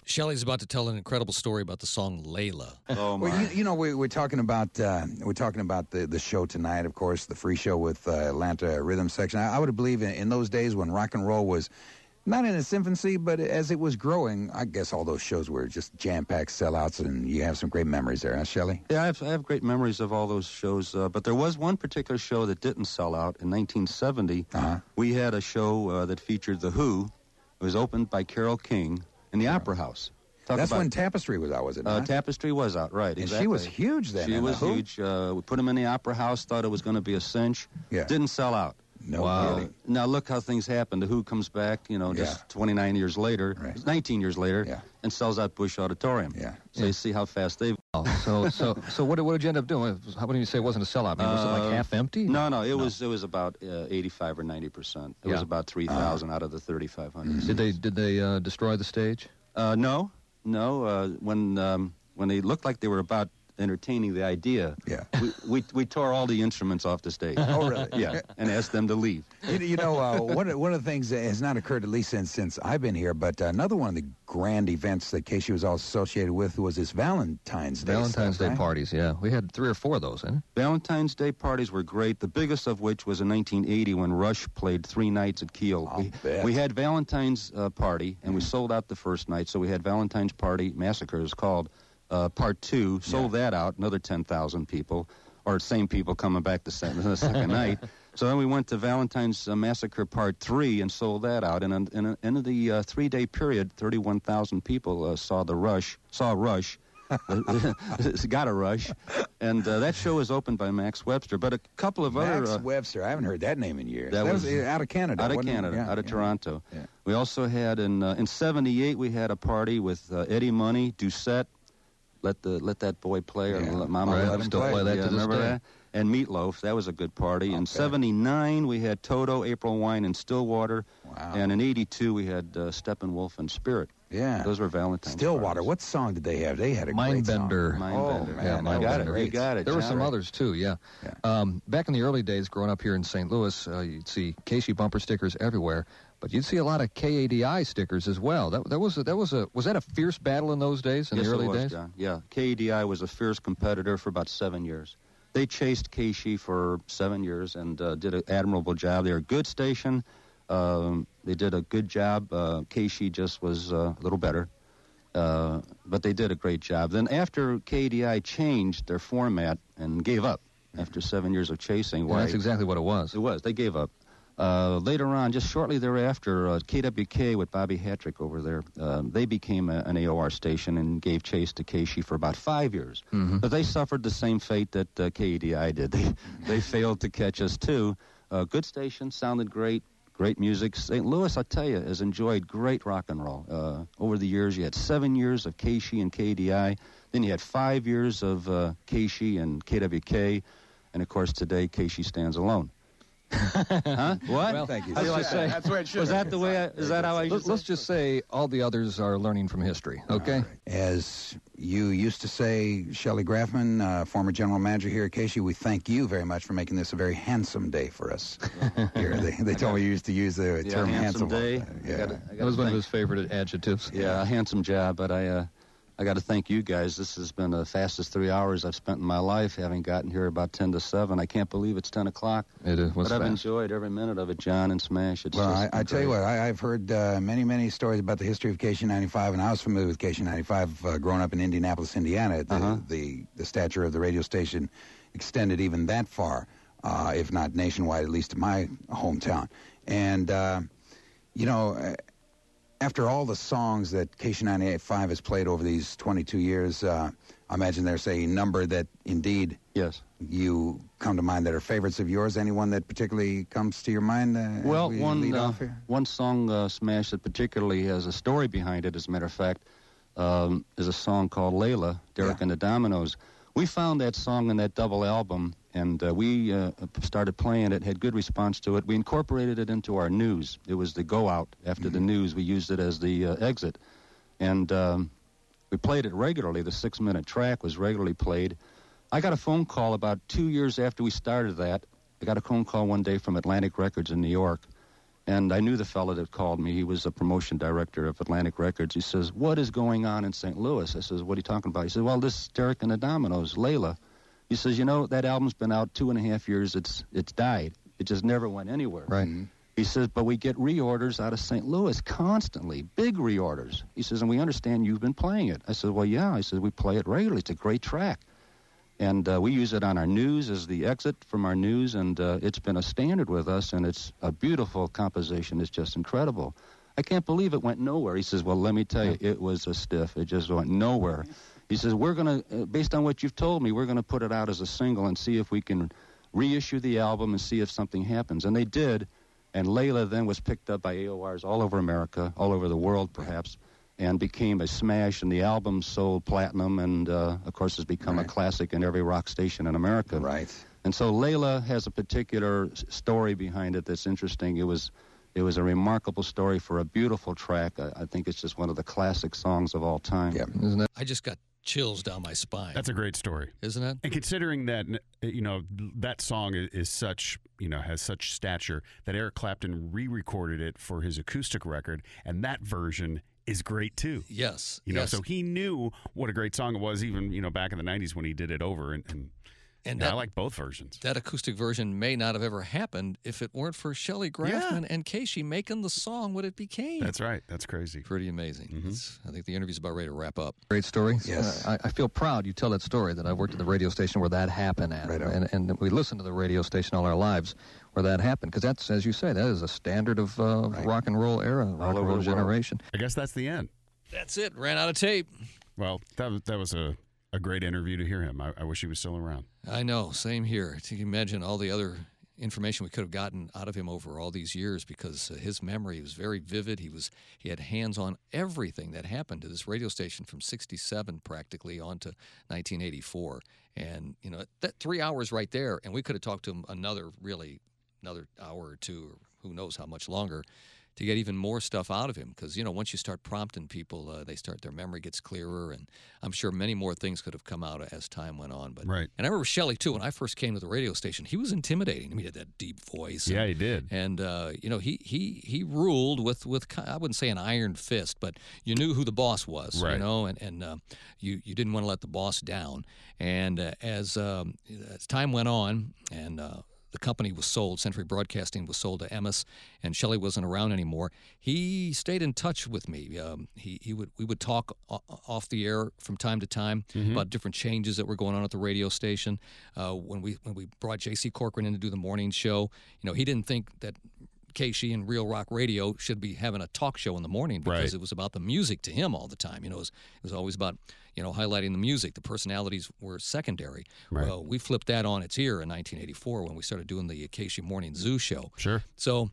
Speaker 2: Shelley's about to tell an incredible story about the song Layla.
Speaker 6: Oh
Speaker 4: Well, you, you know, we, we're talking about uh, we're talking about the, the show tonight, of course, the free show with uh, Atlanta Rhythm Section. I, I would believe in, in those days when rock and roll was not in its infancy, but as it was growing, I guess all those shows were just jam packed sellouts, and you have some great memories there, huh, Shelley?
Speaker 6: Yeah, I have, I have great memories of all those shows. Uh, but there was one particular show that didn't sell out in 1970.
Speaker 4: Uh-huh.
Speaker 6: We had a show uh, that featured The Who. It was opened by Carol King in the Opera House. Talk
Speaker 4: That's
Speaker 6: about-
Speaker 4: when Tapestry was out, was it?
Speaker 6: Uh,
Speaker 4: Not?
Speaker 6: Tapestry was out, right.
Speaker 4: And she was huge then,
Speaker 6: She
Speaker 4: and
Speaker 6: was
Speaker 4: the Who?
Speaker 6: huge. Uh, we put him in the Opera House, thought it was going to be a cinch. Yeah. Didn't sell out.
Speaker 4: No kidding.
Speaker 6: Now look how things happen. The Who comes back, you know, just
Speaker 4: Yeah.
Speaker 6: 29 years later, 19 years later, and sells out Bush Auditorium. Yeah. So you see how fast they've
Speaker 5: Oh, So, so, so what, did- what did you end up doing? How what did you say it wasn't a sellout? I mean, was it
Speaker 6: Uh,
Speaker 5: like half empty?
Speaker 4: Hmm.
Speaker 6: No, no, it was it was about uh, 85 or 90 percent. It was
Speaker 5: Yeah.
Speaker 6: about 3,000 out of the 3,500.
Speaker 4: Mm-hmm.
Speaker 5: Did they did they uh, destroy the stage?
Speaker 6: Uh, no, no. Uh, when um, when they looked like they were about entertaining the idea,
Speaker 4: yeah,
Speaker 6: we, we, we tore all the instruments off the stage.
Speaker 4: Oh, really?
Speaker 6: Yeah, and asked them to leave.
Speaker 4: You, you know, uh, <laughs> one, of- one of the things that has not occurred, at least since, since I've been here, but another one of the grand events that Casey was all associated with was this Valentine's Day.
Speaker 5: Valentine's
Speaker 4: stuff,
Speaker 5: Day
Speaker 4: right?
Speaker 5: parties, yeah. We had three or four of those, didn't
Speaker 6: Valentine's Day parties were great, the biggest of which was in 1980 when Rush played three nights at Kiel. We,
Speaker 5: bet.
Speaker 6: we had Valentine's uh, Party, and we sold out the first night, so we had Valentine's Party Massacre, it's called, uh, part two, sold that out, another 10,000 people, or same people coming back the second, <laughs> the second night. So then we went to Valentine's uh, Massacre Part Three and sold that out. And in, in, in the uh, three-day period, thirty-one thousand people uh, saw the rush. Saw Rush. <laughs> got a rush, and uh, that show was opened by Max Webster. But a couple of
Speaker 4: Max
Speaker 6: other uh,
Speaker 4: Webster. I haven't heard that name in years. That, was, uh, out of Canada.
Speaker 6: out of
Speaker 4: wasn't it?
Speaker 6: Canada,
Speaker 4: Yeah,
Speaker 6: out of
Speaker 4: yeah.
Speaker 6: Toronto. We also had in uh, in '78 we had a party with uh, Eddie Money, Doucette, let the let that boy play or let Mama
Speaker 5: Right,
Speaker 6: let
Speaker 5: I'm
Speaker 6: him
Speaker 5: still
Speaker 6: play.
Speaker 5: play that to
Speaker 6: Yeah,
Speaker 5: this
Speaker 6: remember
Speaker 5: day.
Speaker 6: that? And Meatloaf, that was a good party. In '79 we had Toto, April Wine, and Stillwater. Wow. And in '82 we had uh, Steppenwolf and Spirit.
Speaker 4: Yeah.
Speaker 6: Those were Valentine's.
Speaker 4: Stillwater. What song did they have? They had a great song.
Speaker 5: Mindbender.
Speaker 4: Oh, man.
Speaker 5: yeah,
Speaker 4: I got it.
Speaker 5: Mindbender.
Speaker 4: You got it.
Speaker 5: There were some
Speaker 4: John.
Speaker 5: others too. Yeah. Um, back in the early days, growing up here in St. Louis, uh, you'd see Casey bumper stickers everywhere, but you'd see a lot of KADI stickers as well. That, that was a, that was a was that a fierce battle in those days in
Speaker 6: yes,
Speaker 5: the early
Speaker 6: it was,
Speaker 5: days?
Speaker 6: John. Yeah, KEDI was a fierce competitor for about seven years. They chased Keishi for seven years and uh, did an admirable job. They were a good station. Um, they did a good job. Uh, Keishi just was uh, a little better. Uh, but they did a great job. Then after KDI changed their format and gave up after seven years of chasing,
Speaker 5: Yeah,
Speaker 6: why?
Speaker 5: that's exactly what it was.
Speaker 6: It was. They gave up. Uh, later on, just shortly thereafter, uh, KWK with Bobby Hattrick over there, uh, they became a, an AOR station and gave chase to Keishi for about five years. But they suffered the same fate that uh, KEDI did. <laughs> They, they failed to catch us, too. Uh, good station, sounded great, great music. St. Louis, I tell you, has enjoyed great rock and roll. Uh, over the years, you had seven years of Keishi and KDI. Then you had five years of uh, Keishi and KWK. And, of course, today, Keishi stands alone. huh? What? How do I say? Was that the way? I, is that how I?
Speaker 5: Let, let's just say all the others are learning from history. Okay.
Speaker 4: As you used to say, Shelley Grafman, uh, former general manager here at Casey, we thank you very much for making this a very handsome day for
Speaker 6: <laughs>
Speaker 4: us. here, they, they told me you used to use the
Speaker 6: Yeah,
Speaker 4: term handsome.
Speaker 6: handsome day.
Speaker 4: Yeah.
Speaker 5: That was one of his favorite adjectives.
Speaker 6: Yeah, a handsome job, but I, uh, I got to thank you guys. This has been the fastest three hours I've spent in my life, having gotten here about ten to seven. I can't believe it's ten o'clock.
Speaker 5: It is.
Speaker 6: but I've enjoyed every minute of it, John and Smash. It's
Speaker 4: Well,
Speaker 6: just
Speaker 4: I,
Speaker 6: been
Speaker 4: I tell you
Speaker 6: great.
Speaker 4: what, I, I've heard uh, many, many stories about the history of KC95, and I was familiar with KC95 uh, growing up in Indianapolis, Indiana. The,
Speaker 6: Uh-huh.
Speaker 4: the, the stature of the radio station extended even that far, uh, if not nationwide, at least in my hometown. And, uh, you know, uh, after all the songs that KC95 has played over these 22 years, uh, I imagine there's a number that indeed
Speaker 6: yes
Speaker 4: you come to mind that are favorites of yours. Anyone that particularly comes to your mind? Uh, as
Speaker 6: Well,
Speaker 4: we
Speaker 6: one
Speaker 4: lead
Speaker 6: uh,
Speaker 4: off here?
Speaker 6: one song uh, smash that particularly has a story behind it. As a matter of fact, um, is a song called Layla, Derek and the Dominoes. We found that song in that double album, and uh, we uh, started playing it. Had good response to it. We incorporated it into our news. It was the go out after
Speaker 4: Mm-hmm.
Speaker 6: the news. We used it as the uh, exit, and um, we played it regularly. The six minute track was regularly played. I got a phone call about two years after we started that. I got a phone call one day from Atlantic Records in New York, and I knew the fellow that called me. He was the promotion director of Atlantic Records. He says, "What is going on in St. Louis?" I says, "What are you talking about?" He says, "Well, this is Derek and the Dominoes, Layla." He says, "You know that album's been out two and a half years. It's it's died. It just never went anywhere."
Speaker 5: Right.
Speaker 6: He says, "But we get reorders out of St. Louis constantly, big reorders." He says, "And we understand you've been playing it." I said, "Well, yeah." I said, "We play it regularly. It's a great track." and uh, we use it on our news as the exit from our news, and uh, it's been a standard with us, and it's a beautiful composition. It's just incredible. I can't believe it went nowhere. He says, "Well, let me tell you, it was a stiff. It just went nowhere." He says, "We're gonna, uh, based on what you've told me, we're gonna put it out as a single and see if we can reissue the album and see if something happens." And they did, and Layla then was picked up by AORs all over America, all over the world, perhaps and became a smash, and the album sold platinum, and uh, of course has become a classic in every rock station in America.
Speaker 4: Right.
Speaker 6: And so Layla has a particular s- story behind it that's interesting. It was, it was a remarkable story for a beautiful track. I, I think it's just one of the classic songs of all time. Yeah,
Speaker 5: isn't that?
Speaker 2: I just got chills down my spine.
Speaker 3: That's a great story,
Speaker 2: isn't it?
Speaker 3: And considering that eh, you know that song is, is such you know has such stature that Eric Clapton re-recorded it for his acoustic record, and that version is great too.
Speaker 2: Yes,
Speaker 3: you know,
Speaker 2: yes.
Speaker 3: so he knew what a great song it was, even you know back in the '90s when he did it over, and and,
Speaker 2: And uh,
Speaker 3: yeah, I
Speaker 2: that-
Speaker 3: like both versions.
Speaker 2: That acoustic version may not have ever happened if it weren't for Shelley Grafman and Casey making the song what it became.
Speaker 3: That's right. That's crazy.
Speaker 2: Pretty amazing. It's- I think the interview's about ready to wrap up.
Speaker 5: Great story.
Speaker 2: Yes.
Speaker 5: Uh, I, I feel proud you tell that story that I worked at the radio station where that happened at. and, and we listened to the radio station all our lives where that happened. Because that's, as you say, that is a standard of uh, rock and roll era, rock and roll generation.
Speaker 3: I guess that's the end.
Speaker 2: That's it. Ran out of tape.
Speaker 3: Well, that was- that was a, a great interview to hear him. I, I wish he was still around.
Speaker 2: I know. Same here. To imagine all the other information we could have gotten out of him over all these years because uh, his memory was very vivid. He was he had hands on everything that happened to this radio station from 67 practically on to 1984. And you know, that 3 hours right there and we could have talked to him another really another hour or two or who knows how much longer to get even more stuff out of him because you know once you start prompting people, uh, they start their memory gets clearer, and I'm sure many more things could have come out as time went on. But
Speaker 3: Right.
Speaker 2: and I remember Shelley too when I first came to the radio station, he was intimidating. I mean, he had that deep voice.
Speaker 3: Yeah,
Speaker 2: and-
Speaker 3: he did.
Speaker 2: And uh, you know he he he ruled with with ki- I wouldn't say an iron fist, but you knew who the boss was. You
Speaker 3: Right.
Speaker 2: know, and and uh, you you didn't want to let the boss down. And uh, as um, as time went on, and uh, the company was sold, Century Broadcasting was sold to Emmis, and Shelley wasn't around anymore. He stayed in touch with me. Um, he he would we would talk o- off the air from time to time about different changes that were going on at the radio station. Uh, when we when we brought J.C. Corcoran in to do the morning show, you know, he didn't think that Casey and Real Rock Radio should be having a talk show in the morning because
Speaker 15: Right.
Speaker 2: it was about the music to him all the time. You know, it was, it was always about you know highlighting the music. The personalities were secondary.
Speaker 15: Right.
Speaker 2: Well, we flipped that on its ear in 1984 when we started doing the Casey Morning Zoo show.
Speaker 3: Sure.
Speaker 2: So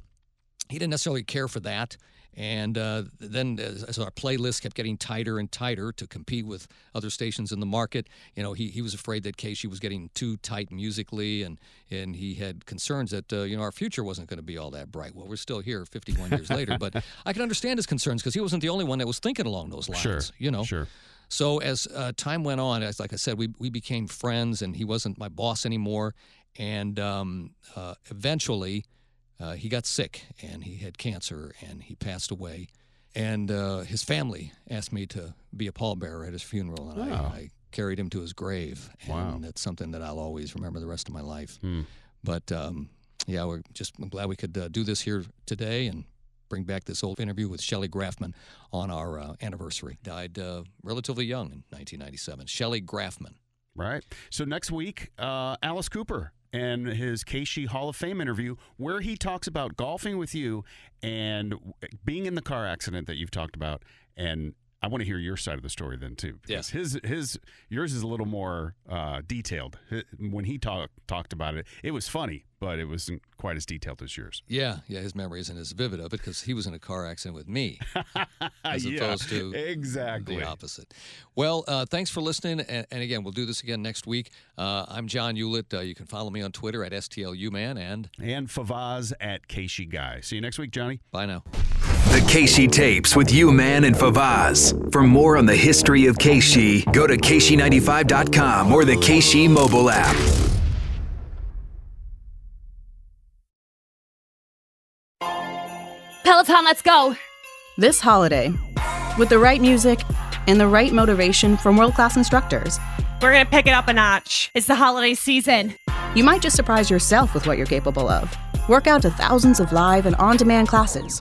Speaker 2: he didn't necessarily care for that. And uh, then, as, as our playlist kept getting tighter and tighter to compete with other stations in the market, you know, he, he was afraid that Casey was getting too tight musically, and and he had concerns that uh, you know our future wasn't going to be all that bright. Well, we're still here 51 years later, but I can understand his concerns because he wasn't the only one that was thinking along those lines.
Speaker 3: Sure,
Speaker 2: You know.
Speaker 3: Sure.
Speaker 2: So as uh, time went on, as like I said, we we became friends, and he wasn't my boss anymore. And um, uh, eventually, uh, he got sick, and he had cancer, and he passed away. And uh, his family asked me to be a pallbearer at his funeral, and I,
Speaker 15: Wow.
Speaker 2: I carried him to his grave. And
Speaker 15: Wow. Hmm.
Speaker 2: that's something that I'll always remember the rest of my life. But um, yeah, we're just I'm glad we could uh, do this here today and bring back this old interview with Shelley Grafman on our uh, anniversary. Died uh, relatively young in 1997. Shelley Grafman.
Speaker 3: Right. So next week, uh, Alice Cooper and his KC Hall of Fame interview, where he talks about golfing with you and w- being in the car accident that you've talked about. And I want to hear your side of the story then too, because his his yours is a little more uh, detailed. Hi- When he talked talked about it, it was funny, but it wasn't quite as detailed as yours.
Speaker 2: Yeah, yeah, his memory isn't as vivid of it because he was in a car accident with me, <laughs> as
Speaker 3: <laughs> Yeah,
Speaker 2: opposed to
Speaker 3: exactly.
Speaker 2: the opposite. Well, uh, thanks for listening, and, and again, we'll do this again next week. Uh, I'm John Hewlett. Uh, you can follow me on Twitter at STLUman, and
Speaker 3: and Favaz at Casey Guy. See you next week, Johnny.
Speaker 2: Bye now.
Speaker 1: The Keishi tapes with you, man, and Favaz. For more on the history of Keishi, go to Keishi95.com or the Keishi mobile app.
Speaker 16: Peloton, let's go!
Speaker 12: This holiday, with the right music and the right motivation from world class instructors,
Speaker 17: We're going to pick it up a notch. It's the holiday season.
Speaker 12: you might just surprise yourself with what you're capable of. Work out to thousands of live and on demand classes,